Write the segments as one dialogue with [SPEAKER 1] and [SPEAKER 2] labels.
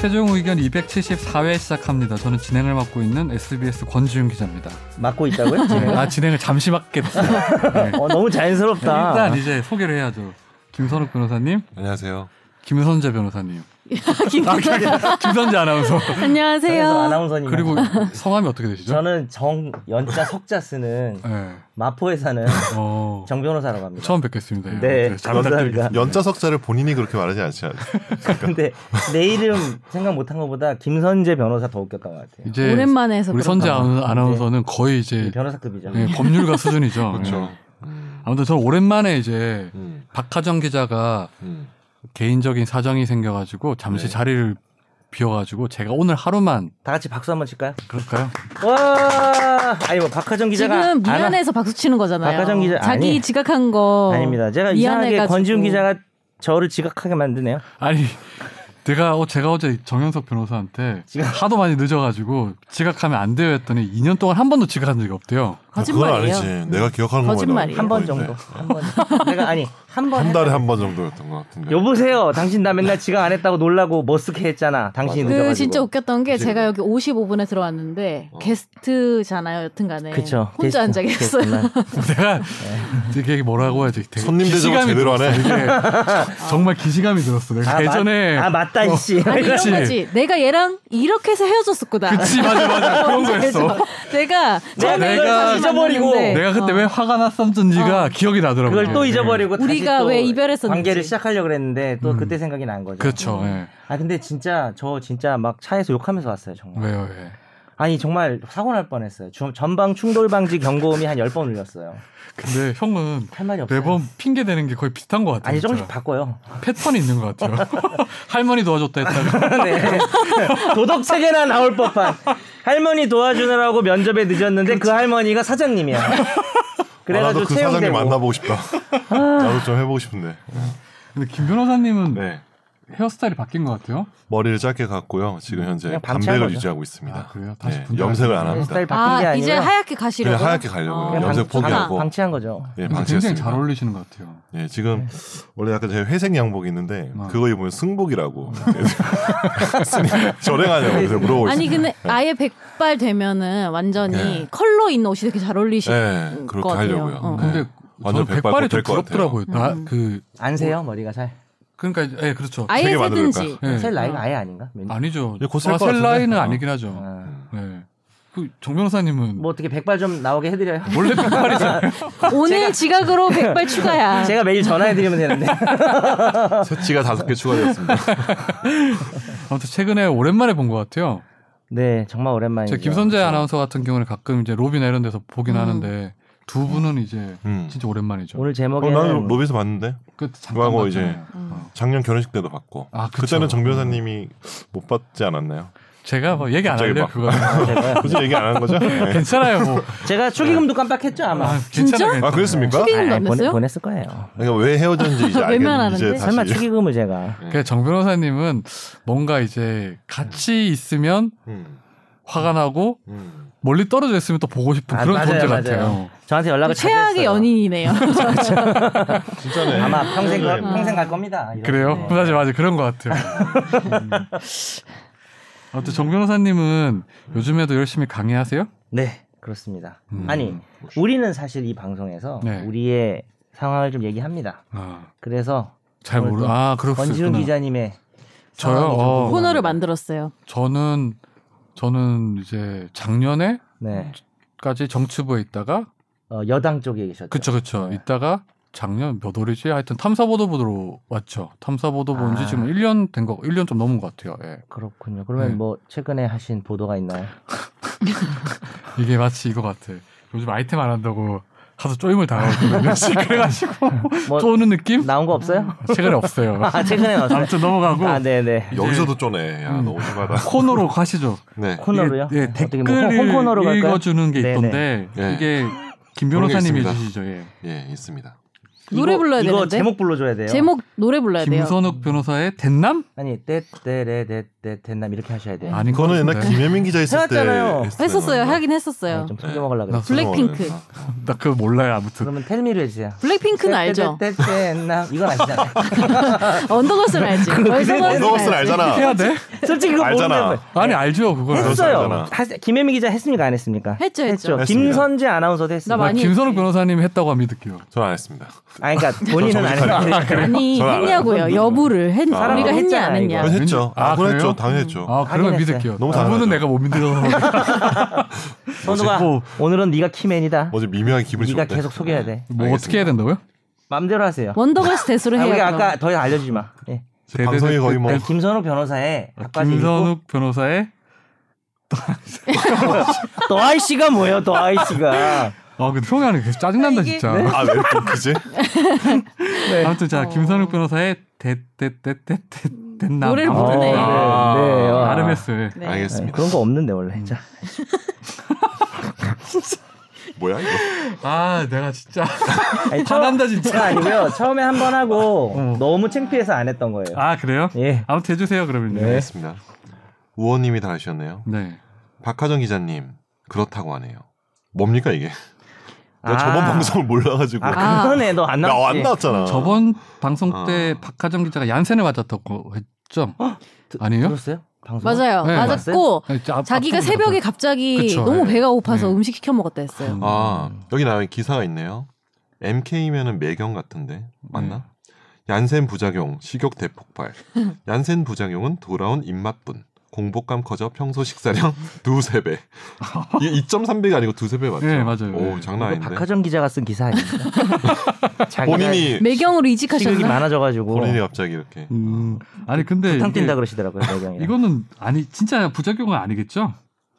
[SPEAKER 1] 최종 의견 274회 시작합니다. 저는 진행을 맡고 있는 SBS 권지윤 기자입니다.
[SPEAKER 2] 맡고 있다고요?
[SPEAKER 1] 네,
[SPEAKER 2] 진행을?
[SPEAKER 1] 아 진행을 잠시 맡게 됐어요. 네.
[SPEAKER 2] 어, 너무 자연스럽다.
[SPEAKER 1] 일단 이제 소개를 해야죠. 김선욱 변호사님,
[SPEAKER 3] 안녕하세요.
[SPEAKER 1] 김선재 변호사님,
[SPEAKER 4] 김-
[SPEAKER 1] 아, 김선재 아나운서
[SPEAKER 2] 그래서
[SPEAKER 4] 안녕하세요.
[SPEAKER 2] 아나운서님.
[SPEAKER 1] 그리고 성함이 어떻게 되시죠?
[SPEAKER 2] 저는 정연자 석자 쓰는
[SPEAKER 1] 네.
[SPEAKER 2] 마포에 사는
[SPEAKER 1] 어,
[SPEAKER 2] 정 변호사라고 합니다.
[SPEAKER 1] 처음 뵙겠습니다.
[SPEAKER 2] 네,
[SPEAKER 1] 잘 부탁드립니다.
[SPEAKER 2] 감사합니다.
[SPEAKER 3] 연자 석자를 본인이 그렇게 말하지 않지 않아요?
[SPEAKER 2] 근데 내 이름 생각 못한 것보다 김선재 변호사 더 웃겼던 것
[SPEAKER 1] 네.
[SPEAKER 2] 같아요.
[SPEAKER 1] 이제
[SPEAKER 4] 오랜만에 해서
[SPEAKER 1] 우리 선재
[SPEAKER 4] 그런가
[SPEAKER 1] 아나운- 아나운서는 거의
[SPEAKER 2] 이
[SPEAKER 1] 이제
[SPEAKER 2] 변호사급이죠.
[SPEAKER 1] 네, 법률가 수준이죠.
[SPEAKER 3] 그렇죠.
[SPEAKER 1] 네. 아무튼 저는 오랜만에 이제
[SPEAKER 3] 음,
[SPEAKER 1] 박하정 기자가
[SPEAKER 3] 음.
[SPEAKER 1] 개인적인 사정이 생겨가지고 잠시
[SPEAKER 3] 네.
[SPEAKER 1] 자리를 비워가지고 제가 오늘 하루만
[SPEAKER 2] 다 같이 박수 한번 칠까요?
[SPEAKER 1] 그럴까요?
[SPEAKER 2] 와! 아니 뭐 박하정 기자가
[SPEAKER 4] 지금
[SPEAKER 2] 안 하-
[SPEAKER 4] 미안해서 박수 치는 거잖아요.
[SPEAKER 2] 박하정 기자-
[SPEAKER 4] 자기
[SPEAKER 2] 아니.
[SPEAKER 4] 지각한 거
[SPEAKER 2] 아닙니다. 제가 이상하게
[SPEAKER 4] 미안해가지고.
[SPEAKER 2] 권지훈 기자가 저를 지각하게 만드네요.
[SPEAKER 1] 아니 내가 어, 제가 어제 정현석 변호사한테
[SPEAKER 2] 지각.
[SPEAKER 1] 하도 많이 늦어가지고 지각하면 안 돼요 했더니 2년 동안 한 번도 지각한 적이 없대요.
[SPEAKER 3] 그건
[SPEAKER 4] 거짓말이에요.
[SPEAKER 3] 아니지. 내가 기억하는 것만
[SPEAKER 4] 거짓말이에요. 네.
[SPEAKER 2] 한
[SPEAKER 1] 네.
[SPEAKER 2] 번 정도. 한 번. 내가 아니 한 번.
[SPEAKER 3] 한
[SPEAKER 2] 했다.
[SPEAKER 3] 달에 한 번 정도였던 것 같은데.
[SPEAKER 2] 여보세요. 당신 나 맨날 지각 안 했다고 놀라고 머쓱해 했잖아. 당신이 늦어가지고.
[SPEAKER 4] 그 진짜 웃겼던 게
[SPEAKER 3] 그치.
[SPEAKER 4] 제가 여기 55분에 들어왔는데 게스트잖아요. 여튼간에
[SPEAKER 2] 그쵸.
[SPEAKER 4] 혼자 앉아
[SPEAKER 2] 게스트,
[SPEAKER 4] 계셨어요.
[SPEAKER 2] 게스트구나.
[SPEAKER 1] 내가 이게 뭐라고 해야지 되게
[SPEAKER 3] 손님 대접을
[SPEAKER 1] 기시감이
[SPEAKER 3] 제대로 하네.
[SPEAKER 1] 들었어, 이게. 정말 기시감이 들었어. 내가
[SPEAKER 2] 아,
[SPEAKER 1] 예전에
[SPEAKER 2] 맞, 아 맞다
[SPEAKER 1] 어,
[SPEAKER 2] 이씨.
[SPEAKER 4] 아니 이런
[SPEAKER 1] 그치.
[SPEAKER 4] 거지. 내가 얘랑 이렇게 해서 헤어졌었구나.
[SPEAKER 1] 그치 맞아 맞아 그런 거였어.
[SPEAKER 4] 내가 처음에
[SPEAKER 1] 내가
[SPEAKER 4] 이걸
[SPEAKER 2] 잊어버리고
[SPEAKER 4] 만났는데,
[SPEAKER 1] 내가 그때
[SPEAKER 4] 어.
[SPEAKER 1] 왜 화가 났었는지가 기억이 나더라고요.
[SPEAKER 2] 네. 어.
[SPEAKER 1] 네.
[SPEAKER 2] 그걸 또 잊어버리고 다시
[SPEAKER 4] 우리가
[SPEAKER 2] 또
[SPEAKER 4] 왜 이별했었는지.
[SPEAKER 2] 관계를 시작하려고 그랬는데 또
[SPEAKER 1] 음.
[SPEAKER 2] 그때 생각이 난 거죠.
[SPEAKER 1] 그렇죠. 예.
[SPEAKER 2] 아 근데 진짜 저 진짜 막 차에서 욕하면서 왔어요 정말.
[SPEAKER 1] 왜요 왜.
[SPEAKER 2] 아니 정말 사고 날 뻔했어요. 주- 전방 충돌 방지 경고음이 한 10번 울렸어요.
[SPEAKER 1] 근데 형은
[SPEAKER 2] 할 말이 없어요.
[SPEAKER 1] 네 매번 핑계 대는 게 거의 비슷한 것 같아요.
[SPEAKER 2] 아니
[SPEAKER 1] 진짜.
[SPEAKER 2] 조금씩 바꿔요.
[SPEAKER 1] 패턴이 있는 것 같아요. 할머니 도와줬다 했다가
[SPEAKER 2] 네. 도덕 책에나 나올 법한 할머니 도와주느라고 면접에 늦었는데 그 할머니가 사장님이야.
[SPEAKER 3] 아, 나도
[SPEAKER 2] 그래가지고
[SPEAKER 3] 그
[SPEAKER 2] 채용되고
[SPEAKER 3] 사장님 만나보고 싶다. 나도 좀 해보고 싶은데.
[SPEAKER 1] 근데 김 변호사님은
[SPEAKER 3] 네.
[SPEAKER 1] 헤어스타일이 바뀐 것 같아요.
[SPEAKER 3] 머리를 짧게 갔고요. 지금 현재
[SPEAKER 2] 그냥 방치한
[SPEAKER 3] 담백을
[SPEAKER 2] 거죠.
[SPEAKER 3] 유지하고 있습니다.
[SPEAKER 1] 아, 그래요? 다시
[SPEAKER 3] 네,
[SPEAKER 1] 분장하세요.
[SPEAKER 3] 염색을 안 합니다.
[SPEAKER 2] 스타일 바뀐 게
[SPEAKER 4] 아
[SPEAKER 2] 아니라
[SPEAKER 4] 이제 하얗게 가시려고.
[SPEAKER 3] 그냥 하얗게 가려고요.
[SPEAKER 4] 어.
[SPEAKER 3] 염색 포기하고.
[SPEAKER 2] 방치한 거죠.
[SPEAKER 3] 예,
[SPEAKER 1] 근데 음, 굉장히 잘
[SPEAKER 3] 방치했습니다.
[SPEAKER 1] 어울리시는 것 같아요.
[SPEAKER 3] 예, 지금 원래 약간 제 회색 양복 이 있는데
[SPEAKER 1] 어.
[SPEAKER 3] 그거 입으면 승복이라고. 스님, 저렴하냐고 그래서 물어보고
[SPEAKER 4] 아니
[SPEAKER 3] 있습니다.
[SPEAKER 4] 근데 아예 백발 되면은 완전히
[SPEAKER 3] 네.
[SPEAKER 4] 컬러 있는 옷이 되게 잘 어울리시.
[SPEAKER 3] 예, 그렇게
[SPEAKER 4] 같아요.
[SPEAKER 3] 하려고요.
[SPEAKER 4] 어.
[SPEAKER 3] 네.
[SPEAKER 1] 근데 저는
[SPEAKER 3] 완전 백발
[SPEAKER 1] 백발이 좀
[SPEAKER 3] 못될것
[SPEAKER 1] 부럽더라고요. 나
[SPEAKER 2] 음.
[SPEAKER 1] 그
[SPEAKER 2] 안 세요 머리가 살.
[SPEAKER 1] 그러니까 이제- 예 그렇죠.
[SPEAKER 4] 아예
[SPEAKER 3] 되게 많아
[SPEAKER 4] 세든지.
[SPEAKER 1] 예.
[SPEAKER 2] 살 나이가 아예 아닌가? 왠지.
[SPEAKER 1] 아니죠.
[SPEAKER 3] 이거 곧셀것 같은데?
[SPEAKER 1] 셀라인은
[SPEAKER 3] 어.
[SPEAKER 1] 아니긴 하죠.
[SPEAKER 2] 아.
[SPEAKER 1] 네. 그정 변호사님은
[SPEAKER 2] 뭐 어떻게 백발 좀 나오게 해드려요.
[SPEAKER 1] 원래 백발이잖아요.
[SPEAKER 4] 오늘 지각으로 백발 추가야.
[SPEAKER 2] 제가 매일 전화해드리면 되는데.
[SPEAKER 3] 새치가 다섯 개 추가되었습니다.
[SPEAKER 1] 아무튼 최근에 오랜만에 본 것 같아요.
[SPEAKER 2] 네, 정말 오랜만이죠.
[SPEAKER 1] 제가 김선재 아나운서 같은 경우는 가끔 이제 로비나 이런 데서 보긴 하는데 두 분은 이제
[SPEAKER 3] 음.
[SPEAKER 1] 진짜 오랜만이죠.
[SPEAKER 2] 음. 오늘
[SPEAKER 3] 어,
[SPEAKER 2] 제목에는 뭐
[SPEAKER 3] 나는 로비에서 봤는데
[SPEAKER 1] 그 잠깐
[SPEAKER 3] 뭐 그거하고 이제
[SPEAKER 1] 봤잖아요.
[SPEAKER 2] 음.
[SPEAKER 1] 어.
[SPEAKER 3] 작년 결혼식 때도 봤고
[SPEAKER 1] 아, 그쵸.
[SPEAKER 3] 그때는 정 변호사님이 못 봤지 않았나요?
[SPEAKER 1] 제가 뭐 얘기 안
[SPEAKER 3] 갑자기
[SPEAKER 1] 할래요
[SPEAKER 3] 막.
[SPEAKER 1] 그거.
[SPEAKER 2] 제가요.
[SPEAKER 3] 굳이 얘기 안 하는 거죠? 네.
[SPEAKER 1] 괜찮아요 뭐.
[SPEAKER 2] 제가 축의금도 깜빡했죠 아마.
[SPEAKER 1] 아, 괜찮아요.
[SPEAKER 3] 아 그랬습니까?
[SPEAKER 4] 축의금
[SPEAKER 2] 아니, 보내,
[SPEAKER 4] 냈어요?
[SPEAKER 2] 보냈을 거예요.
[SPEAKER 3] 그러니까 왜 헤어졌는지 이제 알겠는데
[SPEAKER 4] 외면하는데?
[SPEAKER 3] 이제 다시
[SPEAKER 2] 설마 축의금을 제가.
[SPEAKER 1] 그정 변호사님은 뭔가 이제 같이 있으면
[SPEAKER 3] 음,
[SPEAKER 1] 화가 나고
[SPEAKER 3] 음.
[SPEAKER 1] 멀리 떨어져 있으면 또 보고 싶은
[SPEAKER 2] 아,
[SPEAKER 1] 그런
[SPEAKER 2] 맞아요,
[SPEAKER 1] 존재
[SPEAKER 2] 맞아요.
[SPEAKER 1] 같아요.
[SPEAKER 2] 저한테 연락을 자주
[SPEAKER 4] 그 최악의
[SPEAKER 2] 했어요.
[SPEAKER 4] 연인이네요.
[SPEAKER 3] 진짜네.
[SPEAKER 2] 아마 평생 갈-
[SPEAKER 3] 네.
[SPEAKER 2] 평생 갈 겁니다. 이런.
[SPEAKER 1] 그래요?
[SPEAKER 2] 네.
[SPEAKER 1] 맞아 맞아 그런 것 같아요. 음. 아무튼 정 변호사님은 요즘에도 열심히 강의하세요?
[SPEAKER 2] 네, 그렇습니다.
[SPEAKER 1] 음.
[SPEAKER 2] 아니, 우리는 사실 이 방송에서
[SPEAKER 1] 네.
[SPEAKER 2] 우리의 상황을 좀 얘기합니다.
[SPEAKER 1] 아,
[SPEAKER 2] 그래서
[SPEAKER 1] 잘
[SPEAKER 2] 오늘
[SPEAKER 1] 모르.
[SPEAKER 2] 또
[SPEAKER 1] 아 그렇구나.
[SPEAKER 2] 권지훈 기자님의
[SPEAKER 1] 저요?
[SPEAKER 2] 상황이 좀
[SPEAKER 1] 어.
[SPEAKER 2] 궁금합니다.
[SPEAKER 4] 코너를 만들었어요.
[SPEAKER 1] 저는 저는 이제 작년에까지
[SPEAKER 2] 네,
[SPEAKER 1] 정치부에 있다가
[SPEAKER 2] 어, 여당 쪽에 계셨죠.
[SPEAKER 1] 그쵸 그쵸
[SPEAKER 2] 네.
[SPEAKER 1] 있다가 작년 몇 월이지 하여튼 탐사보도부로 왔죠 탐사보도부 온지
[SPEAKER 2] 아.
[SPEAKER 1] 지금 1년 된거 1년 좀 넘은 것 같아요 예.
[SPEAKER 2] 그렇군요. 그러면
[SPEAKER 1] 네.
[SPEAKER 2] 뭐 최근에 하신 보도가 있나요?
[SPEAKER 1] 이게 마치 이거 같아 요즘 아이템 안 한다고 하도 쪼임을 당하거든요 그래가지고
[SPEAKER 2] 뭐
[SPEAKER 1] 쪼는 느낌?
[SPEAKER 2] 나온 거 없어요?
[SPEAKER 1] 최근에 없어요
[SPEAKER 2] 아, 최근에 나왔어요.
[SPEAKER 1] 아무튼 넘어가고
[SPEAKER 2] 아, 네, 네.
[SPEAKER 3] 여기서도 쪼네. 야
[SPEAKER 1] 음.
[SPEAKER 3] 너무 심하다.
[SPEAKER 1] 코너로 가시죠
[SPEAKER 3] 네.
[SPEAKER 2] 코너로요?
[SPEAKER 1] 예, 예,
[SPEAKER 2] 어떻게 뭐
[SPEAKER 1] 댓글을
[SPEAKER 2] 홍- 홍 코너로 갈까요?
[SPEAKER 1] 읽어주는 게
[SPEAKER 2] 네네.
[SPEAKER 1] 있던데
[SPEAKER 3] 예.
[SPEAKER 1] 이게 김
[SPEAKER 3] 그런 게
[SPEAKER 1] 변호사님이
[SPEAKER 3] 있습니다.
[SPEAKER 1] 해주시죠 예.
[SPEAKER 3] 예 있습니다.
[SPEAKER 4] 노래
[SPEAKER 2] 이거-
[SPEAKER 4] 불러야
[SPEAKER 2] 이거
[SPEAKER 4] 되는데.
[SPEAKER 2] 제목 불러줘야 돼요.
[SPEAKER 4] 제목 노래 불러야 돼요.
[SPEAKER 1] 김선욱 변호사의 됐남?
[SPEAKER 2] 아니 떼떼레떼떼 됐나 이렇게 하셔야 돼요.
[SPEAKER 1] 아닌 거
[SPEAKER 3] 그거는 옛날
[SPEAKER 1] 같은데.
[SPEAKER 3] 김혜민 기자 있을 때
[SPEAKER 2] 해왔잖아요.
[SPEAKER 3] 했어요.
[SPEAKER 4] 했었어요. 하긴 했었어요.
[SPEAKER 2] 아니, 네, 좀 챙겨 먹으려 그래.
[SPEAKER 1] 나
[SPEAKER 4] 블랙핑크.
[SPEAKER 1] 나 그거 몰라요 아무튼.
[SPEAKER 2] 그러면 텔미레즈야. 네,
[SPEAKER 4] 블랙핑크는 그 알죠.
[SPEAKER 2] 떼떼떼나 이건 아시잖아. 네.
[SPEAKER 4] 언더걸스는 알지.
[SPEAKER 3] 언더버스는
[SPEAKER 4] 네.
[SPEAKER 3] 알잖아.
[SPEAKER 1] 해야 돼?
[SPEAKER 2] 솔직히 그거
[SPEAKER 3] 알잖아.
[SPEAKER 2] 모르는
[SPEAKER 1] 아니 알죠 그거.
[SPEAKER 3] 했어.
[SPEAKER 2] 했어요.
[SPEAKER 3] 알잖아.
[SPEAKER 2] 하- 김혜미 기자 했습니까 안 했습니까?
[SPEAKER 4] 했죠, 했죠.
[SPEAKER 3] 했습니다.
[SPEAKER 2] 김선재 아나운서도 했습니다.
[SPEAKER 4] 나 많이
[SPEAKER 1] 김선욱
[SPEAKER 4] 했지.
[SPEAKER 1] 변호사님 했다고 합니다. 느껴요.
[SPEAKER 3] 저는 안 했습니다.
[SPEAKER 2] 아니 그러니까 본인은 안 했는데
[SPEAKER 4] 아니
[SPEAKER 3] 저는 알아요.
[SPEAKER 4] 했냐고요. 여부를 했,
[SPEAKER 3] 아.
[SPEAKER 4] 우리가 했냐 안
[SPEAKER 2] 했잖아요,
[SPEAKER 4] 했냐.
[SPEAKER 3] 그건 했죠.
[SPEAKER 1] 아,
[SPEAKER 3] 아, 그건
[SPEAKER 1] 그래요?
[SPEAKER 3] 했죠. 당연히 했죠.
[SPEAKER 1] 아 그러면
[SPEAKER 2] 하긴 했어요.
[SPEAKER 1] 믿을게요.
[SPEAKER 3] 너무
[SPEAKER 1] 그분은
[SPEAKER 3] 잘하죠.
[SPEAKER 1] 내가 못 믿어서
[SPEAKER 2] 선우가 오늘은 네가 키맨이다.
[SPEAKER 3] 어제 미묘하게 기분이
[SPEAKER 2] 네가
[SPEAKER 3] 좋은데.
[SPEAKER 2] 계속 소개해야 돼.
[SPEAKER 1] 뭐 어떻게 해야 된다고요?
[SPEAKER 2] 맘대로 하세요.
[SPEAKER 4] 원더걸스 대수를
[SPEAKER 2] 아,
[SPEAKER 4] 뭐 해요.
[SPEAKER 2] 우리 아까
[SPEAKER 4] 그럼.
[SPEAKER 2] 더 알려주지 마. 예.
[SPEAKER 3] 지금 방송이 거의 뭐
[SPEAKER 2] 아니, 김선우 변호사의 아까 김선우
[SPEAKER 1] 김선욱 변호사의
[SPEAKER 2] 더아이 씨가 뭐예요? 더아이 씨가
[SPEAKER 4] 네.
[SPEAKER 1] 아 근데 표현하는 게 계속 짜증난다
[SPEAKER 4] 이게- 네.
[SPEAKER 1] 진짜. 네.
[SPEAKER 3] 아왜 이렇게 웃기지?
[SPEAKER 1] 아무튼 자
[SPEAKER 4] 어.
[SPEAKER 1] 김선욱 변호사의 됐됐됐됐됐 됐나
[SPEAKER 4] 노래를
[SPEAKER 1] 아무튼.
[SPEAKER 4] 부르네. 네,
[SPEAKER 1] 아,
[SPEAKER 2] 어, 네, 와.
[SPEAKER 1] 아르메스.
[SPEAKER 4] 네.
[SPEAKER 2] 네,
[SPEAKER 3] 알겠습니다.
[SPEAKER 2] 그런 거 없는데 원래. 자,
[SPEAKER 3] 뭐야 이거?
[SPEAKER 1] 아 내가 진짜
[SPEAKER 2] 아니,
[SPEAKER 1] 화난다, 진짜.
[SPEAKER 2] 그건 아니고요. 처음에 한 번 하고 너무 창피해서 안 했던 거예요.
[SPEAKER 1] 아 그래요?
[SPEAKER 3] 네.
[SPEAKER 2] 예.
[SPEAKER 1] 아무튼 해주세요 그러면요.
[SPEAKER 2] 네.
[SPEAKER 3] 알겠습니다. 우원님이 다 하셨네요.
[SPEAKER 1] 네.
[SPEAKER 3] 박하정 기자님 그렇다고 하네요. 뭡니까 이게? 내가
[SPEAKER 2] 아.
[SPEAKER 3] 저번 방송을 몰라가지고
[SPEAKER 2] 아,
[SPEAKER 4] 아.
[SPEAKER 2] 그전에 너 안
[SPEAKER 3] 나 안
[SPEAKER 2] 나왔지?
[SPEAKER 3] 나왔잖아.
[SPEAKER 1] 저번 방송 때
[SPEAKER 3] 어.
[SPEAKER 1] 박하정 기자가 얀센을 맞았다고 했죠?
[SPEAKER 2] 드-
[SPEAKER 1] 아니에요?
[SPEAKER 2] 들었어요? 방송.
[SPEAKER 4] 맞아요.
[SPEAKER 1] 네.
[SPEAKER 4] 맞았고
[SPEAKER 1] 아니, 저 앞-
[SPEAKER 4] 자기가
[SPEAKER 1] 앞쪽으로
[SPEAKER 4] 새벽에
[SPEAKER 1] 갔다.
[SPEAKER 4] 갑자기
[SPEAKER 1] 그쵸,
[SPEAKER 4] 너무
[SPEAKER 1] 네.
[SPEAKER 4] 배가 고파서
[SPEAKER 1] 네.
[SPEAKER 4] 음식 시켜 먹었다 했어요.
[SPEAKER 3] 아 여기 나와 기사가 있네요. MK면은 매경 같은데
[SPEAKER 2] 음.
[SPEAKER 3] 맞나? 얀센 부작용, 식욕 대폭발. 얀센 부작용은 돌아온 입맛뿐. 공복감 커져 평소 식사량 두세 배. 이게 2.3배가 아니고 두세 배 맞죠?
[SPEAKER 1] 네, 맞아요.
[SPEAKER 3] 오
[SPEAKER 1] 네.
[SPEAKER 2] 이거
[SPEAKER 3] 장난 아닌데.
[SPEAKER 2] 박하정 기자가 쓴 기사 아닙니까? 자기가
[SPEAKER 3] 본인이
[SPEAKER 4] 매경으로
[SPEAKER 2] 네. 식욕이
[SPEAKER 4] 이직하셨나?
[SPEAKER 2] 어. 많아져가지고
[SPEAKER 3] 본인이 갑자기 이렇게
[SPEAKER 1] 음. 아니 근데
[SPEAKER 2] 탕
[SPEAKER 1] 이게
[SPEAKER 2] 뛴다 어, 그러시더라고요. 매경이랑.
[SPEAKER 1] 이거는 아니 진짜 부작용은 아니겠죠?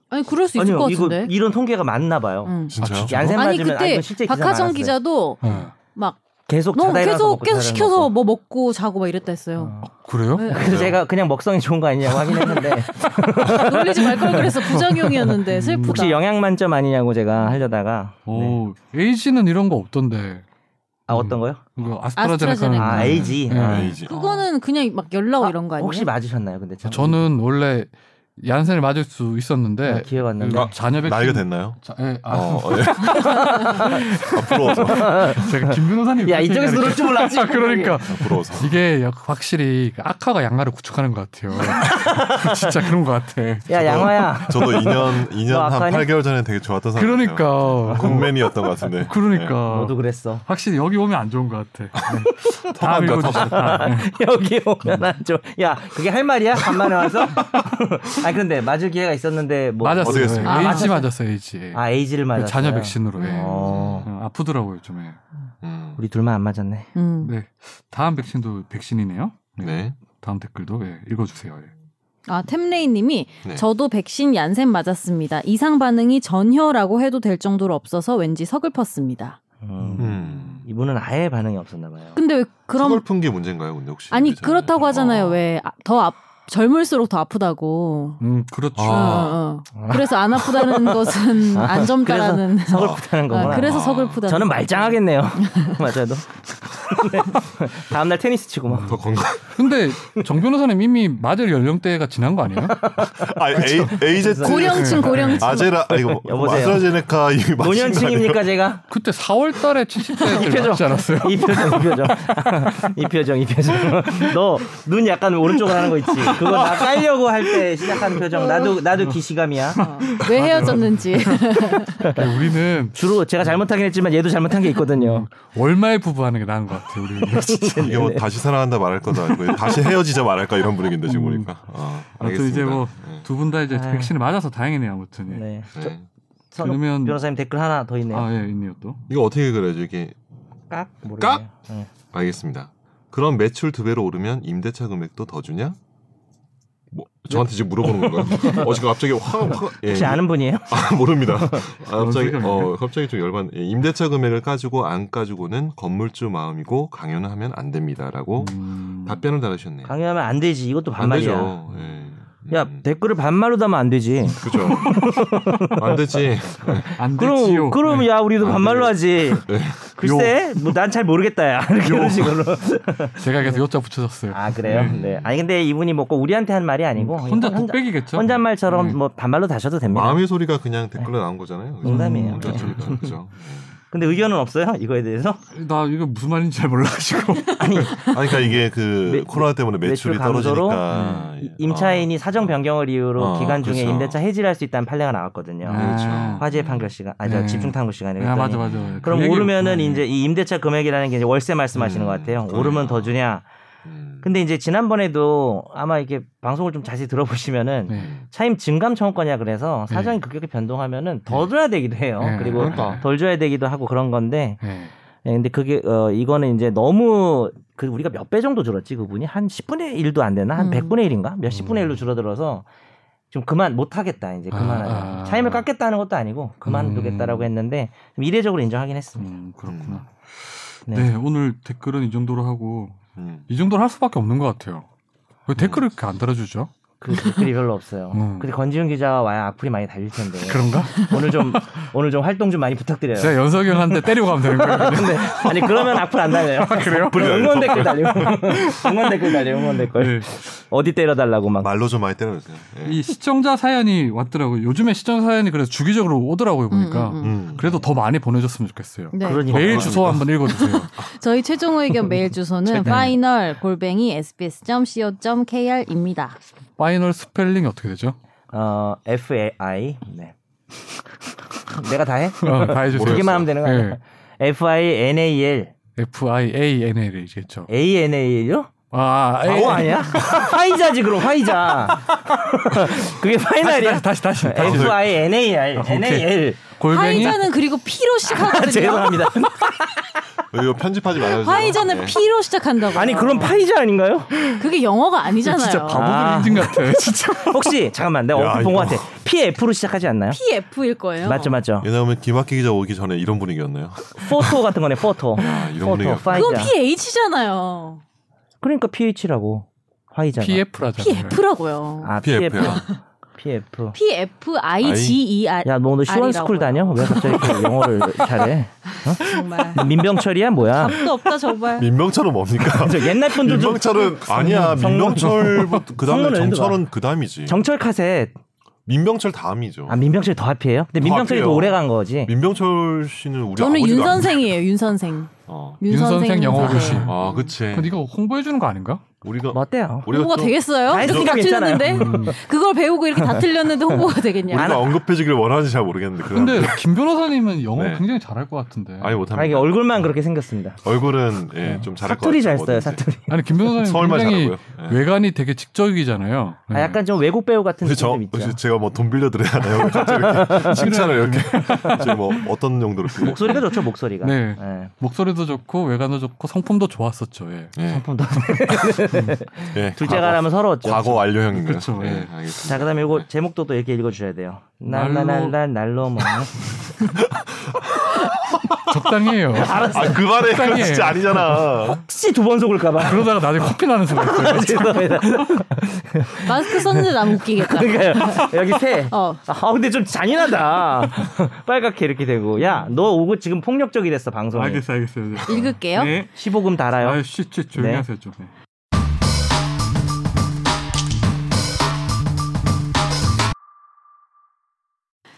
[SPEAKER 4] 아니 그럴 수 있을
[SPEAKER 2] 아니요,
[SPEAKER 4] 것
[SPEAKER 2] 이거
[SPEAKER 4] 같은데.
[SPEAKER 2] 이런 통계가 맞나 봐요.
[SPEAKER 4] 음.
[SPEAKER 3] 진짜요?
[SPEAKER 1] 아, 진짜?
[SPEAKER 2] 얀센
[SPEAKER 4] 아니
[SPEAKER 2] 맞으면 아,
[SPEAKER 4] 그때
[SPEAKER 2] 이건 실제 기사
[SPEAKER 4] 박하정
[SPEAKER 2] 많았어요.
[SPEAKER 4] 기자도
[SPEAKER 1] 네.
[SPEAKER 4] 막
[SPEAKER 2] 계속
[SPEAKER 4] 너무
[SPEAKER 2] 자다 일어나서
[SPEAKER 4] 계속
[SPEAKER 2] 먹고
[SPEAKER 4] 계속
[SPEAKER 2] 자는
[SPEAKER 4] 시켜서
[SPEAKER 2] 거고. 아,
[SPEAKER 4] 뭐 먹고 자고 막 이랬다 했어요.
[SPEAKER 1] 어, 그래요?
[SPEAKER 4] 네.
[SPEAKER 2] 그래서 제가 그냥 먹성이 좋은 거 아니냐고 확인했는데
[SPEAKER 4] 놀리지 말 걸 그래서 부작용이었는데 슬프다.
[SPEAKER 2] 음, 혹시 영양 만점 아니냐고 제가 하려다가 네.
[SPEAKER 1] 오 어, 에이지는 이런 거 없던데.
[SPEAKER 2] 아 어떤 거요?
[SPEAKER 1] 그거 아스트라제네카는
[SPEAKER 4] 아스트라제네카.
[SPEAKER 2] 아
[SPEAKER 1] 네.
[SPEAKER 2] AG
[SPEAKER 1] 네.
[SPEAKER 2] 아.
[SPEAKER 3] 에이지.
[SPEAKER 4] 그거는 그냥 막 열나고 이런 거 아니에요?
[SPEAKER 2] 혹시 맞으셨나요? 근데 참.
[SPEAKER 1] 저는 원래 얀센을 맞을 수 있었는데
[SPEAKER 2] 아, 기회가 왔는데.
[SPEAKER 1] 그 자녀 백신
[SPEAKER 3] 나이가 됐나요?
[SPEAKER 1] 자- 예, 아,
[SPEAKER 3] 어, 예. 아, 부러워서.
[SPEAKER 1] 제가 김 변호사님
[SPEAKER 2] 야 이쪽에서
[SPEAKER 1] 얘기하니까.
[SPEAKER 2] 들을 줄 몰랐지.
[SPEAKER 1] 아, 그러니까
[SPEAKER 3] 아, 부러워서.
[SPEAKER 1] 이게 약- 확실히 그 악화가 양화를 구축하는 것 같아요. 진짜 그런 것 같아.
[SPEAKER 2] 야 양화야.
[SPEAKER 3] 저도 2년 2년
[SPEAKER 2] 너
[SPEAKER 4] 뭐,
[SPEAKER 3] 한
[SPEAKER 2] 아까니?
[SPEAKER 3] 8개월 전에 되게 좋았던 사람.
[SPEAKER 1] 그러니까
[SPEAKER 3] 군맨이었던 것 같은데.
[SPEAKER 1] 그러니까
[SPEAKER 2] 모두 그랬어.
[SPEAKER 1] 확실히 여기 오면 안 좋은 것 같아. 네. 다음
[SPEAKER 3] 터간다,
[SPEAKER 1] 읽어주셨다. 네.
[SPEAKER 2] 여기 오면 안 좋아. 야 그게 할 말이야? 간만에 와서. 아 근데 맞을 기회가 있었는데 뭐.
[SPEAKER 1] 맞았어요.
[SPEAKER 3] 어떻게
[SPEAKER 1] 에이지
[SPEAKER 3] 했습니까?
[SPEAKER 2] 아,
[SPEAKER 1] 맞았어요. 에이지.
[SPEAKER 2] 아 AG를 맞았어요.
[SPEAKER 1] 자녀 백신으로. 예.
[SPEAKER 2] 어.
[SPEAKER 1] 어, 아프더라고요 요즘에.
[SPEAKER 3] 음.
[SPEAKER 2] 우리 둘만 안 맞았네.
[SPEAKER 4] 음.
[SPEAKER 1] 네. 다음 백신도 백신이네요. 네.
[SPEAKER 3] 네.
[SPEAKER 1] 다음 댓글도 예, 읽어주세요. 예.
[SPEAKER 4] 아 템레이님이
[SPEAKER 3] 네.
[SPEAKER 4] 저도 백신 얀센 맞았습니다. 이상 반응이 전혀라고 해도 될 정도로 없어서 왠지 서글펐습니다.
[SPEAKER 2] 음.
[SPEAKER 3] 음.
[SPEAKER 2] 이분은 아예 반응이 없었나 봐요.
[SPEAKER 4] 근데 왜 그럼
[SPEAKER 3] 서글픈 게 문제인가요, 근데 혹시?
[SPEAKER 4] 아니
[SPEAKER 3] 예전에?
[SPEAKER 4] 그렇다고 하잖아요.
[SPEAKER 3] 어.
[SPEAKER 4] 왜 더 젊을수록 더 아프다고.
[SPEAKER 1] 음 그렇죠.
[SPEAKER 4] 어,
[SPEAKER 3] 아.
[SPEAKER 4] 어. 그래서 안 아프다는 것은 안전가라는.
[SPEAKER 2] 그래서 서글프다는
[SPEAKER 4] 아,
[SPEAKER 2] 거구나.
[SPEAKER 4] 그래서
[SPEAKER 3] 아.
[SPEAKER 4] 서글프다.
[SPEAKER 2] 저는 말짱하겠네요. 맞아요. 너. 다음 날 테니스 치고 막.
[SPEAKER 3] 더 건강.
[SPEAKER 1] 근데 정 변호사님 이미 맞을 연령대가 지난 거 아니에요?
[SPEAKER 3] 아, 에이, 에이제트.
[SPEAKER 4] 그렇죠. 고령층
[SPEAKER 2] 네.
[SPEAKER 4] 고령층. 네,
[SPEAKER 3] 아제라, 아, 이거 뭐,
[SPEAKER 2] 여보세요.
[SPEAKER 3] 아스트라제네카 이미 맞힌 거 아니에요?
[SPEAKER 2] 노년층입니까 제가?
[SPEAKER 1] 그때 4월달에 70대들
[SPEAKER 2] 표정.
[SPEAKER 1] 맞지 않았어요?
[SPEAKER 2] 이 표정, 이 표정, 이 표정, 이 표정. 너 눈 약간 오른쪽으로 하는 거 있지? 그거 나 깔려고 할 때 시작하는 표정. 나도 나도 기시감이야.
[SPEAKER 4] 어, 왜
[SPEAKER 2] 아,
[SPEAKER 4] 헤어졌는지.
[SPEAKER 1] 아니, 네, 우리는
[SPEAKER 2] 주로 제가 잘못하긴 했지만 얘도 잘못한 게 있거든요. 네,
[SPEAKER 1] 월말 부부하는 게 나은 것 같아요. 우리
[SPEAKER 3] 이게
[SPEAKER 4] 네.
[SPEAKER 3] 뭐 다시 사랑한다 말할 것도 아니고 다시 헤어지자 말할까 이런 분위기인데 지금 보니까. 아,
[SPEAKER 1] 아무튼 이제 뭐
[SPEAKER 3] 알겠습니다.
[SPEAKER 1] 두 분 다 이제
[SPEAKER 2] 아유.
[SPEAKER 1] 백신을 맞아서 다행이네요. 아무튼 예.
[SPEAKER 2] 네.
[SPEAKER 3] 네. 네.
[SPEAKER 2] 선우
[SPEAKER 1] 그러면-
[SPEAKER 2] 변호사님 댓글 하나 더 있네요.
[SPEAKER 1] 아 예 있네요 또.
[SPEAKER 3] 이거 어떻게 그려야죠? 이게
[SPEAKER 2] 깍 모르겠네요.
[SPEAKER 3] 깍?
[SPEAKER 2] 네.
[SPEAKER 3] 알겠습니다. 그럼 매출 두 배로 오르면 임대차 금액도 더 주냐? 뭐 저한테 지금 물어보는 건가요? 어 지금 갑자기 확확 예.
[SPEAKER 2] 혹시 아는 분이에요?
[SPEAKER 3] 아, 모릅니다. 아, 갑자기
[SPEAKER 1] 뭔
[SPEAKER 3] 어 갑자기 좀 열반 예, 임대차 금액을 까지고 안 까지고는 건물주 마음이고 강요는 하면 안 됩니다라고
[SPEAKER 1] 음.
[SPEAKER 3] 답변을 달으셨네요.
[SPEAKER 2] 강요하면 안 되지. 이것도
[SPEAKER 3] 안
[SPEAKER 2] 반말이야.
[SPEAKER 3] 되죠. 예. 음.
[SPEAKER 2] 야 댓글을 반말로 달면 안 되지.
[SPEAKER 3] 그죠. 안 되지.
[SPEAKER 1] 안
[SPEAKER 2] 그럼
[SPEAKER 1] 되지요. 네.
[SPEAKER 2] 그럼 야 우리도
[SPEAKER 1] 아,
[SPEAKER 3] 안
[SPEAKER 2] 반말로 하지. 글쎄, 뭐 난 잘 모르겠다야. 이렇게
[SPEAKER 1] 요.
[SPEAKER 2] 이런 식으로.
[SPEAKER 1] 제가 계속 요자 붙여줬어요.
[SPEAKER 2] 아 그래요?
[SPEAKER 1] 네.
[SPEAKER 2] 네. 아니 근데 이분이 뭐고 우리한테 한 말이 아니고
[SPEAKER 1] 혼자
[SPEAKER 2] 혼자-
[SPEAKER 1] 독백이겠죠?
[SPEAKER 2] 혼잣말처럼
[SPEAKER 1] 네.
[SPEAKER 2] 뭐 반말로 다셔도 됩니다.
[SPEAKER 3] 마음의 소리가 그냥 댓글로 나온 거잖아요. 그죠?
[SPEAKER 2] 농담이에요.
[SPEAKER 3] 혼자
[SPEAKER 2] 네.
[SPEAKER 3] 소리가, 그죠? 예.
[SPEAKER 2] 근데 의견은 없어요? 이거에 대해서?
[SPEAKER 1] 나 이거 무슨 말인지 잘 몰라가지고.
[SPEAKER 2] 그렇죠.
[SPEAKER 3] 아니, 그러니까 이게 그
[SPEAKER 2] 매-
[SPEAKER 3] 코로나 때문에 매출이
[SPEAKER 2] 매출 감소로
[SPEAKER 1] 아,
[SPEAKER 3] 떨어지니까
[SPEAKER 1] 네.
[SPEAKER 2] 이- 임차인이 사정 변경을 이유로
[SPEAKER 3] 어,
[SPEAKER 2] 기간 중에
[SPEAKER 3] 그렇죠.
[SPEAKER 2] 임대차 해지를 할 수 있다는 판례가 나왔거든요.
[SPEAKER 3] 그렇죠.
[SPEAKER 1] 아.
[SPEAKER 2] 화재 판결 시간, 아니 저
[SPEAKER 1] 네.
[SPEAKER 2] 집중 탐구 시간에
[SPEAKER 1] 아, 맞아
[SPEAKER 2] 그랬더니
[SPEAKER 1] 맞아.
[SPEAKER 2] 그럼
[SPEAKER 1] 그 얘기-
[SPEAKER 2] 오르면은
[SPEAKER 1] 음.
[SPEAKER 2] 이제 이 임대차 금액이라는 게 이제 월세 말씀하시는
[SPEAKER 3] 음,
[SPEAKER 2] 것
[SPEAKER 1] 그렇죠.
[SPEAKER 2] 같아요.
[SPEAKER 3] 그래요.
[SPEAKER 2] 오르면 더 주냐?
[SPEAKER 3] 음.
[SPEAKER 2] 근데 이제 지난번에도 아마 이게 방송을 좀 자세히 들어보시면은
[SPEAKER 1] 네.
[SPEAKER 2] 차임 증감 청구권이야 그래서 사정이 급격히 변동하면은 더 줘야 되기도 해요.
[SPEAKER 1] 네.
[SPEAKER 2] 그리고
[SPEAKER 3] 그러니까.
[SPEAKER 2] 덜 줘야 되기도 하고 그런 건데
[SPEAKER 1] 네.
[SPEAKER 2] 예, 근데 그게 어 이거는 이제 너무 그 우리가 몇 배 정도 줄었지 그분이 한 10분의 1도 안 되나 한
[SPEAKER 4] 음.
[SPEAKER 2] 100분의 1인가 몇
[SPEAKER 1] 음.
[SPEAKER 2] 10분의 1로 줄어들어서 좀 그만 못 하겠다 이제
[SPEAKER 1] 아,
[SPEAKER 2] 그만하자
[SPEAKER 1] 아.
[SPEAKER 2] 차임을 깎겠다는 것도 아니고 그만두겠다라고
[SPEAKER 1] 음.
[SPEAKER 2] 했는데 좀 이례적으로 인정하긴 했습니다.
[SPEAKER 1] 음, 그렇구나.
[SPEAKER 2] 네.
[SPEAKER 1] 네. 오늘 댓글은 이 정도로 하고
[SPEAKER 3] 음.
[SPEAKER 1] 이 정도로 할 수밖에 없는 것 같아요. 왜
[SPEAKER 2] 음.
[SPEAKER 1] 댓글을 이렇게 안 달아주죠?
[SPEAKER 2] 그 댓글이 별로 없어요.
[SPEAKER 1] 음.
[SPEAKER 2] 근데 건지훈 기자가 와야 악플이 많이 달릴 텐데
[SPEAKER 1] 그런가? 네.
[SPEAKER 2] 오늘 좀 오늘 좀 활동 좀 많이 부탁드려요.
[SPEAKER 1] 제가 연석이 형한테 때리고 가면 되는 거예요. 그냥?
[SPEAKER 2] 근데 네. 아니 그러면 악플 안 달려요.
[SPEAKER 1] 그래요?
[SPEAKER 2] 응원 댓글 달려. 응원 댓글 달려. 응원 댓글.
[SPEAKER 1] 네.
[SPEAKER 2] 어디 때려달라고 막.
[SPEAKER 3] 말로 좀 많이 때려주세요. 예.
[SPEAKER 1] 이 시청자 사연이 왔더라고요. 요즘에 시청자 사연이 그래서 주기적으로 오더라고요 보니까.
[SPEAKER 4] 음, 음,
[SPEAKER 3] 음.
[SPEAKER 1] 그래도 더 많이 보내줬으면 좋겠어요.
[SPEAKER 4] 네.
[SPEAKER 2] 그러니
[SPEAKER 1] 메일
[SPEAKER 3] 그렇습니다.
[SPEAKER 1] 주소 한번 읽어주세요.
[SPEAKER 4] 저희 최종 의견 메일 주소는
[SPEAKER 1] 최대.
[SPEAKER 4] 파이널 골뱅이 sbs.co.kr입니다.
[SPEAKER 1] 파이널 스펠링이 어떻게 되죠?
[SPEAKER 2] 어, F A I. 네. 내가 다 해?
[SPEAKER 1] 어, 다 해주세요. 네.
[SPEAKER 3] 모르겠어요.
[SPEAKER 2] 그게만 하면 되는 거 아니야? F I N A L
[SPEAKER 1] F I A N L이겠죠.
[SPEAKER 2] A N A L요?
[SPEAKER 1] 아, 아,
[SPEAKER 2] 과거 아니야? 화이자지 그럼 화이자. 그게 파이널이야.
[SPEAKER 1] 다시 아, 다시 다시.
[SPEAKER 2] F I N A L
[SPEAKER 1] 오케이.
[SPEAKER 2] N A L.
[SPEAKER 1] 네, 골뱅이
[SPEAKER 4] 화이자는 그리고
[SPEAKER 2] 아,
[SPEAKER 4] 피로 시작하거든요.
[SPEAKER 2] 죄송합니다.
[SPEAKER 3] 이거 편집하지 말아주세요.
[SPEAKER 4] 화이자는
[SPEAKER 3] 예.
[SPEAKER 4] 피로 시작한다고.
[SPEAKER 2] 아니 그럼 파이자 아닌가요?
[SPEAKER 4] 그게 영어가 아니잖아요.
[SPEAKER 1] 진짜
[SPEAKER 2] 아.
[SPEAKER 1] 바보들 인증 같아. 진짜.
[SPEAKER 2] 혹시 잠깐만 내가
[SPEAKER 3] 야,
[SPEAKER 2] 어디 본것
[SPEAKER 3] 이거.
[SPEAKER 2] 같아. P F로 시작하지 않나요?
[SPEAKER 4] PF일 거예요.
[SPEAKER 2] 맞죠 맞죠.
[SPEAKER 3] 왜냐하면 김학기 기자 오기 전에 이런 분위기였나요?
[SPEAKER 2] 포토 같은 거네 포토.
[SPEAKER 3] 아, 이런
[SPEAKER 2] 포토
[SPEAKER 3] 분위기였구나.
[SPEAKER 2] 파이자.
[SPEAKER 4] 그건 PH잖아요.
[SPEAKER 2] 그러니까 PH라고 화이자.
[SPEAKER 1] PF라잖아요.
[SPEAKER 4] PF라고요.
[SPEAKER 2] 아
[SPEAKER 3] PF.
[SPEAKER 2] PF. PF.
[SPEAKER 4] PFIGER.
[SPEAKER 2] 야, 너 오늘 시원스쿨 다녀? 왜 갑자기 이렇게 영어를 잘해?
[SPEAKER 4] 정말.
[SPEAKER 2] 민병철이야, 뭐야?
[SPEAKER 4] 답도 없다 정말.
[SPEAKER 3] 민병철은 뭡니까?
[SPEAKER 2] 저 옛날 분들 좀
[SPEAKER 3] 민병철은 아니야.
[SPEAKER 2] 성문,
[SPEAKER 3] 민병철부터 그 다음에
[SPEAKER 2] 성문 랜드가.
[SPEAKER 3] 정철은 그 다음이지.
[SPEAKER 2] 정철 카셋.
[SPEAKER 3] 민병철 다음이죠.
[SPEAKER 2] 아, 민병철이 더 앞이에요? 근데
[SPEAKER 3] 더
[SPEAKER 2] 민병철이 더
[SPEAKER 3] 앞이에요.
[SPEAKER 2] 오래 간 거지.
[SPEAKER 3] 민병철 씨는 우리
[SPEAKER 4] 저는
[SPEAKER 3] 아버지도
[SPEAKER 4] 윤
[SPEAKER 3] 아니고.
[SPEAKER 4] 선생이에요. 윤 선생.
[SPEAKER 3] 어.
[SPEAKER 1] 윤 선생 영어
[SPEAKER 4] 선생. 네.
[SPEAKER 1] 교실.
[SPEAKER 3] 아, 그치.
[SPEAKER 1] 네. 근데 이거 홍보해 주는 거 아닌가?
[SPEAKER 3] 우리가
[SPEAKER 2] 뭐 어때요?
[SPEAKER 3] 우리가
[SPEAKER 4] 홍보가
[SPEAKER 3] 좀-
[SPEAKER 4] 되겠어요?
[SPEAKER 2] 다
[SPEAKER 4] 이렇게
[SPEAKER 2] 했으니까
[SPEAKER 4] 다
[SPEAKER 2] 괜찮아요.
[SPEAKER 4] 틀렸는데 그걸 배우고 이렇게 다 틀렸는데 홍보가 되겠냐?
[SPEAKER 3] 우리가 언급해주길 원하는지 잘 모르겠는데. 그런
[SPEAKER 1] 근데 김 변호사님은 영어
[SPEAKER 3] 네.
[SPEAKER 1] 굉장히 잘할 것 같은데.
[SPEAKER 3] 아예
[SPEAKER 2] 아, 이게
[SPEAKER 3] 못합니다.
[SPEAKER 2] 얼굴만 그렇게 생겼습니다.
[SPEAKER 3] 얼굴은 예, 좀 잘할 것
[SPEAKER 2] 사투리 잘 써요,
[SPEAKER 3] 같아요. 뭐든지.
[SPEAKER 2] 사투리.
[SPEAKER 1] 아니 김 변호사님
[SPEAKER 3] 서울말
[SPEAKER 1] 굉장히
[SPEAKER 3] 잘하고요. 예.
[SPEAKER 1] 외관이 되게 직접이잖아요.
[SPEAKER 3] 음.
[SPEAKER 1] 네.
[SPEAKER 2] 아, 약간 좀 외국 배우 같은
[SPEAKER 3] 근데
[SPEAKER 2] 느낌
[SPEAKER 3] 저
[SPEAKER 2] 좀 있죠.
[SPEAKER 3] 혹시 제가 뭐 돈 빌려 드려야 하나요? 갑자기 이렇게 칭찬을 이렇게 지금 뭐 어떤 용도로 빌려?
[SPEAKER 2] 목소리가 좋죠, 목소리가.
[SPEAKER 1] 네.
[SPEAKER 2] 예.
[SPEAKER 1] 목소리도 좋고 외관도 좋고 성품도 좋았었죠. 예.
[SPEAKER 3] 예,
[SPEAKER 2] 상품도.
[SPEAKER 3] 예, 과거,
[SPEAKER 2] 둘째가라면 그렇죠. 서러웠죠.
[SPEAKER 3] 과거 완료형인가요?
[SPEAKER 1] 그쵸,
[SPEAKER 3] 예,
[SPEAKER 1] 예.
[SPEAKER 3] 알겠습니다.
[SPEAKER 2] 자, 그다음에 이거 제목도 또 이렇게 읽어주셔야 돼요. 날라날라 날로 먹는.
[SPEAKER 1] 적당히 해요.
[SPEAKER 3] 아, 그 말에 그건
[SPEAKER 1] 속상해.
[SPEAKER 3] 진짜 아니잖아.
[SPEAKER 2] 혹시 두 번 속을까봐.
[SPEAKER 1] 그러다가 나중에 커피 나는 소리 있어요.
[SPEAKER 2] 죄송합니다.
[SPEAKER 4] 마스크 썼는데 나면 웃기겠다.
[SPEAKER 2] 그러니까요. 여기 새.
[SPEAKER 4] 어.
[SPEAKER 2] 아 근데 좀 잔인하다. 빨갛게 이렇게 되고. 야, 너 오고 지금 폭력적이 됐어 방송에.
[SPEAKER 1] 알겠어요, 알겠어요. 알겠어요.
[SPEAKER 4] 읽을게요.
[SPEAKER 1] 네.
[SPEAKER 2] 15금 달아요.
[SPEAKER 1] 아, 쉿, 쉿, 조용히
[SPEAKER 2] 네.
[SPEAKER 1] 하세요, 좀. 네.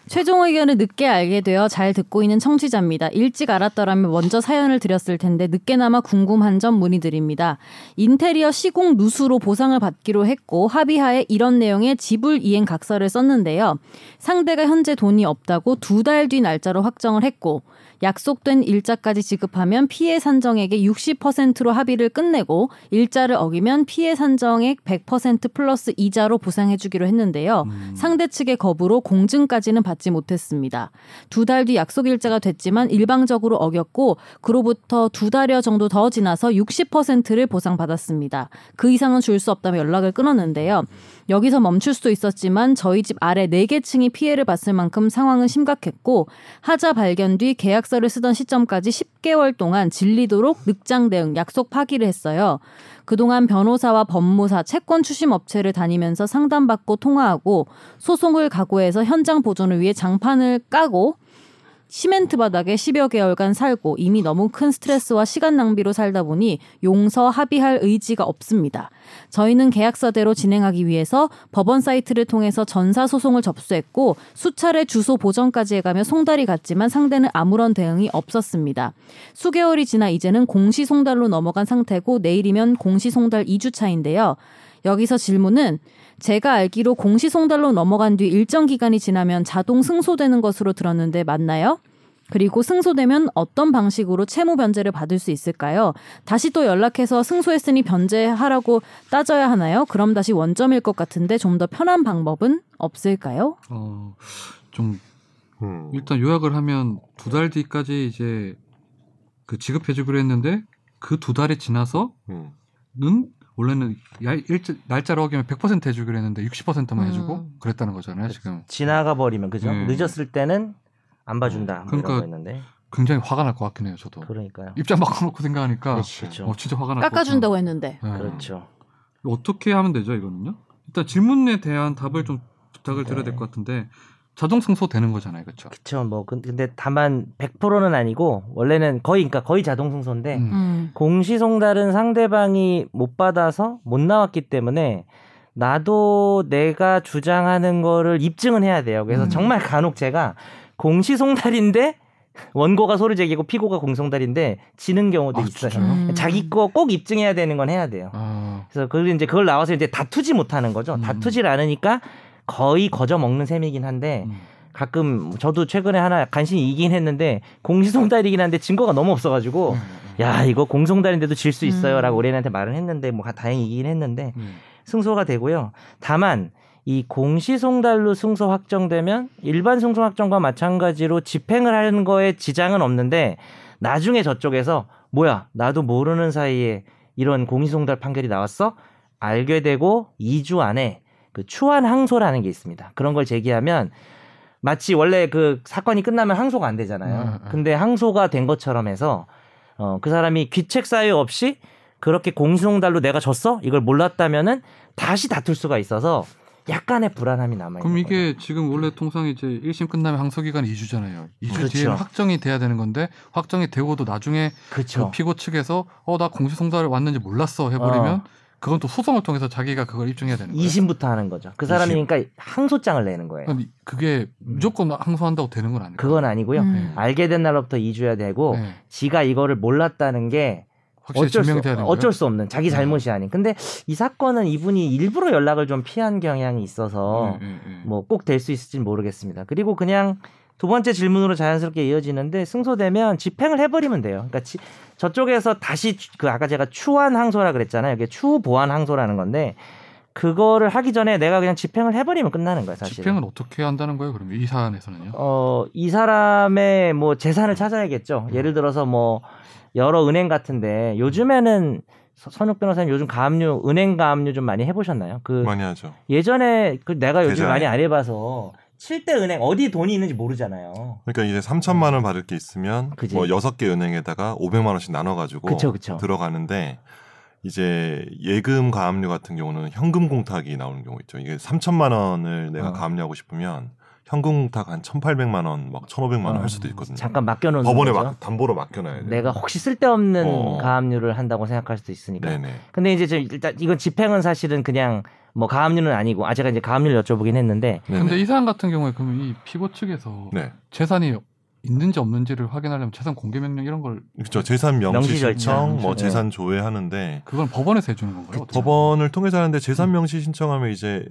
[SPEAKER 4] 최종 의견을 늦게 알게 되어 잘 듣고 있는 청취자입니다. 일찍 알았더라면 먼저 사연을 드렸을 텐데 늦게나마 궁금한 점 문의드립니다. 인테리어 시공 누수로 보상을 받기로 했고 합의하에 이런 내용의 지불 이행 각서를 썼는데요. 상대가 현재 돈이 없다고 두 달 뒤 날짜로 확정을 했고 약속된 일자까지 지급하면 피해 산정액의 60%로 합의를 끝내고 일자를 어기면 피해 산정액 100% 플러스 이자로 보상해주기로 했는데요. 상대 측의 거부로 공증까지는 받지 못했습니다. 두 달 뒤 약속 일자가 됐지만 일방적으로 어겼고 그로부터 두 달여 정도 더 지나서 60%를 보상받았습니다. 그 이상은 줄 수 없다며 연락을 끊었는데요. 여기서 멈출 수도 있었지만 저희 집 아래 4개 층이 피해를 봤을 만큼 상황은 심각했고 하자 발견 뒤 계약서를 쓰던 시점까지 10개월 동안 질리도록 늑장 대응 약속 파기를 했어요. 그동안 변호사와 법무사, 채권 추심 업체를 다니면서 상담받고 통화하고 소송을 각오해서 현장 보존을 위해 장판을 까고 시멘트 바닥에 10여 개월간 살고 이미 너무 큰 스트레스와 시간 낭비로 살다 보니 용서 합의할 의지가 없습니다. 저희는 계약서대로 진행하기 위해서 법원 사이트를 통해서 전사 소송을 접수했고 수차례 주소 보전까지 해가며 송달이 갔지만 상대는 아무런 대응이 없었습니다. 수개월이 지나 이제는 공시 송달로 넘어간 상태고 내일이면 공시 송달 2주 차인데요. 여기서 질문은 제가 알기로 공시송달로 넘어간 뒤 일정 기간이 지나면 자동 승소되는 것으로 들었는데 맞나요? 그리고 승소되면 어떤 방식으로 채무 변제를 받을 수 있을까요? 다시 또 연락해서 승소했으니 변제하라고 따져야 하나요? 그럼 다시 원점일 것 같은데 좀 더 편한 방법은 없을까요?
[SPEAKER 1] 어, 좀
[SPEAKER 3] 음.
[SPEAKER 1] 일단 요약을 하면 두 달 뒤까지 이제 그 지급해 주기로 했는데 그 두 달이 지나서
[SPEAKER 3] 음.
[SPEAKER 1] 는 원래는 야- 일자, 날짜로 하기면 100% 해주기로 했는데 60%만 해주고
[SPEAKER 4] 음.
[SPEAKER 1] 그랬다는 거잖아요
[SPEAKER 2] 그렇죠.
[SPEAKER 1] 지금
[SPEAKER 2] 지나가 버리면 그죠?
[SPEAKER 1] 음.
[SPEAKER 2] 늦었을 때는 안 봐준다. 뭐
[SPEAKER 1] 그러니까-
[SPEAKER 2] 이런 거 있는데
[SPEAKER 1] 굉장히 화가 날 것 같긴 해요 저도
[SPEAKER 2] 그러니까요.
[SPEAKER 1] 입장 바꿔놓고 생각하니까
[SPEAKER 3] 그렇죠.
[SPEAKER 2] 그렇죠.
[SPEAKER 1] 어, 진짜 화가 날 것 같아요.
[SPEAKER 4] 깎아준다고 했는데
[SPEAKER 1] 네.
[SPEAKER 2] 그렇죠.
[SPEAKER 1] 어떻게 하면 되죠 이거는요 일단 질문에 대한 답을 좀 부탁을
[SPEAKER 2] 네.
[SPEAKER 1] 드려야 될 것 같은데 자동 승소되는 거잖아요 그렇죠
[SPEAKER 2] 그렇죠. 뭐 근- 근데 다만 100%는 아니고 원래는 거의 그러니까 거의 자동 승소인데
[SPEAKER 1] 음.
[SPEAKER 4] 음.
[SPEAKER 2] 공시송달은 상대방이 못 받아서 못 나왔기 때문에 나도 내가 주장하는 거를 입증은 해야 돼요. 그래서
[SPEAKER 1] 음.
[SPEAKER 2] 정말 간혹 제가 공시송달인데 원고가 소를 제기고 피고가 공송달인데 지는 경우도
[SPEAKER 1] 아,
[SPEAKER 2] 있어요.
[SPEAKER 1] 진짜요?
[SPEAKER 4] 음.
[SPEAKER 2] 그렇죠. 자기 거 꼭 입증해야 되는 건 해야 돼요.
[SPEAKER 1] 아,
[SPEAKER 2] 그래서 그걸 이제 그걸 나와서 이제 다투지 못하는 거죠.
[SPEAKER 1] 음.
[SPEAKER 2] 다투질 않으니까 거의 거저 먹는 셈이긴
[SPEAKER 4] 네.
[SPEAKER 2] 한데
[SPEAKER 1] 음.
[SPEAKER 2] 가끔 저도 최근에 하나 간신히 이긴 했는데 공시송달이긴 한데 증거가 너무 없어가지고
[SPEAKER 1] 음.
[SPEAKER 2] 야 이거 공송달인데도 질 수 있어요라고
[SPEAKER 4] 음.
[SPEAKER 2] 우리한테 말을 했는데 뭐 다행히 이긴 했는데
[SPEAKER 1] 음.
[SPEAKER 2] 승소가 되고요. 다만 이 공시송달로 승소 확정되면 일반 승소 확정과 마찬가지로 집행을 하는 거에 지장은 없는데 나중에 저쪽에서 뭐야 나도 모르는 사이에 이런 공시송달 판결이 나왔어 알게 되고 2주 안에 그 추한 항소라는 게 있습니다. 그런 걸 제기하면 마치 원래 그 사건이 끝나면 항소가 안
[SPEAKER 1] 음,
[SPEAKER 2] 되잖아요.
[SPEAKER 1] 음.
[SPEAKER 2] 근데 항소가 된 것처럼 해서 어, 그 사람이 귀책 사유 없이 그렇게 공시송달로 내가 졌어 이걸 몰랐다면은 다시 다툴 수가 있어서 약간의 불안함이 남아 있는
[SPEAKER 1] 그럼 이게 지금 원래 통상 이제 1심 끝나면 항소 기간 2주잖아요. 2주
[SPEAKER 2] 그렇죠.
[SPEAKER 1] 뒤에 확정이 돼야 되는 건데 확정이 되고도 나중에
[SPEAKER 2] 그렇죠.
[SPEAKER 1] 그 피고 측에서 어 나 공시송달 왔는지 몰랐어 해버리면
[SPEAKER 2] 어.
[SPEAKER 1] 그건 또 소송을 통해서 자기가 그걸 입증해야 되는 거예요.
[SPEAKER 2] 2심부터 하는 거죠. 그 사람이 그러니까 항소장을 내는 거예요.
[SPEAKER 1] 그럼 이- 그게 무조건 항소한다고 되는 건 아니에요.
[SPEAKER 2] 음. 그건 아니고요.
[SPEAKER 4] 음.
[SPEAKER 2] 알게 된 날로부터 2주야 되고
[SPEAKER 1] 네.
[SPEAKER 2] 지가 이거를 몰랐다는 게
[SPEAKER 1] 확실히
[SPEAKER 2] 어쩔 수,
[SPEAKER 1] 증명돼야 되는
[SPEAKER 2] 어쩔
[SPEAKER 1] 거예요.
[SPEAKER 2] 수 없는 자기
[SPEAKER 1] 네.
[SPEAKER 2] 잘못이 아닌. 근데 이 사건은 이분이 일부러 연락을 좀 피한 경향이 있어서
[SPEAKER 1] 예, 예, 예.
[SPEAKER 2] 뭐 꼭 될 수 있을지는 모르겠습니다. 그리고 그냥 두 번째 질문으로 자연스럽게 이어지는데 승소되면 집행을 해버리면 돼요. 그러니까 지- 저쪽에서 다시 추- 그 아까 제가 추한 항소라 그랬잖아요. 이게 추 보완 항소라는 건데 그거를 하기 전에 내가 그냥 집행을 해버리면 끝나는 거예요, 사실.
[SPEAKER 1] 집행은 어떻게 한다는 거예요? 그럼 이 사안에서는요?
[SPEAKER 2] 어, 이 사람의 뭐 재산을 찾아야겠죠. 예를 들어서 뭐 여러 은행 같은데 요즘에는 서- 선욱 변호사님 요즘 가압류 은행 가압류 좀 많이 해보셨나요? 그
[SPEAKER 3] 많이 하죠.
[SPEAKER 2] 예전에 그 내가 요즘
[SPEAKER 3] 계좌에?
[SPEAKER 2] 많이 안 해봐서 7대 은행 어디 돈이 있는지 모르잖아요.
[SPEAKER 3] 그러니까 이제 3천만 원 받을 게 있으면
[SPEAKER 2] 그지.
[SPEAKER 3] 뭐 여섯 개 은행에다가 500만 원씩 나눠 가지고
[SPEAKER 2] 그쵸 그쵸.
[SPEAKER 3] 들어가는데 이제 예금 가압류 같은 경우는 현금 공탁이 나오는 경우 있죠. 이게 3천만 원을 내가
[SPEAKER 2] 어.
[SPEAKER 3] 가압류하고 싶으면 현금 공탁 한 1,800만 원, 막 1,500만 원
[SPEAKER 2] 어.
[SPEAKER 3] 할 수도 있거든요.
[SPEAKER 2] 잠깐 맡겨놓은
[SPEAKER 3] 법원에
[SPEAKER 2] 거죠.
[SPEAKER 3] 막, 담보로 맡겨놔야 돼요.
[SPEAKER 2] 내가 혹시 쓸데없는
[SPEAKER 3] 어.
[SPEAKER 2] 가압류를 한다고 생각할 수도 있으니까.
[SPEAKER 3] 네네.
[SPEAKER 2] 근데 이제 지금 일단 이건 집행은 사실은 그냥 뭐 가압류는 아니고 아 제가 이제 가압류를 여쭤보긴 했는데
[SPEAKER 3] 네네.
[SPEAKER 1] 근데 이 사안 같은 경우에 그럼 이 피고 측에서
[SPEAKER 3] 네.
[SPEAKER 1] 재산이 있는지 없는지를 확인하려면 재산 공개 명령 이런 걸
[SPEAKER 3] 그렇죠. 재산 명시
[SPEAKER 2] 명시 절차.
[SPEAKER 3] 신청, 뭐
[SPEAKER 2] 네.
[SPEAKER 3] 재산 조회하는데
[SPEAKER 1] 그건 법원에서 해주는 건가요? 음. 어떻게?
[SPEAKER 3] 법원을 통해서 하는데 재산 명시 신청하면 이제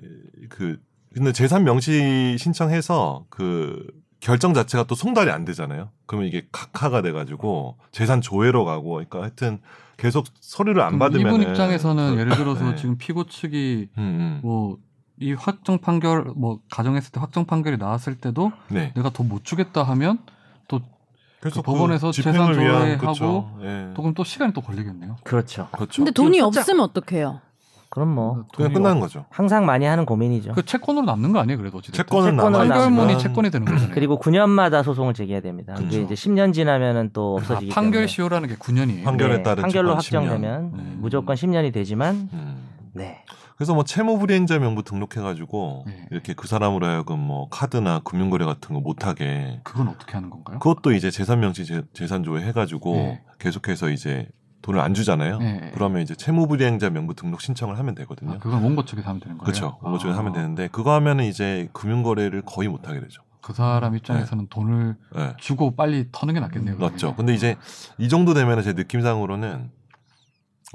[SPEAKER 3] 그 근데 재산 명시 신청해서 그 결정 자체가 또 송달이 안 되잖아요. 그러면 이게 각하가 돼가지고 재산 조회로 가고 그러니까 하여튼 계속 서류를
[SPEAKER 1] 그럼
[SPEAKER 3] 안 받으면
[SPEAKER 1] 이분 입장에서는 예를 들어서
[SPEAKER 3] 네.
[SPEAKER 1] 지금 피고 측이
[SPEAKER 3] 음, 음.
[SPEAKER 1] 뭐 이 확정 판결 뭐 가정했을 때 확정 판결이 나왔을 때도
[SPEAKER 3] 네
[SPEAKER 1] 내가 돈 못 주겠다 하면
[SPEAKER 3] 그래서
[SPEAKER 1] 그 법원에서
[SPEAKER 3] 집행을
[SPEAKER 1] 재산
[SPEAKER 3] 위한,
[SPEAKER 1] 조회하고
[SPEAKER 3] 그쵸. 예.
[SPEAKER 1] 또 그럼 또 시간이 또 걸리겠네요.
[SPEAKER 2] 그렇죠.
[SPEAKER 3] 그렇죠.
[SPEAKER 4] 근데 돈이
[SPEAKER 2] 좀 살짝-
[SPEAKER 4] 없으면 어떡해요?
[SPEAKER 2] 그럼 뭐
[SPEAKER 3] 그냥
[SPEAKER 1] 돈이
[SPEAKER 3] 끝나는 거죠.
[SPEAKER 2] 항상 많이 하는 고민이죠.
[SPEAKER 1] 없- 그 채권으로 남는 거 아니에요? 그래도 어찌됐든.
[SPEAKER 3] 채권은
[SPEAKER 2] 채권은
[SPEAKER 3] 남아있지만- 음.
[SPEAKER 1] 판결문이 네, 채권이 되는 거잖아요.
[SPEAKER 2] 그리고 9년마다 소송을 제기해야 됩니다.
[SPEAKER 3] 그쵸.
[SPEAKER 2] 이게 이제 10년 지나면은 또
[SPEAKER 1] 아,
[SPEAKER 2] 없어지기 때문에 네,
[SPEAKER 1] 판결 시효라는 게 9년이에요. 네.
[SPEAKER 3] 판결- 판결에 따른
[SPEAKER 2] 판결로
[SPEAKER 3] 집권 10년.
[SPEAKER 2] 확정되면
[SPEAKER 1] 음.
[SPEAKER 2] 무조건 10년이 되지만
[SPEAKER 3] 음.
[SPEAKER 2] 네.
[SPEAKER 3] 그래서 뭐 채무 불이행자 명부 등록해가지고
[SPEAKER 1] 네.
[SPEAKER 3] 이렇게 그 사람으로 하여금 뭐 카드나 금융거래 같은 거 못하게
[SPEAKER 1] 그건 어떻게 하는 건가요?
[SPEAKER 3] 그것도 이제 재산명시 재- 재산조회 해가지고
[SPEAKER 1] 네.
[SPEAKER 3] 계속해서 이제 돈을 안 주잖아요.
[SPEAKER 1] 네.
[SPEAKER 3] 그러면 이제 채무불이행자 명부 등록 신청을 하면 되거든요.
[SPEAKER 1] 아, 그건 원고 쪽에서 하면 되는 거예요.
[SPEAKER 3] 그렇죠. 그거 중에
[SPEAKER 1] 아,
[SPEAKER 3] 하면 되는데 그거 하면은 이제 금융거래를 거의 못하게 되죠.
[SPEAKER 1] 그 사람 입장에서는 돈을
[SPEAKER 3] 예.
[SPEAKER 1] 주고 빨리 터는 게 낫겠네요.
[SPEAKER 3] 음, 맞죠. 근데 이제 이 정도 되면 제 느낌상으로는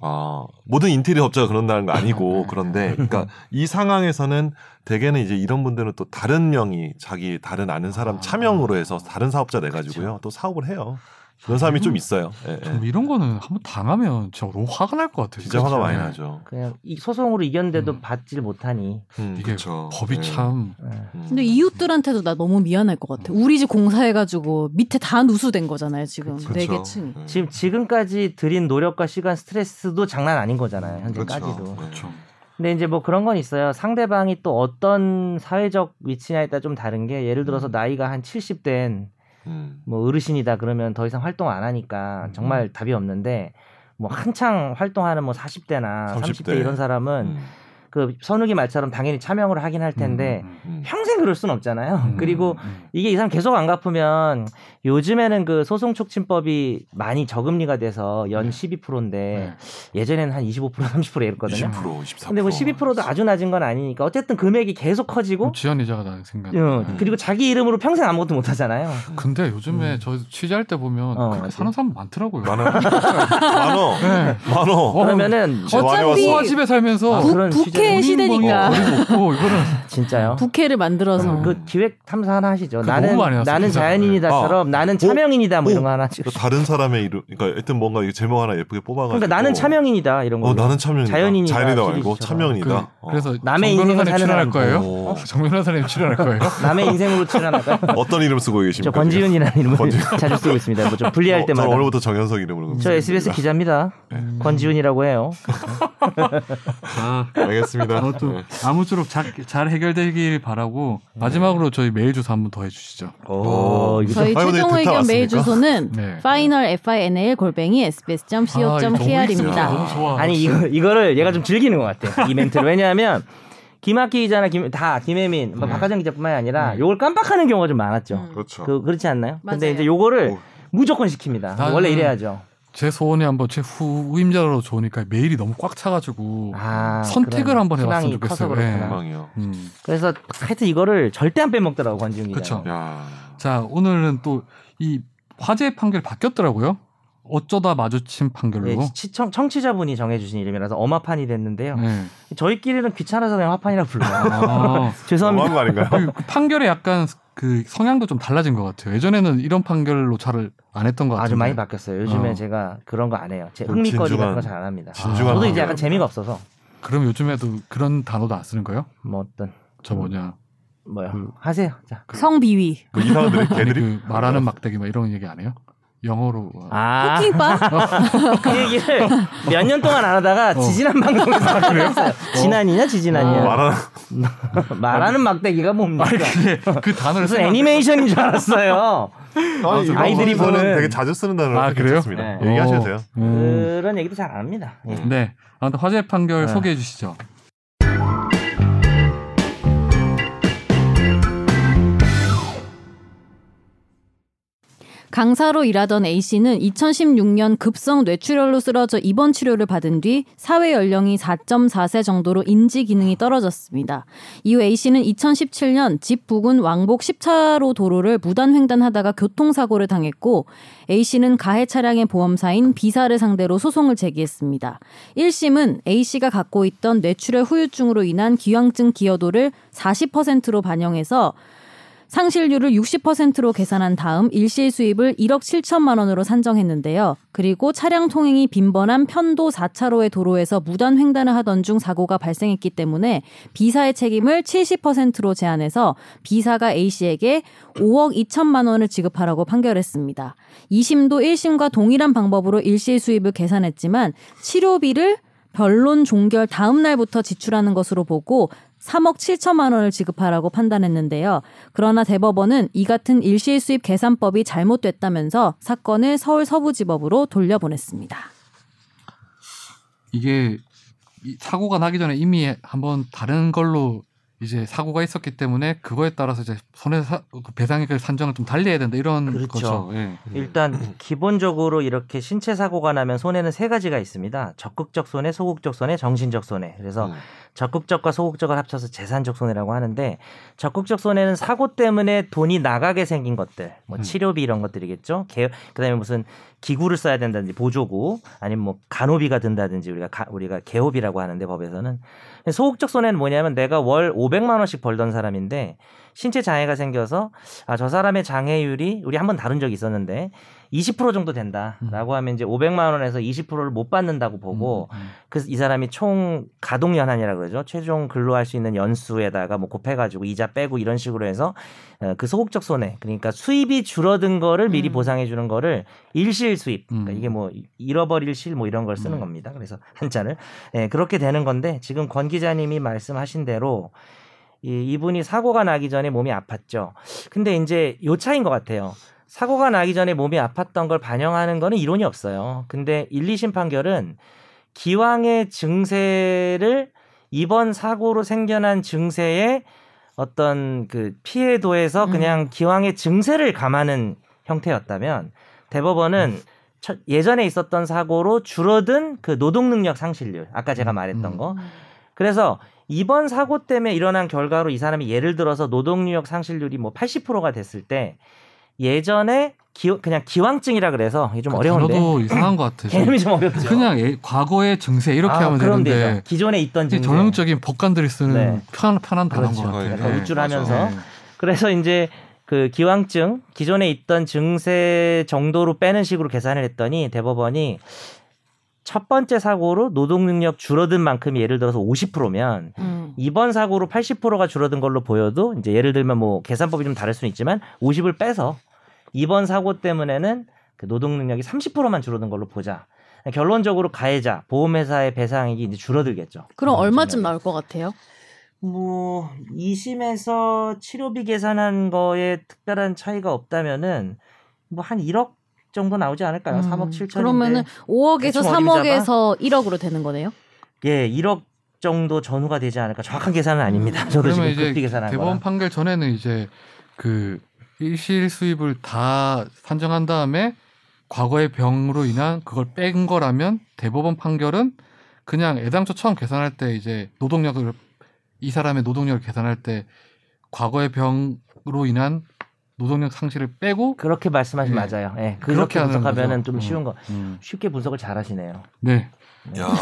[SPEAKER 3] 아 모든 인테리어 업자가 그런다는 거
[SPEAKER 1] 네.
[SPEAKER 3] 아니고 그런데 그러니까 이 상황에서는 대개는 이제 이런 분들은 또 다른 명이 자기 다른 아는 사람
[SPEAKER 1] 아. 그렇죠.
[SPEAKER 3] 차명으로 해서 다른 사업자 내 가지고요 또 사업을 해요. 그런 사람이 좀 있어요. 예, 예.
[SPEAKER 1] 아. 좀뭐 이런 거는 한번 당하면 저 너무 화가 날 것 같아요.
[SPEAKER 3] 진짜 화가 많이
[SPEAKER 1] 네.
[SPEAKER 2] 그렇죠.
[SPEAKER 3] 나죠.
[SPEAKER 2] 그냥 이 소송으로 이겼는데도
[SPEAKER 1] 음.
[SPEAKER 2] 받질 못하니.
[SPEAKER 3] 음,
[SPEAKER 1] 이게
[SPEAKER 3] 그쵸.
[SPEAKER 1] 법이
[SPEAKER 3] 예.
[SPEAKER 1] 참
[SPEAKER 2] 음.
[SPEAKER 3] 음.
[SPEAKER 4] 근데 이웃들한테도 나 너무 미안할 것 같아. 우리 집 공사해가지고 밑에 다 누수된 거잖아요. 지금
[SPEAKER 2] 그쵸.
[SPEAKER 4] 네
[SPEAKER 3] 그쵸.
[SPEAKER 4] 개 층이.
[SPEAKER 3] 예.
[SPEAKER 2] 지금 지금까지 들인 노력과 시간 스트레스도 장난 아닌 거잖아요. 현재까지도.
[SPEAKER 3] 그렇죠. 예.
[SPEAKER 1] 그렇죠.
[SPEAKER 2] 근데 이제 뭐 그런 건 있어요. 상대방이 또 어떤 사회적 위치냐에 따라 좀 다른 게 예를 들어서 나이가 한 70된
[SPEAKER 3] 음.
[SPEAKER 2] 뭐 어르신이다 그러면 더 이상 활동 안 하니까 정말 답이 없는데 뭐 한창 활동하는 뭐 40대나
[SPEAKER 3] 30대.
[SPEAKER 2] 30대, 이런 사람은
[SPEAKER 3] 음.
[SPEAKER 2] 그 선욱이 말처럼 당연히 차명으로 하긴 할 텐데
[SPEAKER 1] 음,
[SPEAKER 3] 음.
[SPEAKER 2] 평생 그럴 순 없잖아요.
[SPEAKER 1] 음,
[SPEAKER 2] 그리고
[SPEAKER 1] 음.
[SPEAKER 2] 이게 이 사람 계속 안 갚으면 요즘에는 그 소송 촉진법이 많이 저금리가 돼서 연 12%인데
[SPEAKER 1] 네.
[SPEAKER 2] 예전에는 한 25% 30% 이랬거든요.
[SPEAKER 3] 20% 24%.
[SPEAKER 2] 근데 뭐 12%도 아주 낮은 건 아니니까 어쨌든 금액이 계속 커지고
[SPEAKER 1] 지연 이자가 나는 생각.
[SPEAKER 2] 어,
[SPEAKER 1] 네.
[SPEAKER 2] 그리고 자기 이름으로 평생 아무것도 못 하잖아요.
[SPEAKER 1] 근데 요즘에 저 취재할 때 보면
[SPEAKER 2] 어,
[SPEAKER 1] 그렇게
[SPEAKER 2] 맞아요.
[SPEAKER 1] 사는 사람 많더라고요.
[SPEAKER 3] 많아. 많어.
[SPEAKER 1] 네.
[SPEAKER 3] 많어.
[SPEAKER 2] 그러면은
[SPEAKER 3] 어,
[SPEAKER 4] 어차피
[SPEAKER 3] 와려웠어.
[SPEAKER 1] 소아집에 살면서 뭐
[SPEAKER 2] 아,
[SPEAKER 4] 부,
[SPEAKER 2] 그런
[SPEAKER 4] 부캐의
[SPEAKER 2] 취재는
[SPEAKER 4] 시대니까
[SPEAKER 1] 거리도 없고 이거는 그
[SPEAKER 2] 진짜요.
[SPEAKER 4] 부캐를 만들어서
[SPEAKER 2] 그 기획 탐사 하나 하시죠.
[SPEAKER 1] 그거
[SPEAKER 2] 나는
[SPEAKER 1] 너무 많이 왔어,
[SPEAKER 2] 나는
[SPEAKER 1] 진짜.
[SPEAKER 2] 자연인이다처럼 나는 차명인이다 뭐
[SPEAKER 3] 오.
[SPEAKER 2] 이런 거 하나 하죠.
[SPEAKER 3] 그러니까 다른 사람의 이름, 그러니까 하여튼 뭔가 이거 제목 하나 예쁘게 뽑아가지고.
[SPEAKER 2] 그러니까 나는 차명인이다 이런 거.
[SPEAKER 3] 어, 나는 참여인이다.
[SPEAKER 2] 자연인이다,
[SPEAKER 3] 자연이다 말고
[SPEAKER 2] 시리즈처럼. 어.
[SPEAKER 1] 그,
[SPEAKER 3] 참여인이다. 어.
[SPEAKER 1] 래서
[SPEAKER 2] 남의
[SPEAKER 1] 정 변호사님
[SPEAKER 2] 인생을
[SPEAKER 1] 출연할
[SPEAKER 2] 사는 사람.
[SPEAKER 1] 거예요?
[SPEAKER 3] 오.
[SPEAKER 1] 정 변호사님 출연할 거예요?
[SPEAKER 2] 남의 인생으로 출연할까요?
[SPEAKER 3] 어떤 이름 쓰고 계십니까? 어,
[SPEAKER 2] 저 권지윤이라는 이름을 자주 쓰고 있습니다. 뭐 좀 불리할
[SPEAKER 3] 저
[SPEAKER 2] 때마다.
[SPEAKER 3] 오늘부터 정현석 이름으로.
[SPEAKER 2] 저 SBS 기자입니다.
[SPEAKER 1] 음.
[SPEAKER 2] 권지윤이라고 해요.
[SPEAKER 1] 아,
[SPEAKER 3] 알겠습니다.
[SPEAKER 1] 아무튼
[SPEAKER 3] 네.
[SPEAKER 1] 아무쪼록 자- 잘 해결되길 바라고 마지막으로 저희 메일 주소 한번 더 해주시죠.
[SPEAKER 2] 오,
[SPEAKER 3] 오.
[SPEAKER 2] 어, 이거 좀
[SPEAKER 4] 저희
[SPEAKER 3] 아이고, 네,
[SPEAKER 4] 최종
[SPEAKER 3] 듣다
[SPEAKER 4] 의견 메일
[SPEAKER 3] 왔습니까?
[SPEAKER 4] 주소는
[SPEAKER 1] 네.
[SPEAKER 4] final final 골뱅이
[SPEAKER 1] 아, 이거 너무 익숙해요.
[SPEAKER 4] sbs.co.kr입니다.
[SPEAKER 1] 너무 좋아.
[SPEAKER 2] 아니 이거 이거를 얘가 좀 즐기는 것 같아 이 멘트를 왜냐하면 김학기 기자나 김, 다 김혜민 뭐
[SPEAKER 1] 네.
[SPEAKER 2] 박하정 기자뿐만이 아니라
[SPEAKER 1] 네.
[SPEAKER 2] 요걸 깜빡하는 경우가 좀 많았죠
[SPEAKER 4] 음.
[SPEAKER 3] 그렇죠.
[SPEAKER 2] 그 그렇지 않나요 근데
[SPEAKER 4] 맞아요.
[SPEAKER 2] 이제 요거를
[SPEAKER 3] 오.
[SPEAKER 2] 무조건 시킵니다
[SPEAKER 1] 나는-
[SPEAKER 2] 원래 이래야죠
[SPEAKER 1] 제 소원이 한번 제 후임자로 좋으니까 메일이 너무 꽉 차가지고
[SPEAKER 2] 아,
[SPEAKER 1] 선택을
[SPEAKER 2] 그런
[SPEAKER 1] 한번 해봤으면
[SPEAKER 2] 희망이 커서
[SPEAKER 1] 좋겠어요.
[SPEAKER 2] 그렇구나.
[SPEAKER 1] 예.
[SPEAKER 3] 희망이요.
[SPEAKER 1] 음.
[SPEAKER 2] 그래서 하여튼 이거를 절대 안 빼먹더라고 권지웅 기자
[SPEAKER 1] 그쵸.
[SPEAKER 3] 야.
[SPEAKER 1] 자 오늘은 또 이 화재 판결 바뀌었더라고요. 어쩌다 마주친 판결로.
[SPEAKER 2] 네, 시청, 청취자분이 정해주신 이름이라서 엄마판이 됐는데요
[SPEAKER 1] 네.
[SPEAKER 2] 저희끼리는 귀찮아서 그냥 화판이라 불러요
[SPEAKER 1] 아,
[SPEAKER 2] 죄송합니다
[SPEAKER 3] 너무한 거 아닌가요?
[SPEAKER 1] 그 판결에 약간 그 성향도 좀 달라진 것 같아요. 예전에는 이런 판결로 잘 안 했던 것 같아요.
[SPEAKER 2] 아주 많이 바뀌었어요 요즘에
[SPEAKER 1] 어.
[SPEAKER 2] 제가 그런 거 안 해요 제
[SPEAKER 3] 그럼 뭐
[SPEAKER 2] 흥미거리
[SPEAKER 3] 진중한-
[SPEAKER 2] 같은 거 잘 안 합니다
[SPEAKER 3] 진중한
[SPEAKER 2] 저도 이제 약간
[SPEAKER 3] 방법이네요.
[SPEAKER 2] 재미가 없어서
[SPEAKER 1] 그럼 요즘에도 그런 단어도 안 쓰는 거예요?
[SPEAKER 2] 뭐 어떤
[SPEAKER 1] 저 뭐냐
[SPEAKER 2] 뭐요? 하세요. 자.
[SPEAKER 4] 성비위.
[SPEAKER 3] 그 이상한들이
[SPEAKER 1] 아니,
[SPEAKER 3] 개들이. 어.
[SPEAKER 1] 그 말하는 막대기 막 이런 얘기 안 해요? 영어로 아,
[SPEAKER 2] 아,
[SPEAKER 4] 쿠킹바
[SPEAKER 2] 그 얘기를 몇 년 동안 안 하다가 지지난 방송에서 그랬어요. 지난이냐, 지지난이냐.
[SPEAKER 1] 어,
[SPEAKER 3] 말하는
[SPEAKER 2] 말하는 막대기가 뭡니까?
[SPEAKER 1] 그게 그 단어를
[SPEAKER 2] 무슨
[SPEAKER 1] 쓰면 안 돼.
[SPEAKER 2] 애니메이션인 줄 알았어요.
[SPEAKER 3] 아니, 이거
[SPEAKER 2] 아이들이
[SPEAKER 3] 방송에서는
[SPEAKER 2] 보는-
[SPEAKER 3] 되게 자주 쓰는 단어로
[SPEAKER 1] 아, 그래요?
[SPEAKER 3] 괜찮습니다.
[SPEAKER 2] 네.
[SPEAKER 3] 얘기하셔도
[SPEAKER 1] 어.
[SPEAKER 3] 돼요.
[SPEAKER 1] 음.
[SPEAKER 2] 그런 얘기도 잘 안 합니다. 예.
[SPEAKER 1] 네. 아무튼 화재 판결
[SPEAKER 2] 네.
[SPEAKER 1] 소개해 주시죠.
[SPEAKER 4] 강사로 일하던 A 씨는 2016년 급성 뇌출혈로 쓰러져 입원 치료를 받은 뒤 사회 연령이 4.4세 정도로 인지 기능이 떨어졌습니다. 이후 A 씨는 2017년 집 부근 왕복 10차로 도로를 무단 횡단하다가 교통사고를 당했고 A 씨는 가해 차량의 보험사인 B사를 상대로 소송을 제기했습니다. 1심은 A 씨가 갖고 있던 뇌출혈 후유증으로 인한 기왕증 기여도를 40%로 반영해서 상실률을 60%로 계산한 다음 일시의 수입을 1억 7천만 원으로 산정했는데요. 그리고 차량 통행이 빈번한 편도 4차로의 도로에서 무단 횡단을 하던 중 사고가 발생했기 때문에 B사의 책임을 70%로 제한해서 B사가 A씨에게 5억 2천만 원을 지급하라고 판결했습니다. 2심도 1심과 동일한 방법으로 일시의 수입을 계산했지만 치료비를 변론 종결 다음 날부터 지출하는 것으로 보고 3억 7천만 원을 지급하라고 판단했는데요. 그러나 대법원은 이 같은 일시의 수입 계산법이 잘못됐다면서 사건을 서울 서부지법으로 돌려보냈습니다.
[SPEAKER 1] 이게 이 사고가 나기 전에 이미 한번 다른 걸로 이제 사고가 있었기 때문에 그거에 따라서 이제 손해 사- 그 배상액을 산정을 좀 달리 해야 된다 이런
[SPEAKER 2] 그렇죠.
[SPEAKER 1] 거죠. 예.
[SPEAKER 2] 일단 기본적으로 이렇게 신체 사고가 나면 손해는 세 가지가 있습니다. 적극적 손해, 소극적 손해, 정신적 손해. 그래서
[SPEAKER 3] 음.
[SPEAKER 2] 적극적과 소극적을 합쳐서 재산적 손해라고 하는데 적극적 손해는 사고 때문에 돈이 나가게 생긴 것들, 뭐
[SPEAKER 1] 음.
[SPEAKER 2] 치료비 이런 것들이겠죠. 개- 그다음에 무슨 기구를 써야 된다든지 보조구, 아니면 뭐 간호비가 든다든지 우리가 가- 우리가 개호비라고 하는데 법에서는 소극적 손해는 뭐냐면 내가 월 500만 원씩 벌던 사람인데 신체 장애가 생겨서 아 저 사람의 장애율이 우리 한번 다룬 적이 있었는데 20% 정도 된다라고 하면 이제 500만 원에서 20%를 못 받는다고 보고
[SPEAKER 1] 음, 음.
[SPEAKER 2] 그 이 사람이 총 가동 연한이라 그러죠. 최종 근로할 수 있는 연수에다가 뭐 곱해가지고 이자 빼고 이런 식으로 해서 어, 그 소극적 손해 그러니까 수입이 줄어든 거를 미리
[SPEAKER 4] 음.
[SPEAKER 2] 보상해 주는 거를 일실 수입 그러니까
[SPEAKER 1] 음.
[SPEAKER 2] 이게 뭐 잃어버릴 실 뭐 이런 걸 쓰는
[SPEAKER 1] 음.
[SPEAKER 2] 겁니다. 그래서 한자를 예, 그렇게 되는 건데 지금 권 기자님이 말씀하신 대로 이, 이분이 사고가 나기 전에 몸이 아팠죠. 근데 이제 요 차인 것 같아요. 사고가 나기 전에 몸이 아팠던 걸 반영하는 거는 이론이 없어요. 근데 1, 2심 판결은 기왕의 증세를 이번 사고로 생겨난 증세의 어떤 그 피해도에서
[SPEAKER 4] 음.
[SPEAKER 2] 그냥 기왕의 증세를 감하는 형태였다면 대법원은
[SPEAKER 1] 음.
[SPEAKER 2] 첫- 예전에 있었던 사고로 줄어든 그 노동 능력 상실률 아까 제가 말했던
[SPEAKER 1] 음.
[SPEAKER 2] 거 그래서 이번 사고 때문에 일어난 결과로 이 사람이 예를 들어서 노동력 상실률이 뭐 80%가 됐을 때 예전에 기, 그냥 기왕증이라 그래서 이게 좀
[SPEAKER 1] 그
[SPEAKER 2] 어려운데
[SPEAKER 1] 단어도 이상한 것 같아요.
[SPEAKER 2] 개념이 좀 어렵죠.
[SPEAKER 1] 그냥 예- 과거의 증세 이렇게
[SPEAKER 2] 아,
[SPEAKER 1] 하면
[SPEAKER 2] 그럼
[SPEAKER 1] 되는데
[SPEAKER 2] 되죠. 기존에 있던
[SPEAKER 1] 이제
[SPEAKER 2] 증세.
[SPEAKER 1] 전형적인 법관들이 쓰는
[SPEAKER 2] 네.
[SPEAKER 1] 편, 편한 단어인
[SPEAKER 2] 그렇죠.
[SPEAKER 1] 것 같아요.
[SPEAKER 2] 약간
[SPEAKER 1] 예.
[SPEAKER 2] 우쭐하면서
[SPEAKER 1] 예.
[SPEAKER 2] 그래서 이제 그 기왕증 기존에 있던 증세 정도로 빼는 식으로 계산을 했더니 대법원이 첫 번째 사고로 노동 능력 줄어든 만큼 예를 들어서 50%면
[SPEAKER 4] 음.
[SPEAKER 2] 이번 사고로 80%가 줄어든 걸로 보여도 이제 예를 들면 뭐 계산법이 좀 다를 수는 있지만 50을 빼서 이번 사고 때문에는 그 노동 능력이 30%만 줄어든 걸로 보자. 결론적으로 가해자 보험회사의 배상액이 이제 줄어들겠죠. 음,
[SPEAKER 4] 그럼 얼마쯤
[SPEAKER 2] 그러면.
[SPEAKER 4] 나올 것 같아요?
[SPEAKER 2] 뭐 2심에서 치료비 계산한 거에 특별한 차이가 없다면은 뭐 한 1억 정도 나오지 않을까요?
[SPEAKER 4] 음,
[SPEAKER 2] 3억 7천인데.
[SPEAKER 4] 그러면은 5억에서
[SPEAKER 2] 대충 어디
[SPEAKER 4] 3억에서 1억으로 되는 거네요.
[SPEAKER 2] 예, 1억 정도 전후가 되지 않을까. 정확한 계산은
[SPEAKER 4] 음.
[SPEAKER 2] 아닙니다. 저도 지금
[SPEAKER 1] 그러면
[SPEAKER 2] 급히
[SPEAKER 1] 이제
[SPEAKER 2] 계산한 거라.
[SPEAKER 1] 대법원 판결 전에는 이제 그 일실 수입을 다 산정한 다음에 과거의 병으로 인한 그걸 뺀 거라면 대법원 판결은 그냥 애당초 처음 계산할 때 이제 노동력을 이 사람의 노동력을 계산할 때 과거의 병으로 인한 노동력 상실을 빼고
[SPEAKER 2] 그렇게
[SPEAKER 1] 예.
[SPEAKER 2] 말씀하신 맞아요. 예.
[SPEAKER 1] 그렇게
[SPEAKER 2] 그렇게
[SPEAKER 1] 하는
[SPEAKER 2] 분석하면은
[SPEAKER 1] 거죠.
[SPEAKER 2] 좀 쉬운 거.
[SPEAKER 1] 음.
[SPEAKER 2] 쉽게 분석을 잘 하시네요.
[SPEAKER 1] 네
[SPEAKER 3] 야
[SPEAKER 2] 음.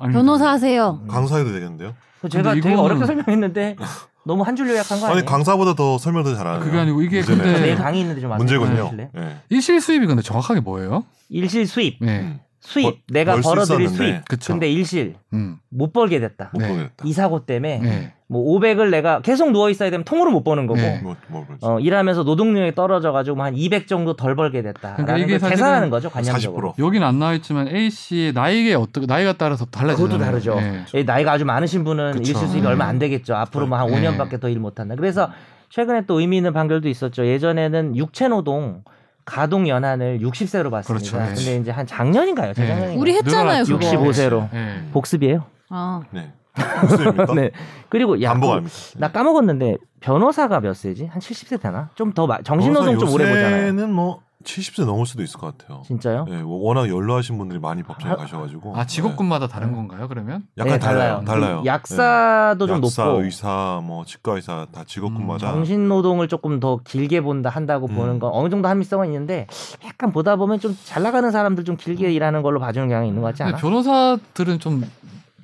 [SPEAKER 1] 아닙니다.
[SPEAKER 4] 변호사 하세요.
[SPEAKER 3] 음. 강사해도 되겠는데요?
[SPEAKER 2] 제가
[SPEAKER 1] 근데
[SPEAKER 2] 되게
[SPEAKER 1] 이거는-
[SPEAKER 2] 어렵게 설명했는데 너무 한 줄로 요약한 거 아니에요? 그러니까
[SPEAKER 3] 아니 강사보다 더 설명도 잘하네요.
[SPEAKER 1] 그게 아니고 이게
[SPEAKER 3] 문제네.
[SPEAKER 1] 근데
[SPEAKER 2] 내일 강의 있는데 좀 와서
[SPEAKER 3] 문제군요.
[SPEAKER 2] 해주실래요? 네.
[SPEAKER 3] 예.
[SPEAKER 1] 일실 수입이 근데 정확하게 뭐예요?
[SPEAKER 2] 일실 수입.
[SPEAKER 1] 네
[SPEAKER 3] 음.
[SPEAKER 2] 수입.
[SPEAKER 3] 벌-
[SPEAKER 2] 내가
[SPEAKER 3] 벌
[SPEAKER 2] 벌어들일
[SPEAKER 3] 썼는데
[SPEAKER 2] 수입.
[SPEAKER 1] 그쵸
[SPEAKER 2] 근데 일실
[SPEAKER 1] 음.
[SPEAKER 2] 못 벌게 됐다.
[SPEAKER 3] 못
[SPEAKER 1] 네.
[SPEAKER 3] 보겠다.
[SPEAKER 2] 이 사고 때문에
[SPEAKER 1] 네.
[SPEAKER 2] 뭐 500을 내가 계속 누워 있어야 되면 통으로 못 버는 거고.
[SPEAKER 1] 네.
[SPEAKER 3] 뭐, 뭐, 뭐,
[SPEAKER 2] 어, 일하면서 노동력이 떨어져 가지고 한 200 정도 덜 벌게 됐다.
[SPEAKER 1] 그러니까
[SPEAKER 2] 라는
[SPEAKER 1] 이게
[SPEAKER 2] 걸
[SPEAKER 1] 사실은
[SPEAKER 2] 계산하는 거죠, 관념적으로.
[SPEAKER 3] 40%.
[SPEAKER 1] 여긴 안 나와 있지만 A 씨의 나이에 어떻게 나이가 따라서 달라지잖아요.
[SPEAKER 2] 그것도 다르죠.
[SPEAKER 1] 예.
[SPEAKER 2] 예, 나이가 아주 많으신 분은
[SPEAKER 3] 그쵸. 네.
[SPEAKER 2] 일실
[SPEAKER 1] 음.
[SPEAKER 2] 수입이 얼마 안 되겠죠. 앞으로 뭐 한
[SPEAKER 1] 네.
[SPEAKER 2] 5년밖에 더 일 못한다. 그래서 최근에 또 의미 있는 판결도 있었죠. 예전에는 육체노동 가동 연한을 60세로 봤습니다.
[SPEAKER 1] 그렇죠. 네.
[SPEAKER 2] 근데 이제 한
[SPEAKER 3] 네.
[SPEAKER 2] 작년인가요? 재작년인가요?
[SPEAKER 1] 예.
[SPEAKER 4] 우리 했잖아요,
[SPEAKER 1] 늘어났죠.
[SPEAKER 4] 그거.
[SPEAKER 2] 65세로.
[SPEAKER 1] 예.
[SPEAKER 2] 복습이에요.
[SPEAKER 4] 아,
[SPEAKER 3] 네. 복수입니까? 네.
[SPEAKER 2] 네. 그리고 야,
[SPEAKER 3] 반복
[SPEAKER 2] 그-
[SPEAKER 3] 아닙니까?
[SPEAKER 2] 나 까먹었는데 변호사가 몇 세지? 한 70세 되나? 좀 더 정신노동 좀 오래 보잖아요.
[SPEAKER 3] 요새는 뭐 70세 넘을 수도 있을 것 같아요.
[SPEAKER 2] 진짜요?
[SPEAKER 3] 예, 뭐 워낙 연로하신 분들이 많이 법정에 가셔가지고
[SPEAKER 1] 아 직업군마다 다른 건가요? 그러면?
[SPEAKER 3] 네, 약간
[SPEAKER 2] 네,
[SPEAKER 3] 달라요. 달라요.
[SPEAKER 2] 그 약사도
[SPEAKER 3] 예.
[SPEAKER 2] 좀
[SPEAKER 3] 약사,
[SPEAKER 2] 높고 음,
[SPEAKER 3] 의사, 뭐 치과 의사 다 직업군마다
[SPEAKER 2] 정신 노동을 조금 더 길게 본다 한다고
[SPEAKER 3] 음.
[SPEAKER 2] 보는 건 어느 정도 합리성은 있는데 약간 보다 보면 좀 잘 나가는 사람들 좀
[SPEAKER 1] 음.
[SPEAKER 2] 길게 일하는 걸로 봐주는 경향이 있는 것 같지
[SPEAKER 1] 근데
[SPEAKER 2] 않아?
[SPEAKER 1] 변호사들은 좀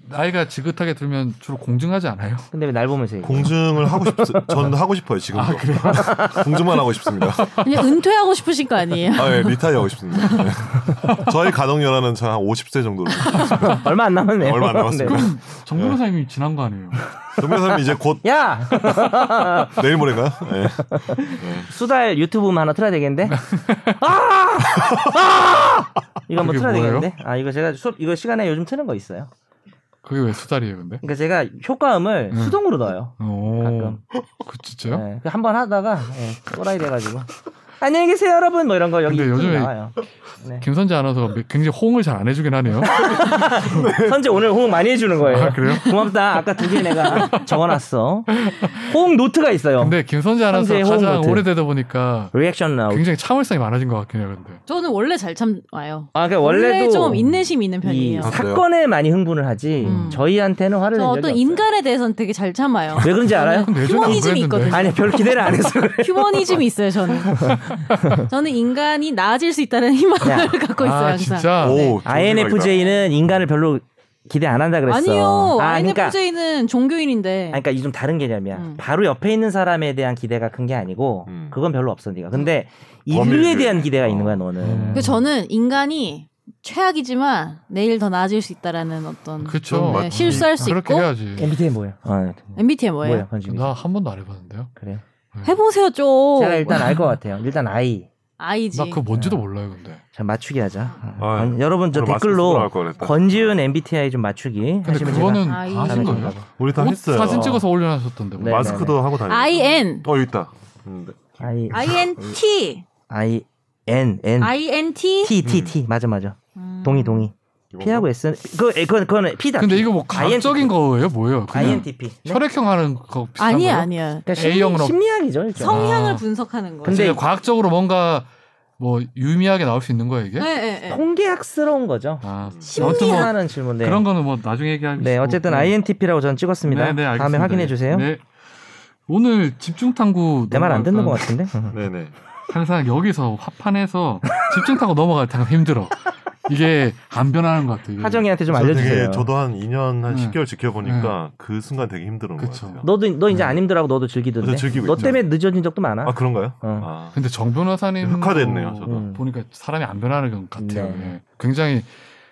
[SPEAKER 1] 나이가 지긋하게 들면 주로 공증하지 않아요?
[SPEAKER 2] 근데 왜 날 보면서 얘기해?
[SPEAKER 3] 공증을 하고 싶, 전 하고 싶어요 지금도. 공증만 하고 싶습니다.
[SPEAKER 4] 그냥 은퇴하고 싶으신 거 아니에요?
[SPEAKER 3] 아, 예, 리타이어 하고 싶습니다. 네. 저희 가동 연한은 한 50세 정도로.
[SPEAKER 2] 얼마 안 남았네요.
[SPEAKER 3] 얼마 안 남았습니다.
[SPEAKER 2] 네.
[SPEAKER 1] 정 변호사님이 지난 거 아니에요?
[SPEAKER 3] 정변사님 이제 곧
[SPEAKER 2] 야
[SPEAKER 3] 내일 모레가. 예.
[SPEAKER 2] 수달 유튜브 하나 틀어야 되겠는데?
[SPEAKER 1] 네.
[SPEAKER 2] 아! 아! 이거 한번
[SPEAKER 1] 그게
[SPEAKER 2] 틀어야
[SPEAKER 1] 뭐예요?
[SPEAKER 2] 되겠는데? 아 이거 제가 수업 이거 시간에 요즘 트는 거 있어요.
[SPEAKER 1] 그게 왜 수달이에요, 근데?
[SPEAKER 2] 그러니까 제가 효과음을
[SPEAKER 1] 음.
[SPEAKER 2] 수동으로 넣어요.
[SPEAKER 1] 오,
[SPEAKER 2] 가끔. 네.
[SPEAKER 1] 그 진짜요?
[SPEAKER 2] 예, 그 한번 하다가 예, 또라이 돼가지고 안녕히 계세요, 여러분. 뭐 이런 거 여기
[SPEAKER 1] 근데
[SPEAKER 2] 좀
[SPEAKER 1] 요즘에
[SPEAKER 2] 나와요. 네.
[SPEAKER 1] 김선재 아나운서가 굉장히 호응을 잘 안 해주긴 하네요.
[SPEAKER 2] 선재 오늘 호응 많이 해주는 거예요.
[SPEAKER 1] 아, 그래요?
[SPEAKER 2] 고맙다. 아까 두 개 내가 적어놨어. 호응 노트가 있어요.
[SPEAKER 1] 근데 김선재 아나운서가
[SPEAKER 2] 선재의 호응
[SPEAKER 1] 가장
[SPEAKER 2] 노트. 아,
[SPEAKER 1] 오래되다 보니까
[SPEAKER 2] 리액션 나우.
[SPEAKER 1] 굉장히 참을성이 많아진 것 같긴 해요. 근데
[SPEAKER 4] 저는 원래 잘 참아요.
[SPEAKER 2] 아, 그러니까
[SPEAKER 4] 원래
[SPEAKER 2] 원래도
[SPEAKER 4] 좀 인내심 있는
[SPEAKER 2] 이
[SPEAKER 4] 편이에요.
[SPEAKER 3] 아, 그래요?
[SPEAKER 2] 사건에 많이 흥분을 하지
[SPEAKER 4] 음.
[SPEAKER 2] 저희한테는 화를
[SPEAKER 4] 저
[SPEAKER 2] 낸 적이
[SPEAKER 4] 어떤
[SPEAKER 2] 없어요.
[SPEAKER 4] 인간에 대해서는 되게 잘 참아요.
[SPEAKER 2] 왜 그런지 알아요?
[SPEAKER 1] 그럼 예전에 안
[SPEAKER 4] 휴머니즘이
[SPEAKER 1] 그랬는데.
[SPEAKER 4] 있거든요.
[SPEAKER 2] 아니 별 기대를 안 해서 그래.
[SPEAKER 4] 휴머니즘이 있어요, 저는. 저는 인간이 나아질 수 있다는 희망을
[SPEAKER 2] 야.
[SPEAKER 4] 갖고 있어요,
[SPEAKER 1] 아
[SPEAKER 4] 항상. 네.
[SPEAKER 1] 진짜
[SPEAKER 2] 네.
[SPEAKER 3] 오, 좋은 생각이다.
[SPEAKER 2] INFJ는 인간을 별로 기대 안 한다 그랬어.
[SPEAKER 4] 아니요.
[SPEAKER 2] 아, 그러니까,
[SPEAKER 4] INFJ는 종교인인데.
[SPEAKER 2] 아니, 그러니까 이 좀 다른 개념이야.
[SPEAKER 4] 음.
[SPEAKER 2] 바로 옆에 있는 사람에 대한 기대가 큰 게 아니고
[SPEAKER 3] 음.
[SPEAKER 2] 그건 별로 없어 네가. 근데 인류에
[SPEAKER 3] 범인들.
[SPEAKER 2] 대한 기대가 있는 거야
[SPEAKER 3] 어.
[SPEAKER 2] 너는.
[SPEAKER 1] 음.
[SPEAKER 4] 그 저는 인간이 최악이지만 내일 더 나아질 수 있다라는
[SPEAKER 2] 음,
[SPEAKER 4] 어떤
[SPEAKER 1] 그쵸. 음. 아,
[SPEAKER 4] 네, 실수할 수
[SPEAKER 1] 그렇게
[SPEAKER 4] 있고
[SPEAKER 1] 해야지.
[SPEAKER 2] MBTI 뭐예요? 어,
[SPEAKER 4] MBTI 뭐예요?
[SPEAKER 2] 뭐예요? 관심이.
[SPEAKER 1] 아, 나 한 번도 안 해봤는데요.
[SPEAKER 2] 그래요.
[SPEAKER 4] 해보세요 좀.
[SPEAKER 2] 제가 일단 알 것 같아요. 일단 I.
[SPEAKER 4] 아이지.
[SPEAKER 1] 나 그거 뭔지도
[SPEAKER 2] 네.
[SPEAKER 1] 몰라요. 근데
[SPEAKER 2] 자 맞추기 하자.
[SPEAKER 3] 아유,
[SPEAKER 2] 권- 여러분 저
[SPEAKER 3] 오늘 마스크 쓰고
[SPEAKER 2] 댓글로
[SPEAKER 3] 나올 걸 그랬다.
[SPEAKER 2] 권지윤 MBTI 좀 맞추기
[SPEAKER 1] 근데
[SPEAKER 2] 하시면
[SPEAKER 1] 그거는
[SPEAKER 4] 아,
[SPEAKER 1] 다 하신
[SPEAKER 2] 이거.
[SPEAKER 1] 거예요?
[SPEAKER 3] 우리 다
[SPEAKER 1] 옷
[SPEAKER 3] 했어요.
[SPEAKER 1] 사진 찍어서 올려놨었던데.
[SPEAKER 2] 네,
[SPEAKER 1] 뭐.
[SPEAKER 3] 마스크도 하고 다니고.
[SPEAKER 4] IN,
[SPEAKER 3] 어, 여기 있다. 음, 네.
[SPEAKER 2] 제가 I
[SPEAKER 1] 아,
[SPEAKER 4] INT,
[SPEAKER 2] I N N
[SPEAKER 4] INT.
[SPEAKER 2] T T T 맞아 맞아
[SPEAKER 4] 음.
[SPEAKER 2] 동의 동의
[SPEAKER 3] 이거 뭐?
[SPEAKER 2] P하고 S 그 에, 그건 그건 P다.
[SPEAKER 1] 근데 이거 뭐
[SPEAKER 2] INTP.
[SPEAKER 1] 과학적인 거예요? 뭐예요? 그냥
[SPEAKER 2] INTP. 네.
[SPEAKER 1] 혈액형 하는 거 비슷한
[SPEAKER 4] 아니야
[SPEAKER 1] 거예요?
[SPEAKER 4] 아니야.
[SPEAKER 2] 그러니까 심리,
[SPEAKER 1] A형으로.
[SPEAKER 2] 심리학이죠. 일종.
[SPEAKER 1] 성-
[SPEAKER 4] 성향을
[SPEAKER 1] 아.
[SPEAKER 4] 분석하는 거예요.
[SPEAKER 2] 근데
[SPEAKER 1] 근데 과학적으로 뭔가 뭐 유의미하게 나올 수 있는 거예요 이게?
[SPEAKER 4] 네, 네, 네.
[SPEAKER 2] 통계학스러운 거죠.
[SPEAKER 1] 아, 아무튼 뭐
[SPEAKER 2] 심리하는 질문. 네.
[SPEAKER 1] 그런 거는 뭐 나중에 얘기하겠습니다.
[SPEAKER 2] 네, 어쨌든 INTP라고 저는 찍었습니다.
[SPEAKER 1] 네, 네, 알겠습니다.
[SPEAKER 2] 다음에 확인해 주세요.
[SPEAKER 1] 네. 오늘 집중 탐구
[SPEAKER 2] 내 말 안 듣는 것
[SPEAKER 1] 넘어갈까?
[SPEAKER 2] 같은데.
[SPEAKER 3] 네네.
[SPEAKER 1] 항상 여기서 화판에서 집중 탐구 넘어갈 때 항상 힘들어. 이게 안 변하는 것 같아요.
[SPEAKER 2] 하정이한테 좀
[SPEAKER 3] 저
[SPEAKER 2] 알려주세요. 음.
[SPEAKER 3] 되게 저도 한 2년 한
[SPEAKER 1] 네.
[SPEAKER 3] 10개월 지켜보니까 그 순간 되게 힘들은 것
[SPEAKER 1] 그쵸.
[SPEAKER 3] 같아요.
[SPEAKER 2] 너도 너 이제 안 힘들하고 너도 즐기던데.
[SPEAKER 3] 네. 저 즐기고
[SPEAKER 2] 너
[SPEAKER 3] 있죠.
[SPEAKER 2] 때문에 늦어진 적도 많아.
[SPEAKER 3] 아 그런가요?
[SPEAKER 2] 어.
[SPEAKER 3] 아.
[SPEAKER 1] 근데 정 변호사님
[SPEAKER 3] 흑화됐네요, 저도.
[SPEAKER 1] 음. 보니까 사람이 안 변하는 것 같아요.
[SPEAKER 2] 네.
[SPEAKER 1] 예. 굉장히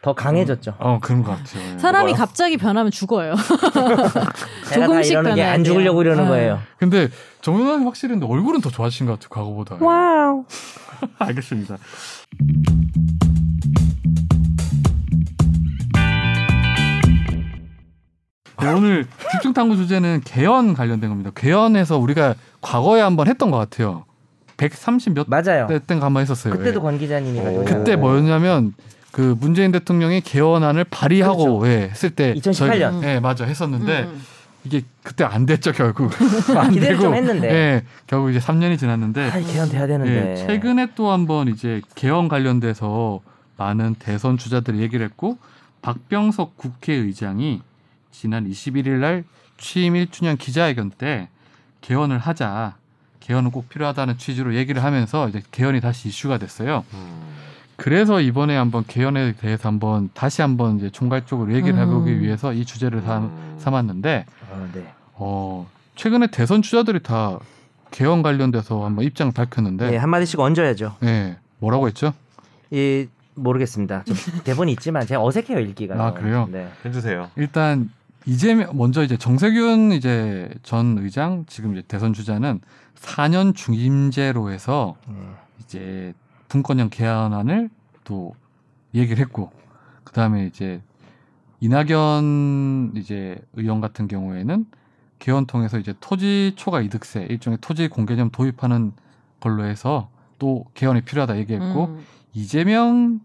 [SPEAKER 2] 더 강해졌죠.
[SPEAKER 1] 어 그런 것 같아요. 예.
[SPEAKER 4] 음. 사람이
[SPEAKER 3] 뭐가요?
[SPEAKER 4] 갑자기 변하면 죽어요.
[SPEAKER 2] 내가 다
[SPEAKER 4] 조금씩
[SPEAKER 2] 이러는 게
[SPEAKER 4] 변해야
[SPEAKER 2] 안 죽으려고
[SPEAKER 4] 돼요.
[SPEAKER 2] 이러는
[SPEAKER 4] 아.
[SPEAKER 2] 거예요.
[SPEAKER 1] 근데 정 변호사님 확실히 근데 얼굴은 더 좋아하신 것 같아요 과거보다. 예.
[SPEAKER 2] 와우.
[SPEAKER 1] 알겠습니다. 네, 오늘 집중 탐구 주제는 개헌 관련된 겁니다. 개헌에서 우리가 과거에 한번 했던 것 같아요. 130몇
[SPEAKER 2] 맞아요.
[SPEAKER 1] 대땐가 한번 했었어요.
[SPEAKER 2] 그때도
[SPEAKER 1] 예.
[SPEAKER 2] 권 기자님이 가지고.
[SPEAKER 1] 네, 그때 뭐였냐면 그 문재인 대통령이 개헌안을 발의하고 예, 했을 때
[SPEAKER 2] 2018 그렇죠. 년.
[SPEAKER 1] 저희가- 예, 맞아 했었는데
[SPEAKER 4] 음, 음.
[SPEAKER 1] 이게 그때 안 됐죠 결국.
[SPEAKER 2] 아,
[SPEAKER 1] 안
[SPEAKER 2] 기대를 좀
[SPEAKER 1] 되고,
[SPEAKER 2] 했는데.
[SPEAKER 1] 예, 결국 이제 3년이 지났는데
[SPEAKER 2] 아, 개헌돼야 되는데.
[SPEAKER 1] 예, 최근에 또 한번 이제 개헌 관련돼서 많은 대선 주자들이 얘기를 했고 박병석 국회의장이 지난 21일 날 취임 1주년 기자회견 때 개헌을 하자. 개헌은 꼭 필요하다는 취지로 얘기를 하면서 이제 개헌이 다시 이슈가 됐어요.
[SPEAKER 3] 음.
[SPEAKER 1] 그래서 이번에 한번 개헌에 대해서 한번 다시 한번 이제 총괄적으로 얘기를
[SPEAKER 4] 음.
[SPEAKER 1] 해보기 위해서 이 주제를 그 삼,
[SPEAKER 3] 음.
[SPEAKER 1] 삼았는데
[SPEAKER 2] 아, 네.
[SPEAKER 1] 어, 최근에 대선 주자들이 다 개헌 관련돼서 한번 입장을 밝혔는데
[SPEAKER 2] 예, 한 마디씩 얹어야죠.
[SPEAKER 1] 예. 뭐라고 했죠?
[SPEAKER 2] 예, 모르겠습니다. 좀 대본이 있지만 제가 어색해요 읽기가.
[SPEAKER 1] 아, 그래요?
[SPEAKER 2] 네.
[SPEAKER 3] 해주세요.
[SPEAKER 1] 일단 이제 먼저 이제 정세균 이제 전 의장 지금 이제 대선 주자는 4년 중임제로 해서
[SPEAKER 2] 음.
[SPEAKER 1] 이제 분권형 개헌안을 또 얘기를 했고 그다음에 이제 이낙연 이제 의원 같은 경우에는 개헌 통해서 이제 토지 초과 이득세 일종의 토지 공개념 도입하는 걸로 해서 또 개헌이 필요하다 얘기했고
[SPEAKER 4] 음.
[SPEAKER 1] 이재명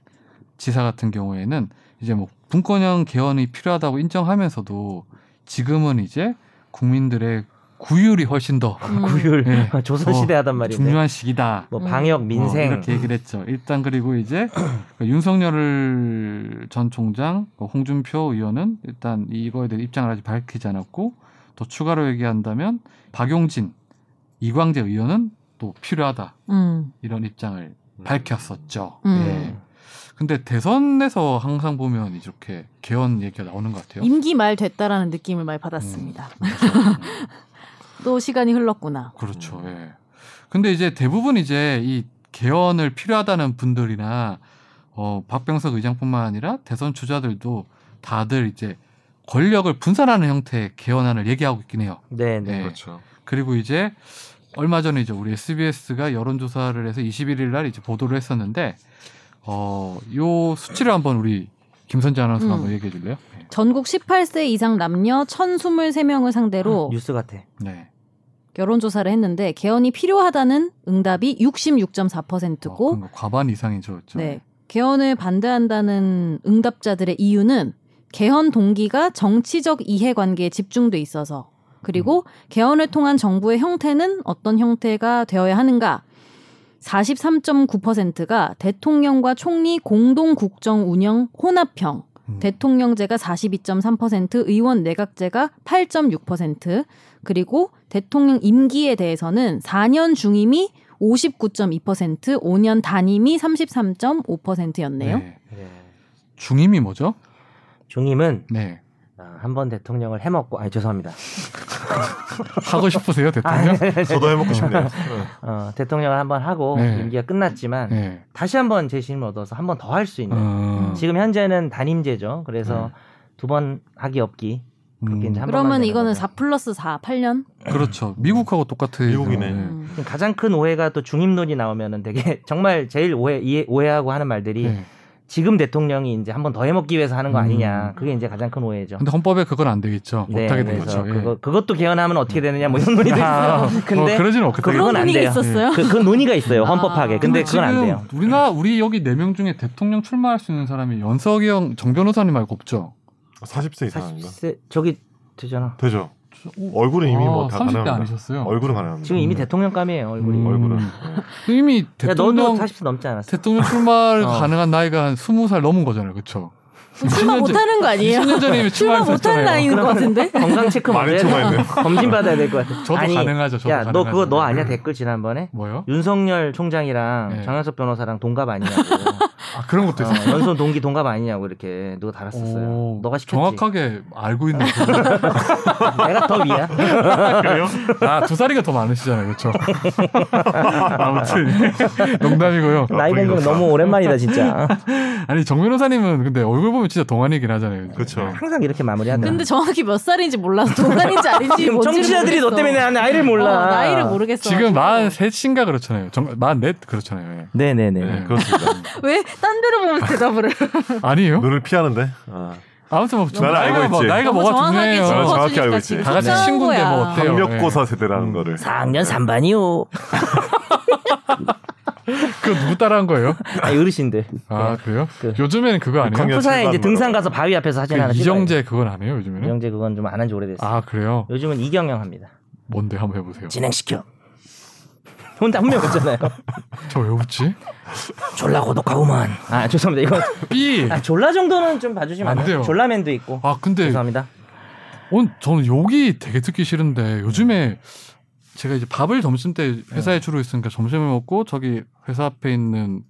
[SPEAKER 1] 지사 같은 경우에는 이제 뭐 분권형 개헌이 필요하다고 인정하면서도 지금은 이제 국민들의 구율이 훨씬 더
[SPEAKER 4] 음.
[SPEAKER 2] 구율
[SPEAKER 1] 네.
[SPEAKER 2] 조선 시대 하단 말이네.
[SPEAKER 1] 중요한 시기다.
[SPEAKER 2] 뭐
[SPEAKER 4] 음.
[SPEAKER 2] 방역, 민생.
[SPEAKER 1] 어, 이렇게 얘기를 했죠. 일단 그리고 이제 그 윤석열 전 총장, 그 홍준표 의원은 일단 이거에 대해 입장을 아직 밝히지 않았고 또 추가로 얘기한다면 박용진, 이광재 의원은 또 필요하다
[SPEAKER 4] 음.
[SPEAKER 1] 이런 입장을
[SPEAKER 3] 음.
[SPEAKER 1] 밝혔었죠.
[SPEAKER 2] 네.
[SPEAKER 4] 음.
[SPEAKER 1] 예. 근데 대선에서 항상 보면 이렇게 개헌 얘기가 나오는 것 같아요. 음.
[SPEAKER 4] 임기 말 됐다라는 느낌을 많이 받았습니다. 또 시간이 흘렀구나.
[SPEAKER 1] 그렇죠.
[SPEAKER 4] 음.
[SPEAKER 1] 예. 근데 이제 대부분 이제 이 개헌을 필요하다는 분들이나 어 박병석 의장뿐만 아니라 대선 주자들도 다들 이제 권력을 분산하는 형태의 개헌안을 얘기하고 있긴 해요.
[SPEAKER 2] 네, 네.
[SPEAKER 1] 예.
[SPEAKER 3] 그렇죠.
[SPEAKER 1] 그리고 이제 얼마 전에 이제 우리 SBS가 여론조사를 해서 21일 날 이제 보도를 했었는데 어요 수치를 한번 우리 김선재 아나운서 가
[SPEAKER 4] 음.
[SPEAKER 1] 한번 얘기해 줄래요? 네.
[SPEAKER 2] 아,
[SPEAKER 4] 전국 18세 이상 남녀 1,023명을 상대로
[SPEAKER 2] 뉴스 음, 같아.
[SPEAKER 1] 네.
[SPEAKER 4] 여론조사를 했는데 개헌이 필요하다는 응답이 66.4%고
[SPEAKER 2] 아,
[SPEAKER 1] 어, 그러니까 과반 이상이죠. 그렇죠?
[SPEAKER 4] 네. 개헌을 반대한다는 응답자들의 이유는 개헌 동기가 정치적 이해관계에 집중돼 있어서 그리고
[SPEAKER 1] 음.
[SPEAKER 4] 개헌을 통한 정부의 형태는 어떤 형태가 되어야 하는가 43.9%가 대통령과 총리 공동 국정 운영 혼합형
[SPEAKER 1] 음.
[SPEAKER 4] 대통령제가 42.3%, 의원 내각제가 8.6%, 그리고 대통령 임기에 대해서는 4년 중임이 59.2%, 5년 단임이 33.5%였네요.
[SPEAKER 1] 네.
[SPEAKER 2] 예.
[SPEAKER 1] 중임이 뭐죠?
[SPEAKER 2] 중임은 아,
[SPEAKER 1] 네.
[SPEAKER 2] 한 번 대통령을 해먹고 아니 죄송합니다. 아,
[SPEAKER 1] 하고 싶으세요, 대통령?
[SPEAKER 3] 저도 해먹고 싶네요.
[SPEAKER 2] 어, 대통령을 한 번 하고
[SPEAKER 1] 네.
[SPEAKER 2] 임기가 끝났지만
[SPEAKER 1] 네.
[SPEAKER 2] 다시 한 번 재신을 얻어서 한 번 더 할 수 있는
[SPEAKER 1] 어,
[SPEAKER 3] 음.
[SPEAKER 1] 네.
[SPEAKER 2] 지금 현재는 단임제죠. 그래서 두 번 하기 없기
[SPEAKER 3] 음.
[SPEAKER 2] 그렇게 이제 한 번만
[SPEAKER 4] 그러면
[SPEAKER 2] 되는
[SPEAKER 4] 이거는
[SPEAKER 2] 거죠.
[SPEAKER 4] 4 플러스 4, 8년?
[SPEAKER 1] 그렇죠. 미국하고 똑같아요.
[SPEAKER 3] 미국이네.
[SPEAKER 1] 네.
[SPEAKER 4] 음.
[SPEAKER 2] 지금 가장 큰 오해가 또 중임론이 나오면은 되게 정말 제일 오해 이해- 오해하고 하는 말들이
[SPEAKER 1] 네.
[SPEAKER 2] 지금 대통령이 이제 한 번 더 해먹기 위해서 하는 거
[SPEAKER 1] 음.
[SPEAKER 2] 아니냐 그게 이제 가장 큰 오해죠.
[SPEAKER 1] 근데 헌법에 그건 안 되겠죠.
[SPEAKER 2] 네,
[SPEAKER 1] 못하게 된
[SPEAKER 2] 그래서
[SPEAKER 1] 거죠. 예.
[SPEAKER 2] 그거, 그것도 개헌하면 어떻게 되느냐 뭐 이런 논의도
[SPEAKER 1] 아,
[SPEAKER 2] 있어요.
[SPEAKER 1] 어,
[SPEAKER 2] 근데
[SPEAKER 1] 그러지는 없겠다.
[SPEAKER 2] 그건
[SPEAKER 4] 그런
[SPEAKER 2] 안
[SPEAKER 4] 의미가
[SPEAKER 2] 돼요.
[SPEAKER 4] 있었어요?
[SPEAKER 2] 그, 그 논의가 있어요 헌법하게.
[SPEAKER 4] 아.
[SPEAKER 2] 근데 그건 안
[SPEAKER 1] 지금
[SPEAKER 2] 돼요.
[SPEAKER 1] 우리나 우리 여기 네 명 중에 대통령 출마할 수 있는 사람이 연석이 형, 정 변호사님 말고 없죠. 네.
[SPEAKER 3] 40세 이상인가?
[SPEAKER 2] 40세 저기 되잖아.
[SPEAKER 3] 되죠. 얼굴은 이미
[SPEAKER 1] 아,
[SPEAKER 3] 뭐 다
[SPEAKER 1] 30대
[SPEAKER 3] 가능합니다.
[SPEAKER 1] 아니셨어요.
[SPEAKER 3] 얼굴은 가능합니다.
[SPEAKER 2] 지금 이미
[SPEAKER 1] 음.
[SPEAKER 2] 대통령감이에요 얼굴이.
[SPEAKER 1] 음.
[SPEAKER 3] 얼굴은.
[SPEAKER 1] 이미
[SPEAKER 2] 야 너도
[SPEAKER 1] 대통령
[SPEAKER 2] 40세 넘지 않았어.
[SPEAKER 1] 대통령 출마를
[SPEAKER 2] 어.
[SPEAKER 1] 가능한 나이가 한 20살 넘은 거잖아요. 그렇죠?
[SPEAKER 4] 출마
[SPEAKER 1] 20년
[SPEAKER 4] 뭐 못하는 거 아니에요?
[SPEAKER 1] 20년 전에 이미
[SPEAKER 4] 출마 못하는
[SPEAKER 1] 출마했었잖아요.
[SPEAKER 4] 나이인 것 같은데?
[SPEAKER 2] 건강 체크
[SPEAKER 3] 많은
[SPEAKER 2] 먼저
[SPEAKER 3] 초과
[SPEAKER 2] 해야 돼.
[SPEAKER 3] 있네요.
[SPEAKER 2] 검진 받아야 될 것 같아.
[SPEAKER 1] 저도 가능하죠. 저도
[SPEAKER 2] 야, 너
[SPEAKER 1] 가능하죠.
[SPEAKER 2] 그거 너 아니야 댓글 지난번에
[SPEAKER 1] 뭐요?
[SPEAKER 2] 윤석열 총장이랑
[SPEAKER 1] 네.
[SPEAKER 2] 장현석 변호사랑 동갑 아니냐고.
[SPEAKER 1] 아, 그런 것도
[SPEAKER 2] 어,
[SPEAKER 1] 있어요.
[SPEAKER 2] 연손 동기 동갑 아니냐고 이렇게 누가 달았었어요.
[SPEAKER 1] 오,
[SPEAKER 2] 너가 시켰지.
[SPEAKER 1] 정확하게 알고 있는
[SPEAKER 2] 내가 더 위야.
[SPEAKER 1] 어,
[SPEAKER 3] 그래요?
[SPEAKER 1] 아두 살이가 더 많으시잖아요, 그렇죠? 아무튼 농담이고요.
[SPEAKER 2] 나이 공격 너무 오랜만이다 진짜.
[SPEAKER 1] 아니 정 변호사님은 근데 얼굴 보면 진짜 동안이긴 하잖아요.
[SPEAKER 3] 그렇죠.
[SPEAKER 2] 항상 이렇게 마무리한다.
[SPEAKER 4] 근데 정확히 몇 살인지 몰라서 동안인지 아닌지
[SPEAKER 2] 지금
[SPEAKER 4] 뭔지를
[SPEAKER 2] 청취자들이 너
[SPEAKER 4] 모르겠어.
[SPEAKER 2] 때문에 난 나이를 몰라.
[SPEAKER 4] 어, 나이를 모르겠어.
[SPEAKER 1] 지금 43인가 그렇잖아요. 정, 44 그렇잖아요. 예.
[SPEAKER 2] 네네네.
[SPEAKER 3] 네,
[SPEAKER 1] 음.
[SPEAKER 3] 그렇습니다.
[SPEAKER 4] 왜 딴 데로 보면서 대답을 해?
[SPEAKER 1] 예. 아니에요?
[SPEAKER 3] 눈을 피하는데. 아.
[SPEAKER 1] 아무튼 뭐
[SPEAKER 3] 나는 알고
[SPEAKER 1] 나이가 뭐,
[SPEAKER 3] 있지.
[SPEAKER 1] 나이가
[SPEAKER 4] 너무
[SPEAKER 1] 뭐가
[SPEAKER 4] 정확하게
[SPEAKER 1] 중요해요. 아,
[SPEAKER 3] 나는 정확히
[SPEAKER 4] 짚어주니까
[SPEAKER 3] 알고 있지.
[SPEAKER 4] 지금
[SPEAKER 1] 다 같이
[SPEAKER 4] 속상한
[SPEAKER 1] 친구인데
[SPEAKER 4] 거야.
[SPEAKER 1] 뭐 어때요? 음.
[SPEAKER 3] 학력고사 세대라는 거를.
[SPEAKER 2] 4학년 3반이요.
[SPEAKER 1] 그 누구 따라한 거예요?
[SPEAKER 2] 아, 어르신들.
[SPEAKER 1] 아 그래요?
[SPEAKER 2] 그-
[SPEAKER 1] 요즘에는 그거 안 해요?
[SPEAKER 3] 육학년
[SPEAKER 2] 푸사에 이제
[SPEAKER 3] 칠반
[SPEAKER 2] 등산 가서 바위 앞에서 사진 하나
[SPEAKER 1] 그
[SPEAKER 2] 찍어요.
[SPEAKER 1] 이정재 그건 안 해요 요즘에는?
[SPEAKER 2] 이정재 그건 좀 안 한 지 오래됐어요.
[SPEAKER 1] 아 그래요?
[SPEAKER 2] 요즘은 이경영 합니다.
[SPEAKER 1] 뭔데 한번 해보세요.
[SPEAKER 2] 진행시켜. 혼자 한 명 없잖아요.
[SPEAKER 1] 저 왜 웃지?
[SPEAKER 2] 졸라 고독하구만. 아 죄송합니다. 이거
[SPEAKER 1] B.
[SPEAKER 2] 아, 졸라 정도는 좀 봐주시면
[SPEAKER 1] 안
[SPEAKER 2] 안 돼요.
[SPEAKER 1] 돼요.
[SPEAKER 2] 졸라맨도 있고.
[SPEAKER 1] 아 근데
[SPEAKER 2] 죄송합니다.
[SPEAKER 1] 온 어, 저는 여기 되게 듣기 싫은데
[SPEAKER 3] 네.
[SPEAKER 1] 요즘에 제가 이제 밥을 점심 때 회사에 주로 있으니까 점심을 먹고 저기 회사 앞에 있는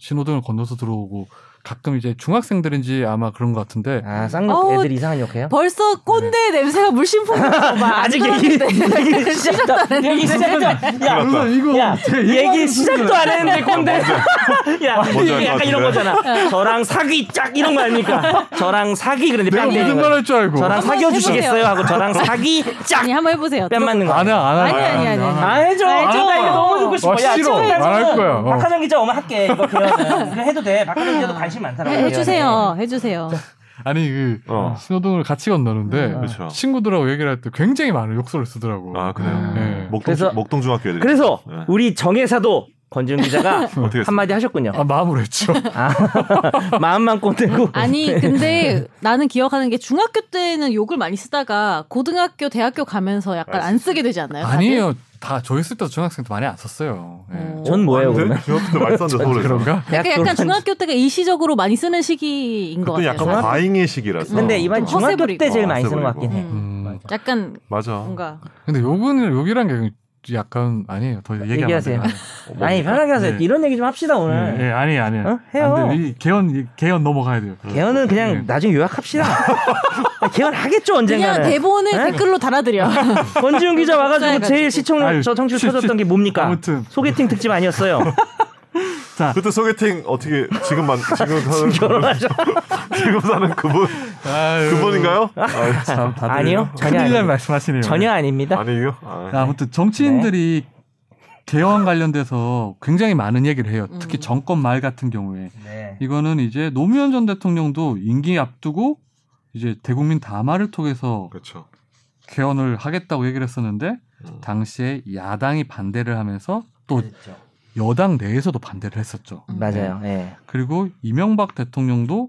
[SPEAKER 1] 신호등을 건너서 들어오고 가끔 이제 중학생들인지 아마 그런 것 같은데
[SPEAKER 2] 아 쌍욕
[SPEAKER 4] 어우, 뭐
[SPEAKER 2] 애들 이상한 욕해요?
[SPEAKER 4] 네. 벌써 꼰대 냄새가 물씬 풍겨.
[SPEAKER 2] 아직 얘기 얘기 시작도 안 했는데. 얘기 시작도 안 했는데. 야,
[SPEAKER 3] 큰일 났다.
[SPEAKER 1] 이거
[SPEAKER 2] 야, 얘기 시작도 안 했는데 꼰대. 야,
[SPEAKER 3] 뭔지
[SPEAKER 2] 이게
[SPEAKER 3] 알것
[SPEAKER 2] 약간 이런
[SPEAKER 3] 같은데.
[SPEAKER 2] 거잖아. 저랑 사귀 짝 이런 거 아닙니까? 저랑 사귀 그런데
[SPEAKER 1] 내가
[SPEAKER 2] 뺨
[SPEAKER 1] 무슨
[SPEAKER 2] 때리는
[SPEAKER 1] 말
[SPEAKER 2] 거.
[SPEAKER 1] 할 줄 알고
[SPEAKER 2] 저랑
[SPEAKER 4] 한번
[SPEAKER 2] 사귀어 주시겠어요
[SPEAKER 4] 해보세요.
[SPEAKER 2] 하고 저랑 사귀 짝
[SPEAKER 4] 아니 한번 해보세요.
[SPEAKER 2] 뺨 맞는 거.
[SPEAKER 1] 안해 안해
[SPEAKER 2] 아니야?
[SPEAKER 4] 아니 아니 아니. 아니.
[SPEAKER 2] 안 해줘.
[SPEAKER 4] 안 해줘.
[SPEAKER 2] 나 이거 너무 듣고 싶어.
[SPEAKER 1] 아,
[SPEAKER 2] 야,
[SPEAKER 1] 싫어.
[SPEAKER 2] 지금
[SPEAKER 1] 안할
[SPEAKER 2] 당장은
[SPEAKER 1] 거야. 어.
[SPEAKER 2] 박하정 기자 엄마 할게. 이거 개헌은. 이거 해도 돼. 박하정 기자도 관심 많더라고.
[SPEAKER 4] 네, 해, 해주세요. 해주세요.
[SPEAKER 1] 아니 그
[SPEAKER 3] 어.
[SPEAKER 1] 신호등을 같이 건너는데
[SPEAKER 3] 그렇죠.
[SPEAKER 1] 친구들하고 얘기를 할 때 굉장히 많은 욕설을 쓰더라고.
[SPEAKER 3] 아 그래요.
[SPEAKER 1] 네.
[SPEAKER 3] 목동
[SPEAKER 2] 그래서-
[SPEAKER 3] 목동 중학교 애들.
[SPEAKER 2] 그래서 뭐
[SPEAKER 3] 네.
[SPEAKER 2] 우리 정혜사도 권지훈 기자가
[SPEAKER 3] 어떻게 했어요?
[SPEAKER 2] 한마디 하셨군요.
[SPEAKER 1] 아 마음으로 했죠.
[SPEAKER 2] 아, 마음만 꼰대고.
[SPEAKER 4] 아니 근데 나는 기억하는 게 중학교 때는 욕을 많이 쓰다가 고등학교 대학교 가면서 약간 안 쓰게 되지 않나요? 다들?
[SPEAKER 1] 아니에요. 다 저 있을 때도 중학생 때 많이 안 썼어요. 예.
[SPEAKER 4] 어.
[SPEAKER 2] 전뭐 뭐예요
[SPEAKER 3] 네?
[SPEAKER 2] 그러면?
[SPEAKER 3] 중학교 때 많이 썼는데 서울에서.
[SPEAKER 1] 그런가?
[SPEAKER 4] 그러니까 약간 중학교 때가 일시적으로 많이 쓰는 시기인 것
[SPEAKER 3] 그때
[SPEAKER 4] 같아요.
[SPEAKER 3] 약간
[SPEAKER 4] 사실.
[SPEAKER 3] 과잉의 시기라서.
[SPEAKER 2] 근데 이번
[SPEAKER 4] 어, 좀
[SPEAKER 2] 중학교
[SPEAKER 4] 허세
[SPEAKER 2] 때 제일
[SPEAKER 3] 부리고.
[SPEAKER 2] 많이 쓰는 것
[SPEAKER 3] 허세
[SPEAKER 2] 같긴 해.
[SPEAKER 4] 음.
[SPEAKER 1] 음.
[SPEAKER 4] 약간
[SPEAKER 3] 맞아.
[SPEAKER 4] 뭔가
[SPEAKER 1] 근데 욕은 욕이란 게 약간 아니에요. 더 얘기 안
[SPEAKER 2] 얘기하세요.
[SPEAKER 1] 하세요.
[SPEAKER 2] 아니 편하게 하세요.
[SPEAKER 1] 네.
[SPEAKER 2] 이런 얘기 좀 합시다 오늘.
[SPEAKER 1] 예, 예, 아니 아니.
[SPEAKER 2] 어? 해요.
[SPEAKER 1] 안 돼요. 이 개헌 이 개헌 넘어가야 돼요.
[SPEAKER 2] 개헌은 그냥
[SPEAKER 1] 네.
[SPEAKER 2] 나중에 요약합시다. 개헌 하겠죠
[SPEAKER 4] 그냥
[SPEAKER 2] 언젠가는.
[SPEAKER 4] 대본을
[SPEAKER 2] 네?
[SPEAKER 4] 댓글로 달아드려.
[SPEAKER 2] 권지훈 기자 와가지고
[SPEAKER 4] 써야가지고.
[SPEAKER 2] 제일 시청률
[SPEAKER 1] 아유,
[SPEAKER 2] 저 청취율
[SPEAKER 1] 시-
[SPEAKER 2] 쳐졌던 게 뭡니까?
[SPEAKER 1] 아무튼.
[SPEAKER 2] 소개팅 특집 아니었어요.
[SPEAKER 3] 그때 소개팅 어떻게 지금만 지금 사는 그분,
[SPEAKER 2] 결혼하죠.
[SPEAKER 3] 지금 사는 그분
[SPEAKER 1] 음. 아유,
[SPEAKER 3] 그분인가요?
[SPEAKER 2] 음.
[SPEAKER 3] 아,
[SPEAKER 1] 참 다들
[SPEAKER 2] 아니요, 전혀
[SPEAKER 1] 큰일 날
[SPEAKER 2] 아니에요.
[SPEAKER 1] 말씀하시네요.
[SPEAKER 2] 전혀 아닙니다.
[SPEAKER 3] 아니에요? 아,
[SPEAKER 1] 아무튼 정치인들이 개헌 관련돼서 굉장히 많은 얘기를 해요. 특히
[SPEAKER 4] 음.
[SPEAKER 1] 정권 말 같은 경우에
[SPEAKER 2] 네.
[SPEAKER 1] 이거는 이제 노무현 전 대통령도 임기 앞두고 이제 대국민 담화를 통해서
[SPEAKER 3] 그렇죠.
[SPEAKER 1] 개헌을 하겠다고 얘기를 했었는데
[SPEAKER 3] 음.
[SPEAKER 1] 당시에 야당이 반대를 하면서 또 여당 내에서도 반대를 했었죠.
[SPEAKER 4] 음.
[SPEAKER 2] 맞아요.
[SPEAKER 1] 네.
[SPEAKER 2] 예.
[SPEAKER 1] 그리고 이명박 대통령도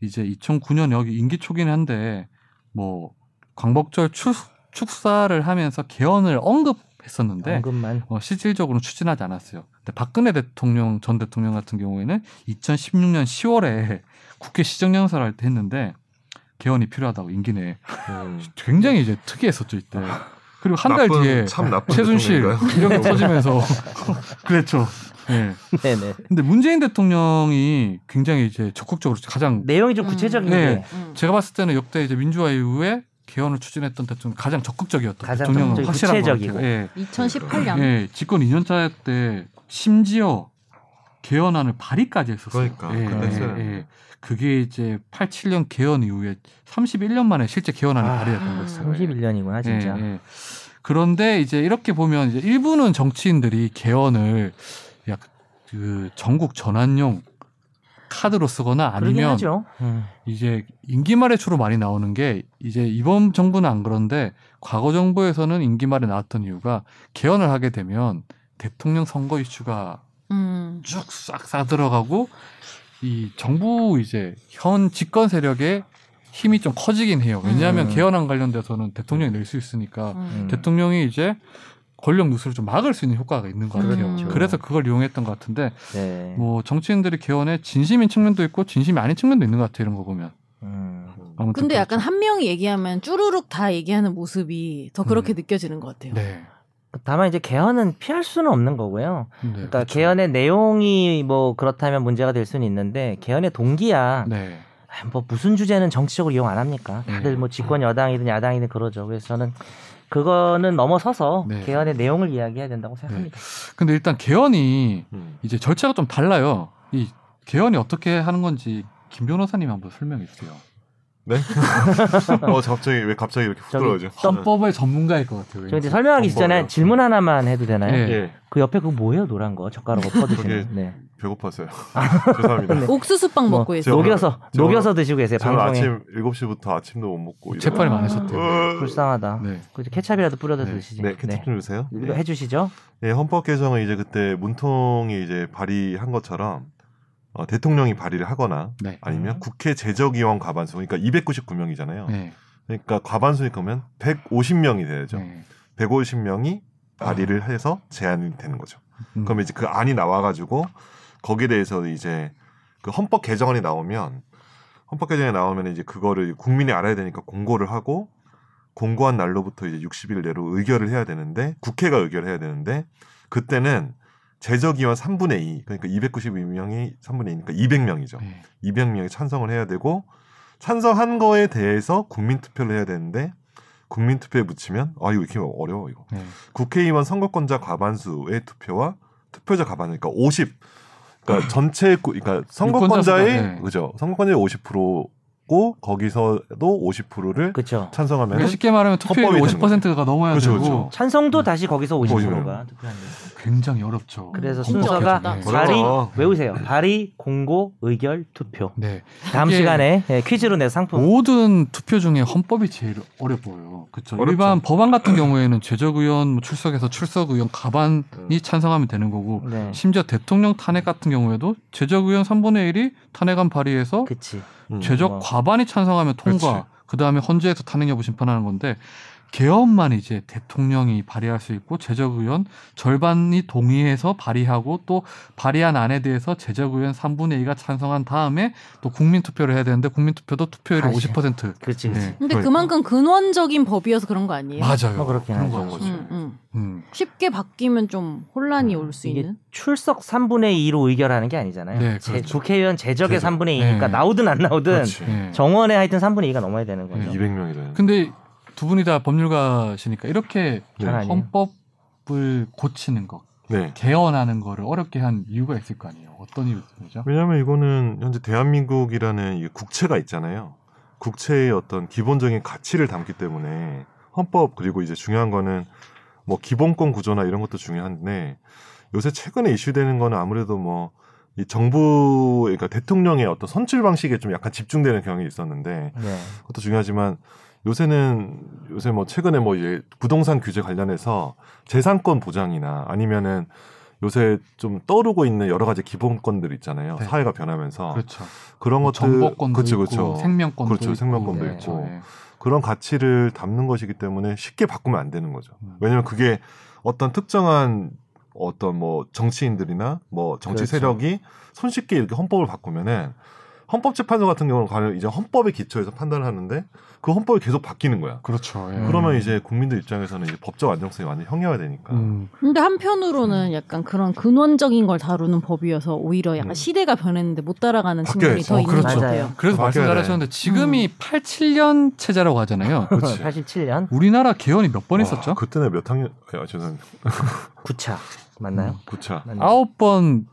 [SPEAKER 1] 이제 2009년 여기 임기 초기긴 한데 뭐 광복절 추, 축사를 하면서 개헌을 언급했었는데
[SPEAKER 2] 언급만.
[SPEAKER 1] 어, 실질적으로 는 추진하지 않았어요. 근데 박근혜 대통령 전 대통령 같은 경우에는 2016년 10월에 국회 시정연설 할 때 했는데 개헌이 필요하다고 임기 내에 굉장히 이제 특이했었죠 이때. 그리고 음. 한 달
[SPEAKER 5] 나쁜-
[SPEAKER 1] 뒤에
[SPEAKER 5] 참 나쁜
[SPEAKER 1] 최순실
[SPEAKER 5] 대통령인가요?
[SPEAKER 1] 이런 게 터지면서 그랬죠. 예.
[SPEAKER 2] 네네.
[SPEAKER 1] 근데 문재인 대통령이 굉장히 이제 적극적으로 가장
[SPEAKER 2] 내용이 좀
[SPEAKER 4] 음.
[SPEAKER 2] 구체적인
[SPEAKER 1] 네.
[SPEAKER 2] 게
[SPEAKER 4] 음.
[SPEAKER 1] 제가 봤을 때는 역대 이제 민주화 이후에 개헌을 추진했던 대통령 가장 적극적이었던
[SPEAKER 2] 가장
[SPEAKER 1] 대통령은
[SPEAKER 2] 적극적이고
[SPEAKER 1] 확실한 것
[SPEAKER 2] 구체적이고.
[SPEAKER 1] 같아요. 예.
[SPEAKER 4] 2018년
[SPEAKER 1] 예, 집권 2년차 때 심지어 개헌안을 발의까지 했었어요.
[SPEAKER 3] 그러니까,
[SPEAKER 1] 예,
[SPEAKER 3] 그랬어요.
[SPEAKER 1] 예, 예. 그게 이제 87년 개헌 이후에 31년 만에 실제 개헌안을
[SPEAKER 2] 아,
[SPEAKER 1] 발의했던 거였어요. 예.
[SPEAKER 2] 31년이구나 아, 진짜.
[SPEAKER 1] 예, 예. 그런데 이제 이렇게 보면 이제 일부는 정치인들이 개헌을 약 그 전국 전환용 카드로 쓰거나
[SPEAKER 2] 그러긴
[SPEAKER 1] 아니면
[SPEAKER 2] 하죠. 음.
[SPEAKER 1] 이제 임기 말에 주로 많이 나오는 게 이제 이번 정부는 안 그런데 과거 정부에서는 임기 말에 나왔던 이유가 개헌을 하게 되면 대통령 선거 이슈가
[SPEAKER 4] 음.
[SPEAKER 1] 쭉 싹 싸들어가고 이 정부 이제 현 집권 세력의 힘이 좀 커지긴 해요. 왜냐하면
[SPEAKER 2] 음.
[SPEAKER 1] 개헌안 관련돼서는 대통령이 낼 수 있으니까
[SPEAKER 4] 음.
[SPEAKER 1] 대통령이 이제 권력 누수를 좀 막을 수 있는 효과가 있는 것 같아요.
[SPEAKER 4] 그렇죠.
[SPEAKER 1] 그래서 그걸 이용했던 것 같은데
[SPEAKER 2] 네.
[SPEAKER 1] 뭐 정치인들이 개헌에 진심인 측면도 있고 진심이 아닌 측면도 있는 것 같아요. 이런 거 보면.
[SPEAKER 2] 음.
[SPEAKER 1] 아무튼
[SPEAKER 4] 근데
[SPEAKER 1] 그렇죠.
[SPEAKER 4] 약간 한 명이 얘기하면 쭈루룩 다 얘기하는 모습이 더 그렇게 느껴지는 것 같아요.
[SPEAKER 1] 네.
[SPEAKER 2] 다만 이제 개헌은 피할 수는 없는 거고요.
[SPEAKER 1] 네,
[SPEAKER 2] 그러니까
[SPEAKER 1] 그렇죠.
[SPEAKER 2] 개헌의 내용이 뭐 그렇다면 문제가 될 수는 있는데 개헌의 동기야
[SPEAKER 1] 네.
[SPEAKER 2] 아, 뭐 무슨 주제는 정치적으로 이용 안 합니까? 다들
[SPEAKER 1] 음.
[SPEAKER 2] 뭐 집권 여당이든 야당이든 그러죠. 그래서 저는 그거는 넘어서서
[SPEAKER 1] 네.
[SPEAKER 2] 개헌의 내용을 이야기해야 된다고 생각합니다.
[SPEAKER 1] 근데 일단 개헌이
[SPEAKER 3] 음.
[SPEAKER 1] 이제 절차가 좀 달라요. 이 개헌이 어떻게 하는 건지 김 변호사님 한번 설명해 주세요.
[SPEAKER 3] 네? 어, 갑자기 왜 갑자기 이렇게 훅
[SPEAKER 2] 저기
[SPEAKER 3] 들어오죠? 네.
[SPEAKER 1] 헌법의 전문가일 것 같아요.
[SPEAKER 2] 저 이제
[SPEAKER 1] 왠지.
[SPEAKER 2] 설명하기 전에
[SPEAKER 3] 어려워요.
[SPEAKER 2] 질문 하나만 해도 되나요?
[SPEAKER 1] 네.
[SPEAKER 3] 예.
[SPEAKER 2] 그 옆에 그거 뭐예요? 노란 거 젓가락으로 퍼드시는.
[SPEAKER 3] 저게
[SPEAKER 2] 네.
[SPEAKER 3] 배고파서요. 아, 죄송합니다.
[SPEAKER 2] 네.
[SPEAKER 4] 옥수수빵
[SPEAKER 2] 뭐,
[SPEAKER 4] 먹고 있어요.
[SPEAKER 3] 제가
[SPEAKER 2] 녹여서
[SPEAKER 3] 오늘-
[SPEAKER 2] 녹여서 드시고 계세요.
[SPEAKER 3] 저는
[SPEAKER 2] 방송에 음.
[SPEAKER 3] 아침 7시부터 아침도 못 먹고
[SPEAKER 1] 재판이
[SPEAKER 4] 아.
[SPEAKER 1] 많으셨대요.
[SPEAKER 3] 이래요.
[SPEAKER 2] 불쌍하다.
[SPEAKER 1] 네.
[SPEAKER 2] 그 케찹이라도 뿌려서
[SPEAKER 1] 네.
[SPEAKER 2] 드시지.
[SPEAKER 3] 네, 케첩 좀 주세요.
[SPEAKER 2] 이거 해주시죠.
[SPEAKER 3] 예, 헌법 개정은 이제 그때 문통이 이제 발의한 것처럼 어, 대통령이 발의를 하거나
[SPEAKER 1] 네.
[SPEAKER 2] 음.
[SPEAKER 3] 아니면 국회 제적위원 과반수 그러니까 299명이잖아요.
[SPEAKER 1] 네.
[SPEAKER 3] 그러니까 과반수니 그러면 150명이 돼야죠.
[SPEAKER 1] 네.
[SPEAKER 3] 150명이 발의를 해서 제안이 되는 거죠.
[SPEAKER 1] 음.
[SPEAKER 3] 그럼 이제 그 안이 나와가지고 거기에 대해서 이제 그 헌법 개정안이 나오면 헌법 개정이 나오면 이제 그거를 국민이 알아야 되니까 공고를 하고 공고한 날로부터 이제 60일 내로 의결을 해야 되는데 국회가 의결해야 을 되는데 그때는 제적위원 3분의 2 그러니까 292명이 3분의 2니까 200명이죠.
[SPEAKER 1] 네.
[SPEAKER 3] 200명이 찬성을 해야 되고 찬성한 거에 대해서 국민 투표를 해야 되는데 국민 투표에 붙이면 아 이거 이렇게 어려워 이거.
[SPEAKER 1] 네.
[SPEAKER 3] 국회의원 선거권자 과반수의 투표와 투표자 과반수 그러니까 50 그러니까 전체 구- 그러니까 선거권자의
[SPEAKER 1] 수가, 아. 네.
[SPEAKER 3] 그죠 선거권자의 50%고 거기서도 50%를
[SPEAKER 2] 그렇죠.
[SPEAKER 3] 찬성하면
[SPEAKER 1] 그러니까 쉽게 말하면 투표율이
[SPEAKER 3] 헌법이 되는
[SPEAKER 1] 50%가 넘어야
[SPEAKER 3] 그렇죠,
[SPEAKER 1] 되고
[SPEAKER 3] 그렇죠.
[SPEAKER 2] 찬성도 다시 거기서
[SPEAKER 3] 오십으로.
[SPEAKER 2] 50%가 투표한 거예요.
[SPEAKER 1] 굉장히 어렵죠.
[SPEAKER 2] 그래서
[SPEAKER 1] 헌법
[SPEAKER 2] 순서가
[SPEAKER 1] 개정. 네.
[SPEAKER 3] 어렵다.
[SPEAKER 2] 발의
[SPEAKER 3] 어려워.
[SPEAKER 2] 외우세요. 발의 공고 의결 투표.
[SPEAKER 1] 네.
[SPEAKER 2] 다음
[SPEAKER 1] 이게-
[SPEAKER 2] 시간에 예, 퀴즈로 내서 상품.
[SPEAKER 1] 모든 투표 중에 헌법이 제일 어려 보여요. 그렇죠.
[SPEAKER 3] 어렵죠.
[SPEAKER 1] 일반 법안 같은 경우에는 제적 의원 뭐 출석에서 출석 의원 가반이
[SPEAKER 3] 음.
[SPEAKER 1] 찬성하면 되는 거고
[SPEAKER 2] 네.
[SPEAKER 1] 심지어 대통령 탄핵 같은 경우에도 제적 의원 3분의 1이 탄핵안 발의해서
[SPEAKER 2] 그치.
[SPEAKER 3] 음.
[SPEAKER 1] 제적
[SPEAKER 2] 뭐.
[SPEAKER 1] 과반이 찬성하면 통과. 그 다음에 헌재에서 탄핵 여부 심판하는 건데 개헌만 이제 대통령이 발의할 수 있고 제적 의원 절반이 동의해서 발의하고 또 발의한 안에 대해서 제적 의원 3분의 2가 찬성한 다음에 또 국민 투표를 해야 되는데 국민 투표도 투표율이
[SPEAKER 2] 다시.
[SPEAKER 1] 50%.
[SPEAKER 2] 아, 예. 그치, 그치.
[SPEAKER 1] 네.
[SPEAKER 4] 근데 그만큼 근원적인 법이어서 그런 거 아니에요?
[SPEAKER 1] 맞아요.
[SPEAKER 2] 뭐 그렇긴
[SPEAKER 1] 그런
[SPEAKER 2] 하죠.
[SPEAKER 1] 거죠.
[SPEAKER 4] 음, 음.
[SPEAKER 1] 음.
[SPEAKER 4] 쉽게 바뀌면 좀 혼란이 올 수
[SPEAKER 2] 이게
[SPEAKER 4] 있는.
[SPEAKER 2] 출석 3분의 2로 의결하는 게 아니잖아요.
[SPEAKER 1] 네,
[SPEAKER 2] 제-
[SPEAKER 1] 그렇죠.
[SPEAKER 2] 국회의원 제적의
[SPEAKER 3] 제적.
[SPEAKER 2] 3분의 2니까
[SPEAKER 1] 네.
[SPEAKER 2] 나오든 안 나오든
[SPEAKER 3] 그렇지.
[SPEAKER 1] 예.
[SPEAKER 2] 네. 정원의 하여튼 3분의 2가 넘어야 되는 거죠.
[SPEAKER 3] 그렇죠. 200명이래요.
[SPEAKER 1] 근데 두 분이 다 법률가시니까 이렇게
[SPEAKER 2] 전 네. 아니에요.
[SPEAKER 1] 헌법을 고치는 거,
[SPEAKER 3] 네.
[SPEAKER 1] 개헌하는 거를 어렵게 한 이유가 있을 거 아니에요. 어떤 이유죠?
[SPEAKER 3] 왜냐하면 이거는 현재 대한민국이라는 이 국체가 있잖아요. 국체의 어떤 기본적인 가치를 담기 때문에 헌법 그리고 이제 중요한 거는 뭐 기본권 구조나 이런 것도 중요한데 요새 최근에 이슈되는 거는 아무래도 뭐 이 정부 그러니까 대통령의 어떤 선출 방식에 좀 약간 집중되는 경향이 있었는데
[SPEAKER 2] 네.
[SPEAKER 3] 그것도 중요하지만 요새는 요새 뭐 최근에 뭐 이제 부동산 규제 관련해서 재산권 보장이나 아니면은 요새 좀 떠오르고 있는 여러 가지 기본권들 있잖아요.
[SPEAKER 1] 네.
[SPEAKER 3] 사회가 변하면서
[SPEAKER 1] 그렇죠.
[SPEAKER 3] 그런
[SPEAKER 1] 뭐
[SPEAKER 3] 것들
[SPEAKER 1] 정보권도
[SPEAKER 3] 그쵸,
[SPEAKER 1] 있고
[SPEAKER 3] 그쵸.
[SPEAKER 1] 생명권도
[SPEAKER 3] 그렇죠.
[SPEAKER 1] 있고.
[SPEAKER 3] 생명권도
[SPEAKER 1] 네.
[SPEAKER 3] 있고.
[SPEAKER 1] 네.
[SPEAKER 3] 그런 가치를 담는 것이기 때문에 쉽게 바꾸면 안 되는 거죠.
[SPEAKER 1] 음.
[SPEAKER 3] 왜냐하면 그게 어떤 특정한 어떤 뭐 정치인들이나 뭐 정치
[SPEAKER 2] 그렇죠.
[SPEAKER 3] 세력이 손쉽게 이렇게 헌법을 바꾸면은 헌법재판소 같은 경우는 과연 이제 헌법의 기초에서 판단을 하는데 그 헌법이 계속 바뀌는 거야.
[SPEAKER 1] 그렇죠. 예.
[SPEAKER 2] 음.
[SPEAKER 3] 그러면 이제 국민들 입장에서는 이제 법적 안정성이 완전 형해화 되니까.
[SPEAKER 1] 음.
[SPEAKER 4] 근데 한편으로는 약간 그런 근원적인 걸 다루는 법이어서 오히려 약간
[SPEAKER 3] 음.
[SPEAKER 4] 시대가 변했는데 못 따라가는
[SPEAKER 3] 바뀌어야지.
[SPEAKER 4] 측면이 더
[SPEAKER 1] 어,
[SPEAKER 4] 있는
[SPEAKER 1] 그렇죠.
[SPEAKER 4] 것 같아요.
[SPEAKER 1] 그래서 말씀
[SPEAKER 3] 바뀌어야 돼. 음.
[SPEAKER 1] 잘하셨는데 지금이 87년 체제라고 하잖아요.
[SPEAKER 3] 그렇지.
[SPEAKER 2] 87년
[SPEAKER 1] 우리나라 개헌이 몇 번
[SPEAKER 3] 그렇죠. 와,
[SPEAKER 1] 있었죠?
[SPEAKER 3] 그때는 몇 학년? 아 죄송합니다.
[SPEAKER 2] 9차 맞나요?
[SPEAKER 3] 구차.
[SPEAKER 2] 맞나요?
[SPEAKER 1] 아홉 번
[SPEAKER 2] 음.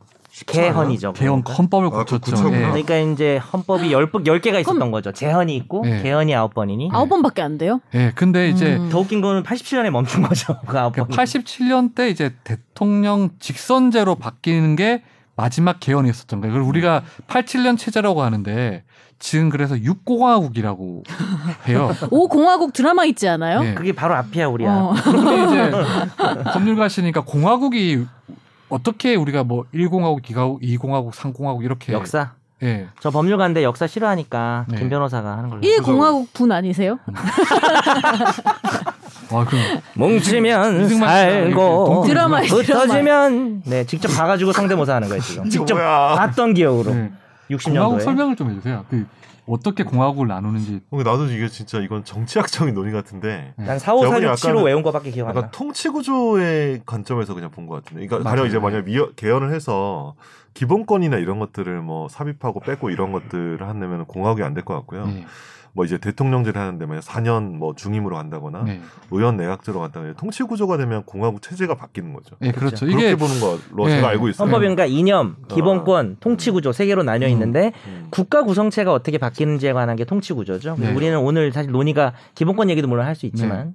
[SPEAKER 2] 개헌이죠.
[SPEAKER 1] 개헌
[SPEAKER 2] 그러니까.
[SPEAKER 1] 헌법을
[SPEAKER 3] 음. 아, 그
[SPEAKER 1] 고쳤죠.
[SPEAKER 3] 구차구나.
[SPEAKER 1] 예.
[SPEAKER 2] 그러니까 이제
[SPEAKER 4] 아.
[SPEAKER 2] 헌법이 열0열개가 있었던
[SPEAKER 4] 그럼-
[SPEAKER 2] 거죠. 재헌이 있고
[SPEAKER 1] 네.
[SPEAKER 2] 개헌이 9번이니
[SPEAKER 4] 아홉 번밖에 안 돼요?
[SPEAKER 1] 예, 근데 이제
[SPEAKER 4] 음.
[SPEAKER 2] 더 웃긴 거는 87년에 멈춘 거죠. 그 9번.
[SPEAKER 1] 그러니까 87년 때 이제 대통령 직선제로 바뀌는 게 마지막 개헌이었었던 거예요. 그걸 우리가 87년 체제라고 하는데 지금 그래서 6공화국이라고 해요.
[SPEAKER 4] 오 공화국 드라마 있지 않아요?
[SPEAKER 1] 예.
[SPEAKER 2] 그게 바로 앞이야 우리야.
[SPEAKER 4] 어.
[SPEAKER 1] 근데 이제 법률가시니까 공화국이 어떻게 우리가 뭐 1공화국, 2공화국, 2공화국, 3공화국 이렇게
[SPEAKER 2] 역사.
[SPEAKER 1] 예.
[SPEAKER 2] 저 법률가인데 역사 싫어하니까
[SPEAKER 1] 네.
[SPEAKER 2] 김 변호사가 하는 걸로.
[SPEAKER 4] 일 공화국 분 아니세요?
[SPEAKER 1] 아, 그럼
[SPEAKER 2] 뭉치면
[SPEAKER 1] 이승만 씨랑 이렇게
[SPEAKER 2] 살고
[SPEAKER 1] 동물
[SPEAKER 4] 드라마에
[SPEAKER 2] 흩어지면 네 직접 봐가지고 상대모사 하는 거예요 지금. 직접
[SPEAKER 3] 뭐야?
[SPEAKER 2] 봤던 기억으로
[SPEAKER 1] 네. 공화국
[SPEAKER 2] 60년도에.
[SPEAKER 1] 설명을 좀 해주세요. 그 어떻게 공화국을 나누는지.
[SPEAKER 3] 나도 이게 진짜 이건 정치학적인 논의
[SPEAKER 1] 네,
[SPEAKER 3] 같은데
[SPEAKER 2] 난 4, 5, 4, 6, 7로 외운 거밖에 기억 안 나.
[SPEAKER 3] 약간 통치 구조의 관점에서 그냥 본 것 같은데. 그러니까
[SPEAKER 1] 맞아요. 네.
[SPEAKER 3] 가령 이제 만약 미어, 개헌을 해서 기본권이나 이런 것들을 뭐 삽입하고 빼고 이런
[SPEAKER 1] 음.
[SPEAKER 3] 것들을 하려면 공화국이 안 될 것
[SPEAKER 2] 어.
[SPEAKER 3] 같고요.
[SPEAKER 1] 네.
[SPEAKER 3] 뭐 이제 대통령제를 하는데 만약 4년 뭐 중임으로 한다거나
[SPEAKER 1] 네.
[SPEAKER 3] 의원 내각제로 간다거나 통치 구조가 되면 공화국 체제가 바뀌는 거죠.
[SPEAKER 1] 예, 그렇죠.
[SPEAKER 3] 그렇게
[SPEAKER 1] 이게
[SPEAKER 3] 보는 걸로
[SPEAKER 1] 예.
[SPEAKER 3] 제가 알고 있어요.
[SPEAKER 2] 헌법이 그러니까 이념, 기본권, 통치구조 세 개로 나뉘어 있는데
[SPEAKER 3] 음.
[SPEAKER 2] 국가 구성체가 어떻게 바뀌는지에 관한 게 통치구조죠.
[SPEAKER 1] 네.
[SPEAKER 2] 우리는 오늘 사실 논의가 기본권 얘기도 물론 할 수 있지만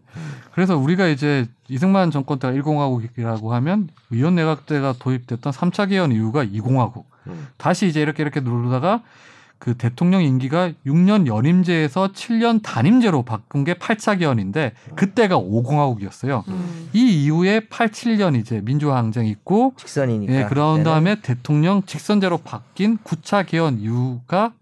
[SPEAKER 1] 그래서 우리가 이제 이승만 정권 때가 1공화국이라고 하면 위원내각제가 도입됐던 3차 개헌 이후가 2공화국.
[SPEAKER 3] 음.
[SPEAKER 1] 다시 이제 이렇게 이렇게 누르다가 그 대통령 임기가 6년 연임제에서 7년 단임제로 바꾼 게 8차 개헌인데 그때가 5공화국이었어요.
[SPEAKER 4] 음.
[SPEAKER 1] 이 이후에 87년 이제 민주화 항쟁 있고
[SPEAKER 2] 직선이니까.
[SPEAKER 1] 예, 그런
[SPEAKER 2] 그러니까 그때는.
[SPEAKER 1] 다음에 대통령 직선제로 바뀐 9차 개헌 이후가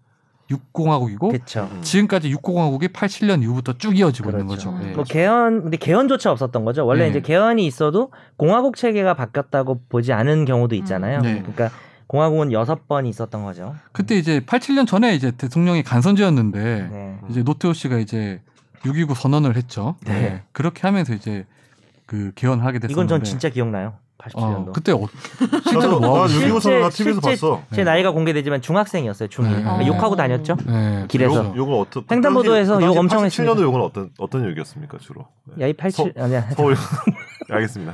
[SPEAKER 1] 6공화국이고
[SPEAKER 2] 그쵸.
[SPEAKER 3] 음.
[SPEAKER 1] 지금까지 6공화국이 87년 이후부터 쭉 이어지고 있는
[SPEAKER 2] 그렇죠.
[SPEAKER 1] 거죠. 예.
[SPEAKER 2] 뭐 개헌 근데 개헌조차 없었던 거죠. 원래
[SPEAKER 1] 네.
[SPEAKER 2] 이제 개헌이 있어도 공화국 체계가 바뀌었다고 보지 않은 경우도 있잖아요.
[SPEAKER 1] 음. 네.
[SPEAKER 2] 그러니까 공화국은 여섯 번 있었던 거죠.
[SPEAKER 1] 그때 이제 87년 전에 이제 대통령이 간선제였는데
[SPEAKER 2] 네.
[SPEAKER 1] 이제 노태우 씨가 이제 6.29 선언을 했죠.
[SPEAKER 2] 네.
[SPEAKER 1] 네. 그렇게 하면서 이제 그 개헌하게 됐었는데
[SPEAKER 2] 이건 전 진짜 기억나요.
[SPEAKER 1] 어,
[SPEAKER 2] 87년도.
[SPEAKER 1] 그때 어,
[SPEAKER 3] 나도
[SPEAKER 1] 실제로 뭐 하고
[SPEAKER 3] 나
[SPEAKER 1] 있어요?
[SPEAKER 3] 유기호 선언 나
[SPEAKER 2] 실제-
[SPEAKER 3] TV에서
[SPEAKER 2] 실제-
[SPEAKER 3] 봤어.
[SPEAKER 1] 네.
[SPEAKER 2] 제 나이가 공개되지만 중학생이었어요. 중2.
[SPEAKER 1] 네.
[SPEAKER 2] 그러니까 욕하고 다녔죠.
[SPEAKER 1] 네,
[SPEAKER 2] 길에서.
[SPEAKER 1] 그래서.
[SPEAKER 3] 요, 요건 어떤 그
[SPEAKER 2] 횡단보도에서 욕 엄청
[SPEAKER 3] 7년도 욕은 어떤 어떤 욕이었습니까 주로? 네.
[SPEAKER 2] 야이 87
[SPEAKER 1] 어.
[SPEAKER 2] 아니야.
[SPEAKER 3] 서울 알겠습니다.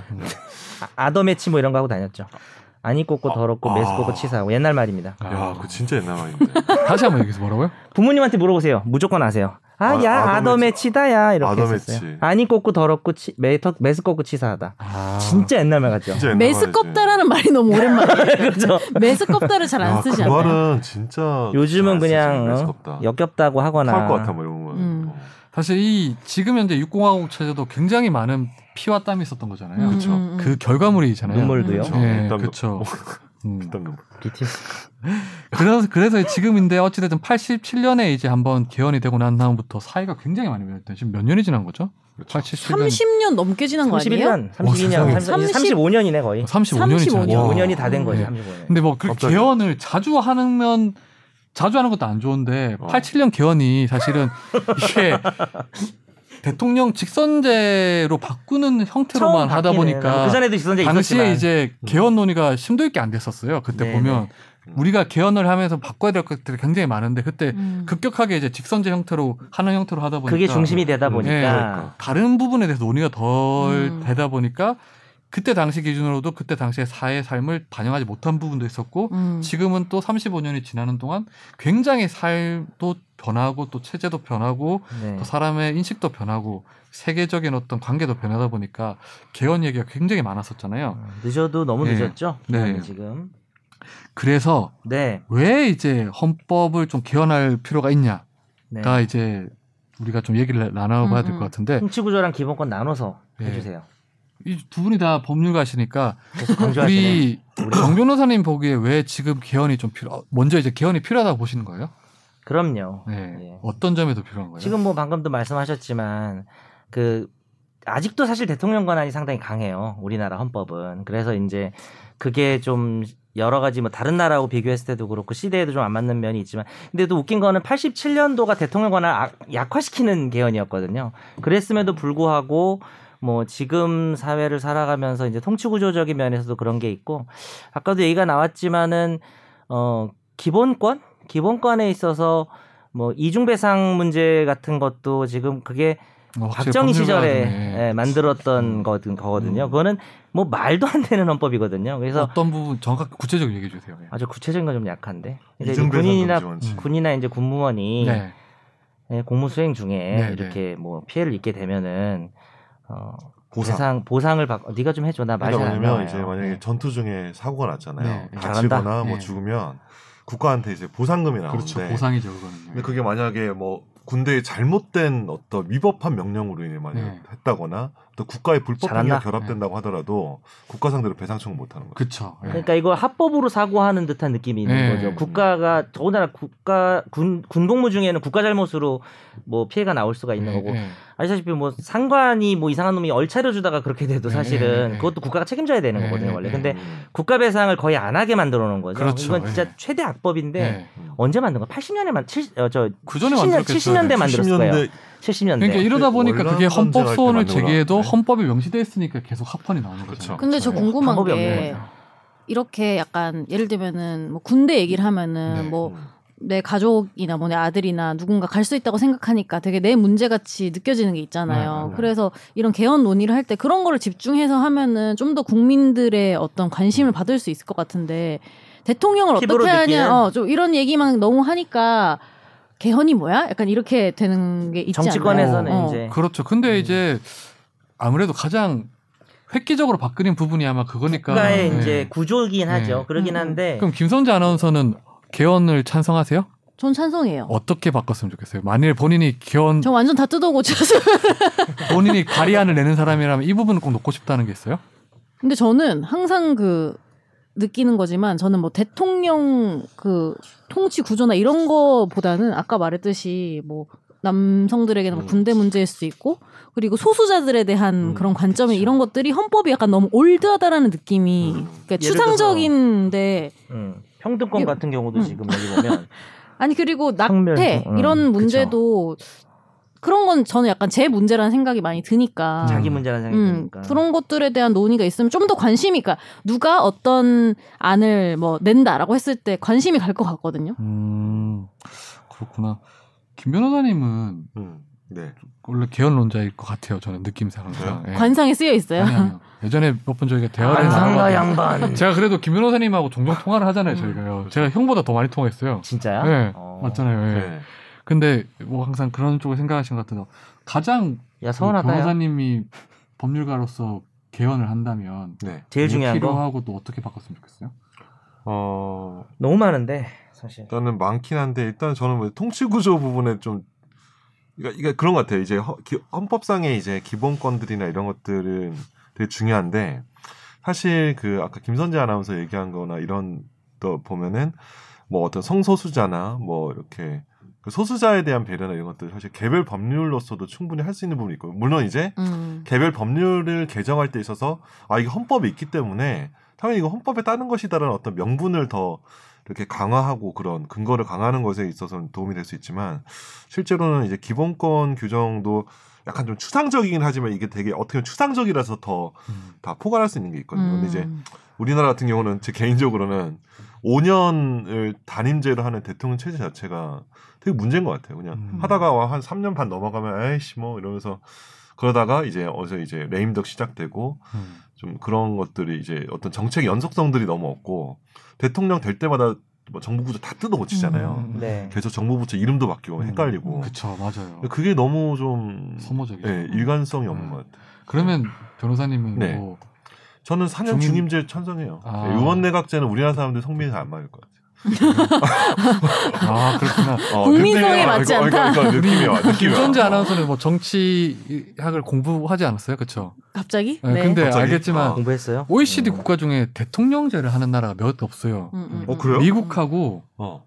[SPEAKER 2] 아, 더 매치 뭐 이런 거 하고 다녔죠. 안 입고 고 더럽고
[SPEAKER 3] 아.
[SPEAKER 2] 메스 고고 치사하고 옛날 말입니다.
[SPEAKER 1] 아,
[SPEAKER 3] 야, 그 진짜 옛날 말인데.
[SPEAKER 1] 다시 한번 여기서 뭐라고요?
[SPEAKER 2] 부모님한테 물어보세요. 무조건 아세요.
[SPEAKER 3] 아,
[SPEAKER 2] 아야
[SPEAKER 3] 아더
[SPEAKER 2] 아, 더
[SPEAKER 3] 매치.
[SPEAKER 2] 매치다야 이렇게
[SPEAKER 3] 아더
[SPEAKER 2] 했었어요.
[SPEAKER 3] 매치.
[SPEAKER 2] 안 입고 고 더럽고 치, 메, 메스 고고 치사하다.
[SPEAKER 1] 아,
[SPEAKER 2] 진짜 옛날 말 같죠.
[SPEAKER 3] 진짜 옛날 말이지.
[SPEAKER 4] 메스껍다라는 말이 너무 오랜만에
[SPEAKER 2] 그렇죠.
[SPEAKER 4] 메스껍다를 잘
[SPEAKER 3] 야,
[SPEAKER 4] 안 쓰지
[SPEAKER 3] 그
[SPEAKER 4] 않나요?
[SPEAKER 3] 말은 진짜
[SPEAKER 2] 요즘은 그냥
[SPEAKER 3] 어?
[SPEAKER 1] 아.
[SPEAKER 2] 어, 역겹다고 하거나
[SPEAKER 3] 할것 같아 뭐 이런 거.
[SPEAKER 4] 음.
[SPEAKER 3] 어.
[SPEAKER 1] 사실 이 지금 현재 육공화국 체제도 굉장히 많은 피와 땀이 있었던 거잖아요.
[SPEAKER 4] 음,
[SPEAKER 3] 그쵸.
[SPEAKER 4] 음, 음.
[SPEAKER 1] 그 결과물이잖아요.
[SPEAKER 2] 눈물도요?
[SPEAKER 1] 그쵸.
[SPEAKER 3] 음.
[SPEAKER 1] 예,
[SPEAKER 3] 땀도-
[SPEAKER 1] 그렇죠. 음.
[SPEAKER 3] 일단 뭐.
[SPEAKER 2] BTS.
[SPEAKER 1] 그래서 그래서 지금인데 어찌됐든 87년에 이제 한번 개헌이 되고 난 다음부터 사이가 굉장히 많이 변했대. 지금 몇 년이 지난 거죠?
[SPEAKER 3] 그쵸.
[SPEAKER 1] 87년.
[SPEAKER 4] 30년 넘게 지난 거 아니에요?
[SPEAKER 2] 31년,
[SPEAKER 1] 와,
[SPEAKER 2] 32년, 30,
[SPEAKER 4] 세상에.
[SPEAKER 2] 35년이네 거의.
[SPEAKER 1] 35년이 지난
[SPEAKER 4] 35년.
[SPEAKER 1] 거죠.
[SPEAKER 2] 5년이 다 된 거죠.
[SPEAKER 1] 네.
[SPEAKER 2] 35년.
[SPEAKER 1] 근데 뭐 그렇게
[SPEAKER 3] 갑자기.
[SPEAKER 1] 개헌을 자주 하면 자주 하는 것도 안 좋은데
[SPEAKER 3] 어.
[SPEAKER 1] 87년 개헌이 사실은 이게 대통령 직선제로 바꾸는 형태로만 하다 보니까
[SPEAKER 2] 그 전에도 있었던 적
[SPEAKER 1] 당시에
[SPEAKER 2] 있었지만 음.
[SPEAKER 1] 이제 개헌 논의가 심도 있게 안 됐었어요. 그때
[SPEAKER 2] 네네.
[SPEAKER 1] 보면
[SPEAKER 3] 음.
[SPEAKER 1] 우리가 개헌을 하면서 바꿔야 될 것들이 굉장히 많은데 그때
[SPEAKER 4] 음.
[SPEAKER 1] 급격하게 이제 직선제 형태로 하는 형태로 하다 보니까 네,
[SPEAKER 2] 그게 중심이 되다 보니까
[SPEAKER 3] 그러니까.
[SPEAKER 1] 다른 부분에 대해서 논의가 덜
[SPEAKER 4] 음.
[SPEAKER 1] 되다 보니까 그때 당시 기준으로도 그때 당시의 사회의 삶을 반영하지 못한 부분도 있었고
[SPEAKER 4] 음.
[SPEAKER 1] 지금은 또 35년이 지나는 동안 굉장히 삶도 변하고 또 체제도 변하고
[SPEAKER 2] 네.
[SPEAKER 1] 또 사람의 인식도 변하고 세계적인 어떤 관계도 변하다 보니까 개헌 얘기가 굉장히 많았었잖아요.
[SPEAKER 2] 어, 늦어도 너무
[SPEAKER 1] 네.
[SPEAKER 2] 늦었죠.
[SPEAKER 1] 네.
[SPEAKER 2] 지금.
[SPEAKER 1] 그래서
[SPEAKER 2] 네.
[SPEAKER 1] 왜 이제 헌법을 좀 개헌할 필요가 있냐가
[SPEAKER 2] 네.
[SPEAKER 1] 이제 우리가 좀 얘기를 나눠봐야 될
[SPEAKER 4] 음, 음.
[SPEAKER 1] 것 같은데
[SPEAKER 2] 통치구조랑 기본권 나눠서
[SPEAKER 1] 예.
[SPEAKER 2] 해주세요.
[SPEAKER 1] 이 두 분이 다 법률가시니까
[SPEAKER 2] 계속 강조하시네.
[SPEAKER 1] 우리 정 변호사님 보기에 왜 지금 개헌이 좀 필요? 먼저 이제 개헌이 필요하다 보시는 거예요?
[SPEAKER 2] 그럼요.
[SPEAKER 1] 네.
[SPEAKER 2] 예.
[SPEAKER 1] 어떤 점에더 필요한 거예요?
[SPEAKER 2] 지금 뭐 방금도 말씀하셨지만 그 아직도 사실 대통령 권한이 상당히 강해요. 우리나라 헌법은. 그래서 이제 그게 좀 여러 가지 뭐 다른 나라하고 비교했을 때도 그렇고 시대에도 좀 안 맞는 면이 있지만 근데 또 웃긴 거는 87년도가 대통령 권한을 악- 약화시키는 개헌이었거든요. 그랬음에도 불구하고 뭐 지금 사회를 살아가면서 이제 통치 구조적인 면에서도 그런 게 있고 아까도 얘기가 나왔지만은 어 기본권 기본권에 있어서 뭐 이중배상 문제 같은 것도 지금 그게
[SPEAKER 1] 어, 확실히
[SPEAKER 2] 박정희 시절에
[SPEAKER 1] 법률가네.
[SPEAKER 2] 예, 만들었던 거- 거거든요. 그거는 뭐 말도 안 되는 헌법이거든요. 그래서
[SPEAKER 1] 어떤 부분 정확 구체적으로 얘기해 주세요. 예.
[SPEAKER 2] 아주 구체적인 건 좀 약한데 이제
[SPEAKER 6] 이중배상
[SPEAKER 2] 군인이나 음,
[SPEAKER 6] 금지 원칙.
[SPEAKER 2] 군이나 이제 군무원이
[SPEAKER 1] 네.
[SPEAKER 2] 예, 공무 수행 중에
[SPEAKER 1] 네,
[SPEAKER 2] 이렇게 뭐 피해를 입게 되면은 어,
[SPEAKER 3] 보상.
[SPEAKER 2] 보상 보상을 받 어, 네가 좀 해줘 나 말이
[SPEAKER 3] 그러니까
[SPEAKER 2] 안
[SPEAKER 3] 뭐냐면
[SPEAKER 2] 나와요.
[SPEAKER 3] 이제 만약에
[SPEAKER 2] 네.
[SPEAKER 3] 전투 중에 사고가 났잖아요.
[SPEAKER 1] 네.
[SPEAKER 3] 다치거나
[SPEAKER 2] 잘한다.
[SPEAKER 3] 뭐
[SPEAKER 1] 네.
[SPEAKER 3] 죽으면 국가한테 이제 보상금이 나오는데
[SPEAKER 1] 그렇죠. 보상이죠, 그거는.
[SPEAKER 3] 근데 그게 만약에 뭐 군대의 잘못된 어떤 위법한 명령으로 인해 만약
[SPEAKER 1] 네.
[SPEAKER 3] 했다거나 또 국가의 불법행위가
[SPEAKER 2] 잘한다. 네.
[SPEAKER 3] 결합된다고 하다라도 국가 상대로 배상 청구 못 하는 거예요.
[SPEAKER 1] 그렇죠. 예.
[SPEAKER 2] 그러니까 이걸 합법으로 사고하는 듯한 느낌이 있는
[SPEAKER 1] 네.
[SPEAKER 2] 거죠. 국가가 더군다나 국가 군 군복무 중에는 국가 잘못으로 뭐 피해가 나올 수가 있는
[SPEAKER 1] 예,
[SPEAKER 2] 거고
[SPEAKER 1] 예.
[SPEAKER 2] 아시다시피 뭐 상관이 뭐 이상한 놈이 얼차려 주다가 그렇게 돼도
[SPEAKER 1] 네,
[SPEAKER 2] 사실은
[SPEAKER 1] 네, 네.
[SPEAKER 2] 그것도 국가가 책임져야 되는
[SPEAKER 1] 네,
[SPEAKER 2] 거거든요
[SPEAKER 1] 네,
[SPEAKER 2] 원래.
[SPEAKER 1] 네.
[SPEAKER 2] 근데
[SPEAKER 3] 음,
[SPEAKER 2] 국가 배상을 거의 안 하게 만들어 놓은 거죠.
[SPEAKER 1] 그렇죠.
[SPEAKER 2] 이건 진짜
[SPEAKER 1] 네.
[SPEAKER 2] 최대 악법인데
[SPEAKER 1] 예.
[SPEAKER 3] 음.
[SPEAKER 2] 언제 만든 거? 80년에 만 70, 어, 저
[SPEAKER 1] 그 전에
[SPEAKER 2] 70년,
[SPEAKER 1] 만들었겠죠.
[SPEAKER 2] 70년대 만들었을 거예요.
[SPEAKER 3] 70년대
[SPEAKER 2] 70년대.
[SPEAKER 1] 그러니까 이러다 보니까
[SPEAKER 3] 원래
[SPEAKER 1] 그게 헌법
[SPEAKER 3] 헌재할
[SPEAKER 1] 소원을
[SPEAKER 3] 때 만들어놨는데. 네.
[SPEAKER 1] 제기해도 헌법이 명시돼 있으니까 계속 합헌이 나오는 거죠.
[SPEAKER 3] 그렇죠.
[SPEAKER 4] 근데 저 궁금한
[SPEAKER 2] 뭐 방법이
[SPEAKER 4] 게
[SPEAKER 2] 없네.
[SPEAKER 4] 이렇게 약간 예를 들면은 뭐 군대
[SPEAKER 2] 음.
[SPEAKER 4] 얘기를 하면은
[SPEAKER 1] 네.
[SPEAKER 4] 뭐
[SPEAKER 3] 음,
[SPEAKER 4] 내 가족이나 뭐 내 아들이나 누군가 갈 수 있다고 생각하니까 되게 내 문제 같이 느껴지는 게 있잖아요.
[SPEAKER 1] 네, 네.
[SPEAKER 4] 그래서 이런 개헌 논의를 할 때 그런 거를 집중해서 하면은 좀 더 국민들의 어떤 관심을 받을 수 있을 것 같은데 대통령을
[SPEAKER 2] 음. 피부로
[SPEAKER 4] 어떻게
[SPEAKER 2] 느끼는?
[SPEAKER 4] 하냐, 어좀 이런 얘기만 너무 하니까 개헌이 뭐야? 약간 이렇게 되는 게 있지
[SPEAKER 2] 정치권에서는
[SPEAKER 4] 않나요? 어.
[SPEAKER 2] 이제
[SPEAKER 1] 그렇죠. 근데
[SPEAKER 2] 음.
[SPEAKER 1] 이제 아무래도 가장 획기적으로 바뀌는 부분이 아마 그거니까.
[SPEAKER 2] 국가의
[SPEAKER 1] 네.
[SPEAKER 2] 이제 구조이긴 하죠.
[SPEAKER 1] 네.
[SPEAKER 2] 그러긴
[SPEAKER 4] 음, 음.
[SPEAKER 2] 한데
[SPEAKER 1] 그럼 김선재 아나운서는 개헌을 찬성하세요?
[SPEAKER 4] 전 찬성해요.
[SPEAKER 1] 어떻게 바꿨으면 좋겠어요? 만일 본인이 개헌
[SPEAKER 4] 저 완전 다 뜯어고쳐서
[SPEAKER 1] 본인이 발의안을 내는 사람이라면 이 부분은 꼭 놓고 싶다는 게 있어요?
[SPEAKER 4] 근데 저는 항상 그 느끼는 거지만 저는 뭐 대통령 그 통치 구조나 이런 거보다는 아까 말했듯이 뭐 남성들에게는 뭐
[SPEAKER 3] 음.
[SPEAKER 4] 군대 문제일 수도 있고 그리고 소수자들에 대한
[SPEAKER 3] 음,
[SPEAKER 4] 그런 관점이 이런 것들이 헌법이 약간 너무 올드하다라는 느낌이
[SPEAKER 3] 음.
[SPEAKER 4] 그러니까
[SPEAKER 2] 예를
[SPEAKER 4] 추상적인데
[SPEAKER 2] 음, 평등권
[SPEAKER 4] 이-
[SPEAKER 2] 같은 경우도
[SPEAKER 4] 음.
[SPEAKER 2] 지금 여기 보면
[SPEAKER 4] 아니 그리고
[SPEAKER 2] 성별,
[SPEAKER 4] 낙태
[SPEAKER 2] 음,
[SPEAKER 4] 이런 문제도 그런 건 저는 약간 제 문제라는 생각이 많이 드니까
[SPEAKER 1] 자,
[SPEAKER 2] 자기 문제라는 생각이
[SPEAKER 4] 음,
[SPEAKER 2] 드니까
[SPEAKER 4] 그런 것들에 대한 논의가 있으면 좀 더 관심이, 그니까 누가 어떤 안을 뭐 낸다라고 했을 때 관심이 갈 것 같거든요.
[SPEAKER 1] 음 그렇구나. 김 변호사님은
[SPEAKER 3] 음. 네.
[SPEAKER 1] 원래 개헌론자일 것 같아요. 저는 느낌상 항상.
[SPEAKER 2] 네.
[SPEAKER 1] 예.
[SPEAKER 4] 관상에 쓰여 있어요.
[SPEAKER 1] 아니, 아니요. 예전에 몇 번 저희가 대화를
[SPEAKER 2] 아, 반상가
[SPEAKER 1] 나눠봤는데
[SPEAKER 2] 양반
[SPEAKER 1] 제가 그래도 김 변호사님하고 종종 통화를 하잖아요.
[SPEAKER 4] 음.
[SPEAKER 1] 저희가요. 제가 형보다 더 많이 통화했어요.
[SPEAKER 2] 진짜야?
[SPEAKER 1] 네,
[SPEAKER 2] 어.
[SPEAKER 1] 맞잖아요. 예.
[SPEAKER 3] 네.
[SPEAKER 1] 근데 뭐 항상 그런 쪽을 생각하시는 것 같아요. 가장
[SPEAKER 2] 야
[SPEAKER 1] 그
[SPEAKER 2] 서운하다. 야.
[SPEAKER 1] 변호사님이 법률가로서 개헌을 한다면
[SPEAKER 3] 네.
[SPEAKER 2] 제일
[SPEAKER 1] 뭐
[SPEAKER 2] 중요한 거
[SPEAKER 1] 필요하고 또 어떻게 바꿨으면 좋겠어요?
[SPEAKER 3] 어,
[SPEAKER 2] 너무 많은데 사실.
[SPEAKER 3] 일단은 많긴 한데 일단 저는 뭐 통치 구조 부분에 좀 그러니까, 그러니까 그런 것 같아요. 이제 허- 기- 헌법상의 이제 기본권들이나 이런 것들은 되게 중요한데 사실 그 아까 김선재 아나운서 얘기한 거나 이런 또 보면은 뭐 어떤 성소수자나 뭐 이렇게 그 소수자에 대한 배려나 이런 것들 사실 개별 법률로서도 충분히 할 수 있는 부분이 있고 물론 이제
[SPEAKER 4] 음.
[SPEAKER 3] 개별 법률을 개정할 때 있어서 아 이게 헌법이 있기 때문에 당연히 이거 헌법에 따른 것이다라는 어떤 명분을 더 이렇게 강화하고 그런 근거를 강화하는 것에 있어서는 도움이 될 수 있지만 실제로는 이제 기본권 규정도 약간 좀 추상적이긴 하지만 이게 되게 어떻게 보면 추상적이라서 더 다
[SPEAKER 1] 음.
[SPEAKER 3] 포괄할 수 있는 게 있거든요. 근데 이제
[SPEAKER 4] 음.
[SPEAKER 3] 우리나라 같은 경우는 제 개인적으로는 5년을 단임제로 하는 대통령 체제 자체가 되게 문제인 것 같아요. 그냥
[SPEAKER 1] 음.
[SPEAKER 3] 하다가 와, 한 3년 반 넘어가면 에이씨 뭐 이러면서 그러다가 이제 어서 이제 레임덕 시작되고
[SPEAKER 1] 음.
[SPEAKER 3] 좀 그런 것들이 이제 어떤 정책 연속성들이 너무 없고 대통령 될 때마다 뭐 정부 구조 다 뜯어 고치잖아요.
[SPEAKER 1] 음, 음, 음.
[SPEAKER 2] 네.
[SPEAKER 3] 계속 정부 부처 이름도 바뀌고
[SPEAKER 5] 뭐
[SPEAKER 1] 음.
[SPEAKER 3] 헷갈리고
[SPEAKER 1] 그쵸 맞아요.
[SPEAKER 3] 그게 너무 좀
[SPEAKER 1] 소모적이죠.
[SPEAKER 5] 네.
[SPEAKER 1] 음.
[SPEAKER 3] 예, 일관성이 없는 것 같아요.
[SPEAKER 1] 그러면 변호사님은
[SPEAKER 3] 네.
[SPEAKER 1] 뭐
[SPEAKER 3] 저는
[SPEAKER 1] 중임-
[SPEAKER 3] 4년 중임제 찬성해요.
[SPEAKER 1] 아.
[SPEAKER 3] 예, 의원 내각제는 우리나라 사람들 성민이 잘 안 맞을 것 같아요.
[SPEAKER 1] 아 그렇구나.
[SPEAKER 5] 어,
[SPEAKER 4] 국민성에
[SPEAKER 5] 느낌이 와.
[SPEAKER 4] 맞지
[SPEAKER 5] 이거, 이거, 이거 느낌이 와. 느낌이 와.
[SPEAKER 1] 김선재 아나운서는 뭐 정치학을 공부하지 않았어요, 그렇죠?
[SPEAKER 4] 갑자기?
[SPEAKER 1] 네, 근데
[SPEAKER 5] 갑자기?
[SPEAKER 1] 알겠지만
[SPEAKER 5] 어.
[SPEAKER 2] 공부했어요?
[SPEAKER 1] OECD
[SPEAKER 5] 음.
[SPEAKER 1] 국가 중에 대통령제를 하는 나라가 몇 없어요.
[SPEAKER 4] 음, 음,
[SPEAKER 5] 어,
[SPEAKER 4] 음.
[SPEAKER 5] 그래요?
[SPEAKER 1] 미국하고
[SPEAKER 5] 어.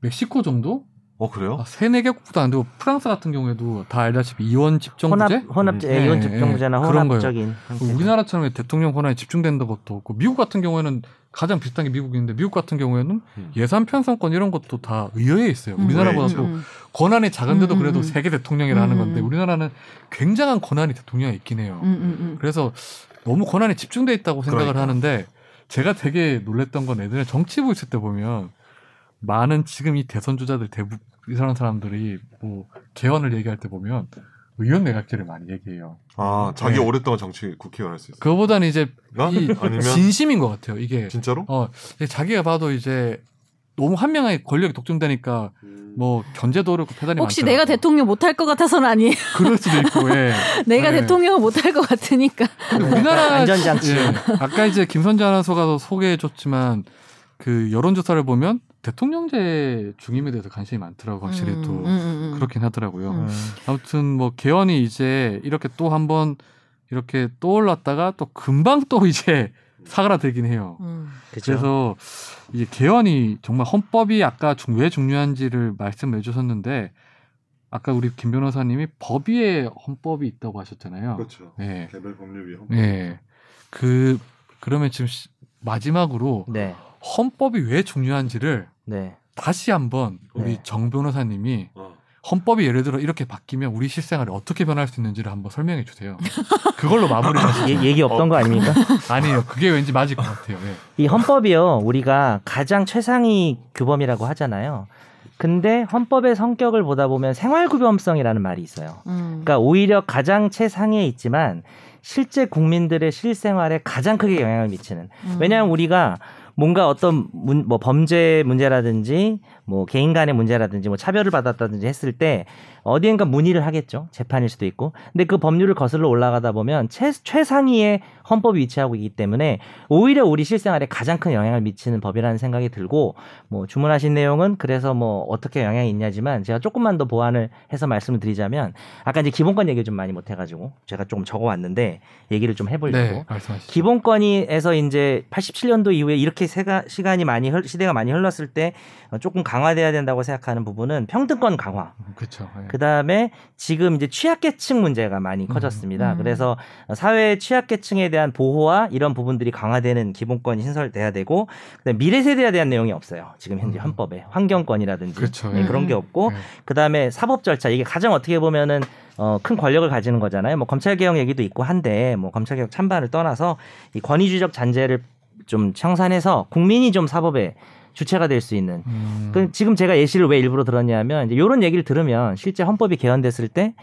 [SPEAKER 1] 멕시코 정도?
[SPEAKER 5] 어 그래요?
[SPEAKER 1] 아, 세네 개 국도 안 되고 프랑스 같은 경우에도 다 알다시피 이원
[SPEAKER 2] 혼합
[SPEAKER 1] 집정부제.
[SPEAKER 2] 혼합
[SPEAKER 1] 음.
[SPEAKER 2] 예, 이혼
[SPEAKER 1] 예,
[SPEAKER 2] 집정부제나
[SPEAKER 1] 예. 그런 거예요.
[SPEAKER 2] 혼합적인 형태.
[SPEAKER 1] 우리나라처럼 대통령 권한이 집중된다 것도 없고 미국 같은 경우에는 가장 비슷한 게 미국인데 미국 같은 경우에는
[SPEAKER 5] 음.
[SPEAKER 1] 예산 편성권 이런 것도 다 의회에 있어요. 우리나라보다 도
[SPEAKER 4] 음, 음.
[SPEAKER 1] 권한이 작은데도
[SPEAKER 4] 음, 음,
[SPEAKER 1] 그래도
[SPEAKER 4] 음.
[SPEAKER 1] 세계 대통령이라 하는
[SPEAKER 4] 음,
[SPEAKER 1] 건데
[SPEAKER 4] 음.
[SPEAKER 1] 우리나라는 굉장한 권한이 대통령에 있긴 해요.
[SPEAKER 4] 음, 음, 음.
[SPEAKER 1] 그래서 너무 권한이 집중돼 있다고 생각을
[SPEAKER 5] 그러니까.
[SPEAKER 1] 하는데 제가 되게 놀랬던 건 예전에 정치부 있을 때 보면 많은 지금 이 대선 주자들 대부분 이상한 사람들이 뭐 개헌을 얘기할 때 보면 의원 내각제를 많이 얘기해요.
[SPEAKER 5] 아 자기
[SPEAKER 1] 네.
[SPEAKER 5] 오랫동안 정치 국회의원 할수 있어.
[SPEAKER 1] 그거보다는 이제
[SPEAKER 5] 가
[SPEAKER 1] 이
[SPEAKER 5] 아니면
[SPEAKER 1] 진심인 어, 것 같아요. 이게
[SPEAKER 5] 진짜로?
[SPEAKER 1] 자기가 봐도 이제 너무 한 명의 권력이 독점되니까
[SPEAKER 5] 음,
[SPEAKER 1] 뭐 견제도 어렵고 패단이
[SPEAKER 4] 혹시
[SPEAKER 1] 많더라고요.
[SPEAKER 4] 내가 대통령 못할 것 같아서는 아니에요.
[SPEAKER 1] 그럴 수도 있고 예.
[SPEAKER 4] 내가
[SPEAKER 1] 네.
[SPEAKER 4] 대통령을 못할 것 같으니까.
[SPEAKER 1] 근데 우리나라
[SPEAKER 2] 안전장치.
[SPEAKER 1] 예. 아까 이제 김선재 아나운서가 소개해줬지만 그 여론조사를 보면 대통령제 중임에 대해서 관심이 많더라고 확실히
[SPEAKER 4] 음,
[SPEAKER 1] 또
[SPEAKER 4] 음, 음, 음.
[SPEAKER 1] 그렇긴 하더라고요.
[SPEAKER 4] 음.
[SPEAKER 1] 아무튼 뭐 개헌이 이제 이렇게 또 한번 이렇게 떠올랐다가 또 금방 또 이제 사그라들긴 해요.
[SPEAKER 4] 음.
[SPEAKER 2] 그죠?
[SPEAKER 1] 그래서 이 개헌이 정말 헌법이 아까 중- 왜 중요한지를 말씀해 주셨는데 아까 우리 김 변호사님이 법 위에 헌법이 있다고 하셨잖아요.
[SPEAKER 5] 그렇죠.
[SPEAKER 1] 예.
[SPEAKER 5] 개별 법률위 헌법.
[SPEAKER 1] 예. 그 그러면 지금 시- 마지막으로
[SPEAKER 2] 네.
[SPEAKER 1] 헌법이 왜 중요한지를
[SPEAKER 2] 네.
[SPEAKER 1] 다시 한번 우리
[SPEAKER 2] 네.
[SPEAKER 1] 정 변호사님이
[SPEAKER 5] 어.
[SPEAKER 1] 헌법이 예를 들어 이렇게 바뀌면 우리 실생활이 어떻게 변할 수 있는지를 한번 설명해 주세요. 그걸로 마무리하시죠.
[SPEAKER 2] 얘- 얘기 없던 거 아닙니까?
[SPEAKER 1] 아니에요. 그게 왠지 맞을 것 같아요. 예.
[SPEAKER 2] 이 헌법이요, 우리가 가장 최상위 규범이라고 하잖아요. 근데 헌법의 성격을 보다 보면 생활규범성이라는 말이 있어요.
[SPEAKER 4] 음.
[SPEAKER 2] 그러니까 오히려 가장 최상위에 있지만 실제 국민들의 실생활에 가장 크게 영향을 미치는.
[SPEAKER 4] 음.
[SPEAKER 2] 왜냐하면 우리가 뭔가 어떤 문, 뭐 범죄 문제라든지 뭐 개인 간의 문제라든지 뭐 차별을 받았다든지 했을 때 어디엔가 문의를 하겠죠. 재판일 수도 있고. 근데 그 법률을 거슬러 올라가다 보면 최, 최상위의 헌법이 위치하고 있기 때문에 오히려 우리 실생활에 가장 큰 영향을 미치는 법이라는 생각이 들고 뭐 주문하신 내용은 그래서 뭐 어떻게 영향이 있냐지만 제가 조금만 더 보완을 해서 말씀을 드리자면 아까 이제 기본권 얘기 좀 많이 못 해가지고 제가 조금 적어왔는데 얘기를 좀 해보려고
[SPEAKER 1] 네, 말씀하시죠.
[SPEAKER 2] 뭐, 기본권위에서 이제 87년도 이후에 이렇게 세가, 시간이 많이 흘, 시대가 많이 흘렀을 때 어, 조금 강화돼야 된다고 생각하는 부분은 평등권 강화.
[SPEAKER 1] 그렇죠. 예.
[SPEAKER 2] 그 다음에 지금 이제 취약계층 문제가 많이 커졌습니다.
[SPEAKER 4] 음.
[SPEAKER 2] 그래서 사회 취약계층에 대한 보호와 이런 부분들이 강화되는 기본권이 신설돼야 되고, 그다음에 미래 세대에 대한 내용이 없어요. 지금 현재
[SPEAKER 1] 음.
[SPEAKER 2] 헌법에 환경권이라든지
[SPEAKER 1] 그렇죠.
[SPEAKER 2] 네,
[SPEAKER 1] 예.
[SPEAKER 2] 그런 게 없고
[SPEAKER 1] 예.
[SPEAKER 2] 그다음에 사법 절차 이게 가장 어떻게 보면은 어, 큰 권력을 가지는 거잖아요. 뭐 검찰 개혁 얘기도 있고 한데 뭐 검찰 개혁 찬반을 떠나서 이 권위주의적 잔재를 좀 청산해서 국민이 좀 사법의 주체가 될 수 있는
[SPEAKER 1] 음,
[SPEAKER 2] 그 지금 제가 예시를 왜 일부러 들었냐면 이제 이런 얘기를 들으면 실제 헌법이 개헌됐을 때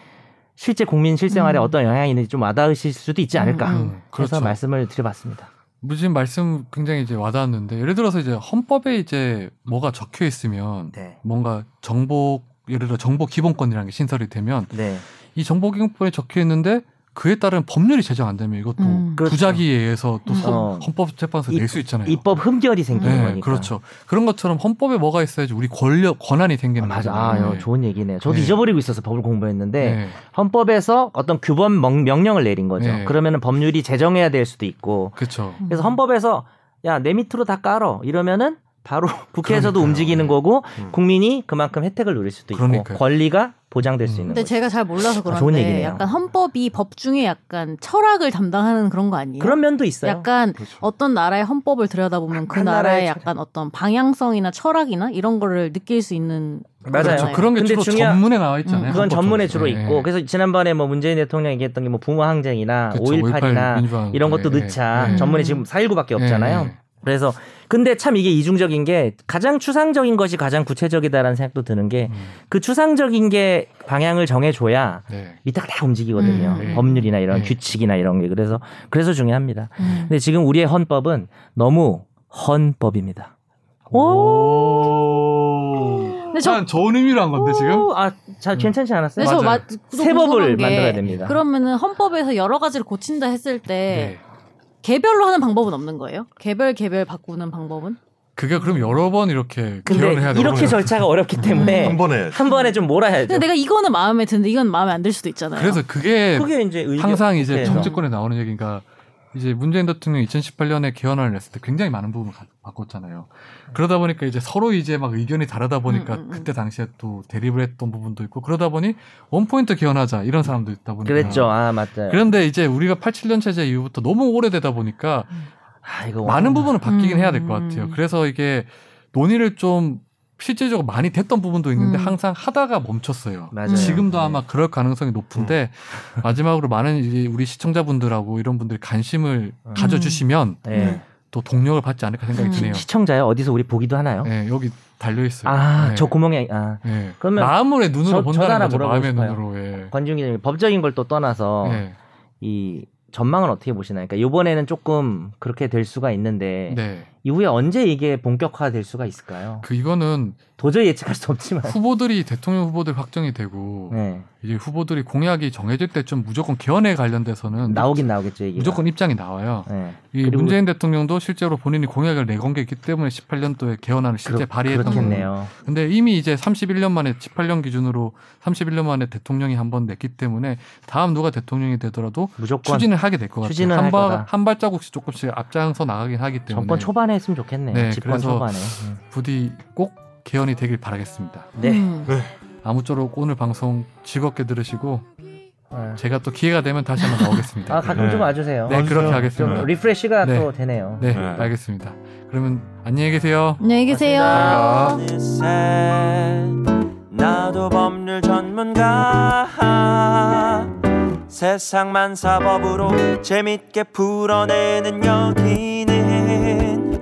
[SPEAKER 2] 실제 국민 실생활에
[SPEAKER 4] 음.
[SPEAKER 2] 어떤 영향이 있는지 좀 와닿으실 수도 있지 않을까.
[SPEAKER 4] 음,
[SPEAKER 1] 음,
[SPEAKER 2] 그래서
[SPEAKER 1] 그렇죠.
[SPEAKER 2] 말씀을 드려봤습니다.
[SPEAKER 1] 뭐 지금 말씀 굉장히 이제 와닿았는데 예를 들어서 이제 헌법에 이제 뭐가 적혀 있으면
[SPEAKER 2] 네.
[SPEAKER 1] 뭔가 정보 예를 들어 정보 기본권이라는 게 신설이 되면
[SPEAKER 2] 네.
[SPEAKER 1] 이 정보 기본권에 적혀 있는데 그에 따른 법률이 제정 안 되면 이것도
[SPEAKER 4] 음.
[SPEAKER 2] 그렇죠.
[SPEAKER 1] 부작위에 의해서 또
[SPEAKER 4] 음.
[SPEAKER 1] 선-
[SPEAKER 2] 어.
[SPEAKER 1] 헌법재판소
[SPEAKER 2] 입-
[SPEAKER 1] 낼 수 있잖아요.
[SPEAKER 2] 입법 흠결이 생기는
[SPEAKER 1] 네,
[SPEAKER 2] 거니까.
[SPEAKER 1] 그렇죠. 그런 것처럼 헌법에 뭐가 있어야지 우리 권력 권한이
[SPEAKER 2] 아,
[SPEAKER 1] 생기는
[SPEAKER 2] 맞아. 아,
[SPEAKER 1] 거잖아요.
[SPEAKER 2] 이거 좋은 얘기네요. 저도
[SPEAKER 1] 네.
[SPEAKER 2] 잊어버리고 있어서 법을 공부했는데
[SPEAKER 1] 네.
[SPEAKER 2] 헌법에서 어떤 규범 명- 명령을 내린 거죠.
[SPEAKER 1] 네.
[SPEAKER 2] 그러면은 법률이 제정해야 될 수도 있고.
[SPEAKER 1] 그렇죠.
[SPEAKER 4] 음.
[SPEAKER 2] 그래서 헌법에서 야, 내 밑으로 다 깔어. 이러면은 바로 국회에서도
[SPEAKER 1] 그러니까요. 네.
[SPEAKER 2] 움직이는 거고
[SPEAKER 5] 음.
[SPEAKER 2] 국민이 그만큼 혜택을 누릴 수도 있고
[SPEAKER 1] 그러니까요.
[SPEAKER 2] 권리가 보장될 수
[SPEAKER 1] 음.
[SPEAKER 2] 있는
[SPEAKER 4] 근데
[SPEAKER 2] 거죠.
[SPEAKER 4] 제가 잘 몰라서
[SPEAKER 2] 아, 좋은
[SPEAKER 4] 그런데
[SPEAKER 2] 얘기네요.
[SPEAKER 4] 약간 헌법이 법 중에 약간 철학을 담당하는 그런 거 아니에요?
[SPEAKER 2] 그런 면도 있어요.
[SPEAKER 4] 약간
[SPEAKER 5] 그렇죠.
[SPEAKER 4] 어떤 나라의 헌법을 들여다보면 그
[SPEAKER 2] 한
[SPEAKER 4] 나라의
[SPEAKER 2] 나라의
[SPEAKER 4] 약간 어떤 방향성이나 철학이나 이런 거를 느낄 수 있는
[SPEAKER 2] 맞아요.
[SPEAKER 1] 그렇죠. 그런 게
[SPEAKER 2] 근데
[SPEAKER 1] 주로
[SPEAKER 2] 중요한-
[SPEAKER 1] 전문에 나와 있잖아요.
[SPEAKER 4] 음,
[SPEAKER 2] 그건 전문에 주로
[SPEAKER 1] 네, 헌법에서.
[SPEAKER 2] 있고
[SPEAKER 1] 예.
[SPEAKER 2] 그래서 지난번에 뭐 문재인 대통령 얘기했던 게 뭐 부모 항쟁이나
[SPEAKER 1] 그렇죠.
[SPEAKER 2] 5.18이나
[SPEAKER 1] 민주화
[SPEAKER 2] 이런 것도
[SPEAKER 1] 예,
[SPEAKER 2] 넣자.
[SPEAKER 1] 예.
[SPEAKER 2] 전문에
[SPEAKER 4] 음.
[SPEAKER 2] 지금 4.19밖에
[SPEAKER 1] 예,
[SPEAKER 2] 없잖아요.
[SPEAKER 1] 예.
[SPEAKER 2] 그래서 근데 참 이게 이중적인 게 가장 추상적인 것이 가장 구체적이다라는 생각도 드는 게 그
[SPEAKER 1] 음,
[SPEAKER 2] 추상적인 게 방향을 정해줘야
[SPEAKER 1] 네.
[SPEAKER 2] 밑에가 다 움직이거든요.
[SPEAKER 4] 음.
[SPEAKER 2] 법률이나 이런
[SPEAKER 1] 네.
[SPEAKER 2] 규칙이나 이런 게 그래서 그래서 중요합니다.
[SPEAKER 4] 음.
[SPEAKER 2] 근데 지금 우리의 헌법은 너무 헌법입니다.
[SPEAKER 1] 오.
[SPEAKER 4] 근데 저-
[SPEAKER 2] 아,
[SPEAKER 1] 약간 좋은 의미로 한 건데 지금. 음.
[SPEAKER 2] 아잘 괜찮지 않았어요?
[SPEAKER 4] 근데 저
[SPEAKER 1] 맞아요.
[SPEAKER 4] 맞-
[SPEAKER 2] 새 법을 만들어야 됩니다.
[SPEAKER 4] 그러면은 헌법에서 여러 가지를 고친다 했을
[SPEAKER 1] 네.
[SPEAKER 4] 때 개별로 하는 방법은 없는 거예요? 개별 개별 바꾸는 방법은?
[SPEAKER 1] 그게 그럼 여러 번 이렇게
[SPEAKER 2] 근데
[SPEAKER 1] 개헌을 해야 음. 되는
[SPEAKER 2] 이렇게
[SPEAKER 1] 거예요.
[SPEAKER 2] 절차가 어렵기 때문에
[SPEAKER 3] 한 번에
[SPEAKER 2] 네. 한 번에 좀
[SPEAKER 4] 근데
[SPEAKER 2] 몰아야죠.
[SPEAKER 4] 내가 이거는 마음에 드는데 이건 마음에 안 들 수도 있잖아요.
[SPEAKER 1] 그래서 그게
[SPEAKER 2] 그게 이제 의견.
[SPEAKER 1] 네. 항상 이제
[SPEAKER 2] 네.
[SPEAKER 1] 정치권에 나오는 얘기가 이제 문재인 대통령이 2018년에 개헌안을 냈을 때 굉장히 많은 부분을 가- 바꿨잖아요. 그러다 보니까 이제 서로 이제 막 의견이 다르다 보니까
[SPEAKER 4] 음, 음, 음.
[SPEAKER 1] 그때 당시에 또 대립을 했던 부분도 있고 그러다 보니 원포인트 개헌하자 이런 사람도 있다 보니까
[SPEAKER 2] 그랬죠. 아 맞다.
[SPEAKER 1] 음. 그런데 이제 우리가 87년 체제 이후부터 너무 오래되다 보니까
[SPEAKER 2] 아, 이거
[SPEAKER 1] 많은 부분은 바뀌긴
[SPEAKER 4] 음,
[SPEAKER 1] 해야 될 것
[SPEAKER 4] 음.
[SPEAKER 1] 같아요. 그래서 이게 논의를 좀 실제적으로 많이 됐던 부분도 있는데
[SPEAKER 4] 음.
[SPEAKER 1] 항상 하다가 멈췄어요.
[SPEAKER 2] 맞아요.
[SPEAKER 1] 지금도
[SPEAKER 2] 네. 음.
[SPEAKER 1] 아마 그럴 가능성이 높은데 마지막으로 많은 이- 우리 시청자분들하고 이런 분들이 관심을
[SPEAKER 2] 음.
[SPEAKER 1] 가져주시면
[SPEAKER 2] 네.
[SPEAKER 1] 또 동력을 받지 않을까 생각이
[SPEAKER 4] 음.
[SPEAKER 1] 드네요.
[SPEAKER 2] 시청자요. 어디서 우리 보기도 하나요?
[SPEAKER 1] 네, 여기 달려 있어요.
[SPEAKER 2] 아 저 구멍에 아
[SPEAKER 1] 네.
[SPEAKER 2] 그러면
[SPEAKER 1] 마음의 눈으로
[SPEAKER 2] 저- 저
[SPEAKER 1] 본다는
[SPEAKER 2] 하나
[SPEAKER 1] 거죠. 마음의
[SPEAKER 2] 물어보고 싶어요. 어.
[SPEAKER 1] 눈으로. 예.
[SPEAKER 2] 권지웅 기자님 법적인 걸 또 떠나서
[SPEAKER 1] 네.
[SPEAKER 2] 이 전망은 어떻게 보시나요? 그러니까 이번에는 조금 그렇게 될 수가 있는데
[SPEAKER 1] 네.
[SPEAKER 2] 이후에 언제 이게 본격화될 수가 있을까요?
[SPEAKER 1] 그 이거는
[SPEAKER 2] 도저히 예측할 수 없지만.
[SPEAKER 1] 후보들이 대통령 후보들 확정이 되고
[SPEAKER 2] 네.
[SPEAKER 1] 이제 후보들이 공약이 정해질 때쯤 무조건 개헌에 관련돼서는
[SPEAKER 2] 나오긴 나오겠죠 이게.
[SPEAKER 1] 무조건 입장이 나와요.
[SPEAKER 2] 네.
[SPEAKER 1] 이
[SPEAKER 2] 그리고-
[SPEAKER 1] 문재인 대통령도 실제로 본인이 공약을 내건 게 있기 때문에 18년도에 개헌안을 실제 발의했던 거예요.
[SPEAKER 2] 그렇겠네요.
[SPEAKER 1] 근데 이미 이제 31년 만에 18년 기준으로 31년 만에 대통령이 한 번 냈기 때문에 다음 누가 대통령이 되더라도
[SPEAKER 2] 무조건
[SPEAKER 1] 추진을 하게 될 것 같아요.
[SPEAKER 2] 추진을 할
[SPEAKER 1] 한, 발-
[SPEAKER 2] 거다.
[SPEAKER 1] 한 발자국씩 조금씩 앞장서 나가긴 하기 때문에
[SPEAKER 2] 정권 초반에 했으면 좋겠네.
[SPEAKER 1] 네,
[SPEAKER 2] 요 집권
[SPEAKER 1] 그래서-
[SPEAKER 2] 초반에.
[SPEAKER 1] 부디 꼭 개헌이 되길 바라겠습니다.
[SPEAKER 2] 네.
[SPEAKER 4] 음.
[SPEAKER 1] 아무쪼록 오늘 방송 즐겁게 들으시고
[SPEAKER 2] 아,
[SPEAKER 1] 제가 또 기회가 되면 다시 한번 나오겠습니다.
[SPEAKER 2] 아, 가끔
[SPEAKER 5] 네.
[SPEAKER 2] 좀 와주세요.
[SPEAKER 1] 네, 그렇게
[SPEAKER 5] 좀-
[SPEAKER 1] 하겠습니다.
[SPEAKER 2] 좀 리프레시가
[SPEAKER 1] 네.
[SPEAKER 2] 또 되네요.
[SPEAKER 1] 네,
[SPEAKER 5] 네.
[SPEAKER 1] 알겠습니다. 그러면 안녕히 계세요.
[SPEAKER 4] 안녕히 계세요.
[SPEAKER 5] 감사합니다.
[SPEAKER 7] 어느새 나도 법률 전문가 세상만 사법으로 재밌게 풀어내는 여기는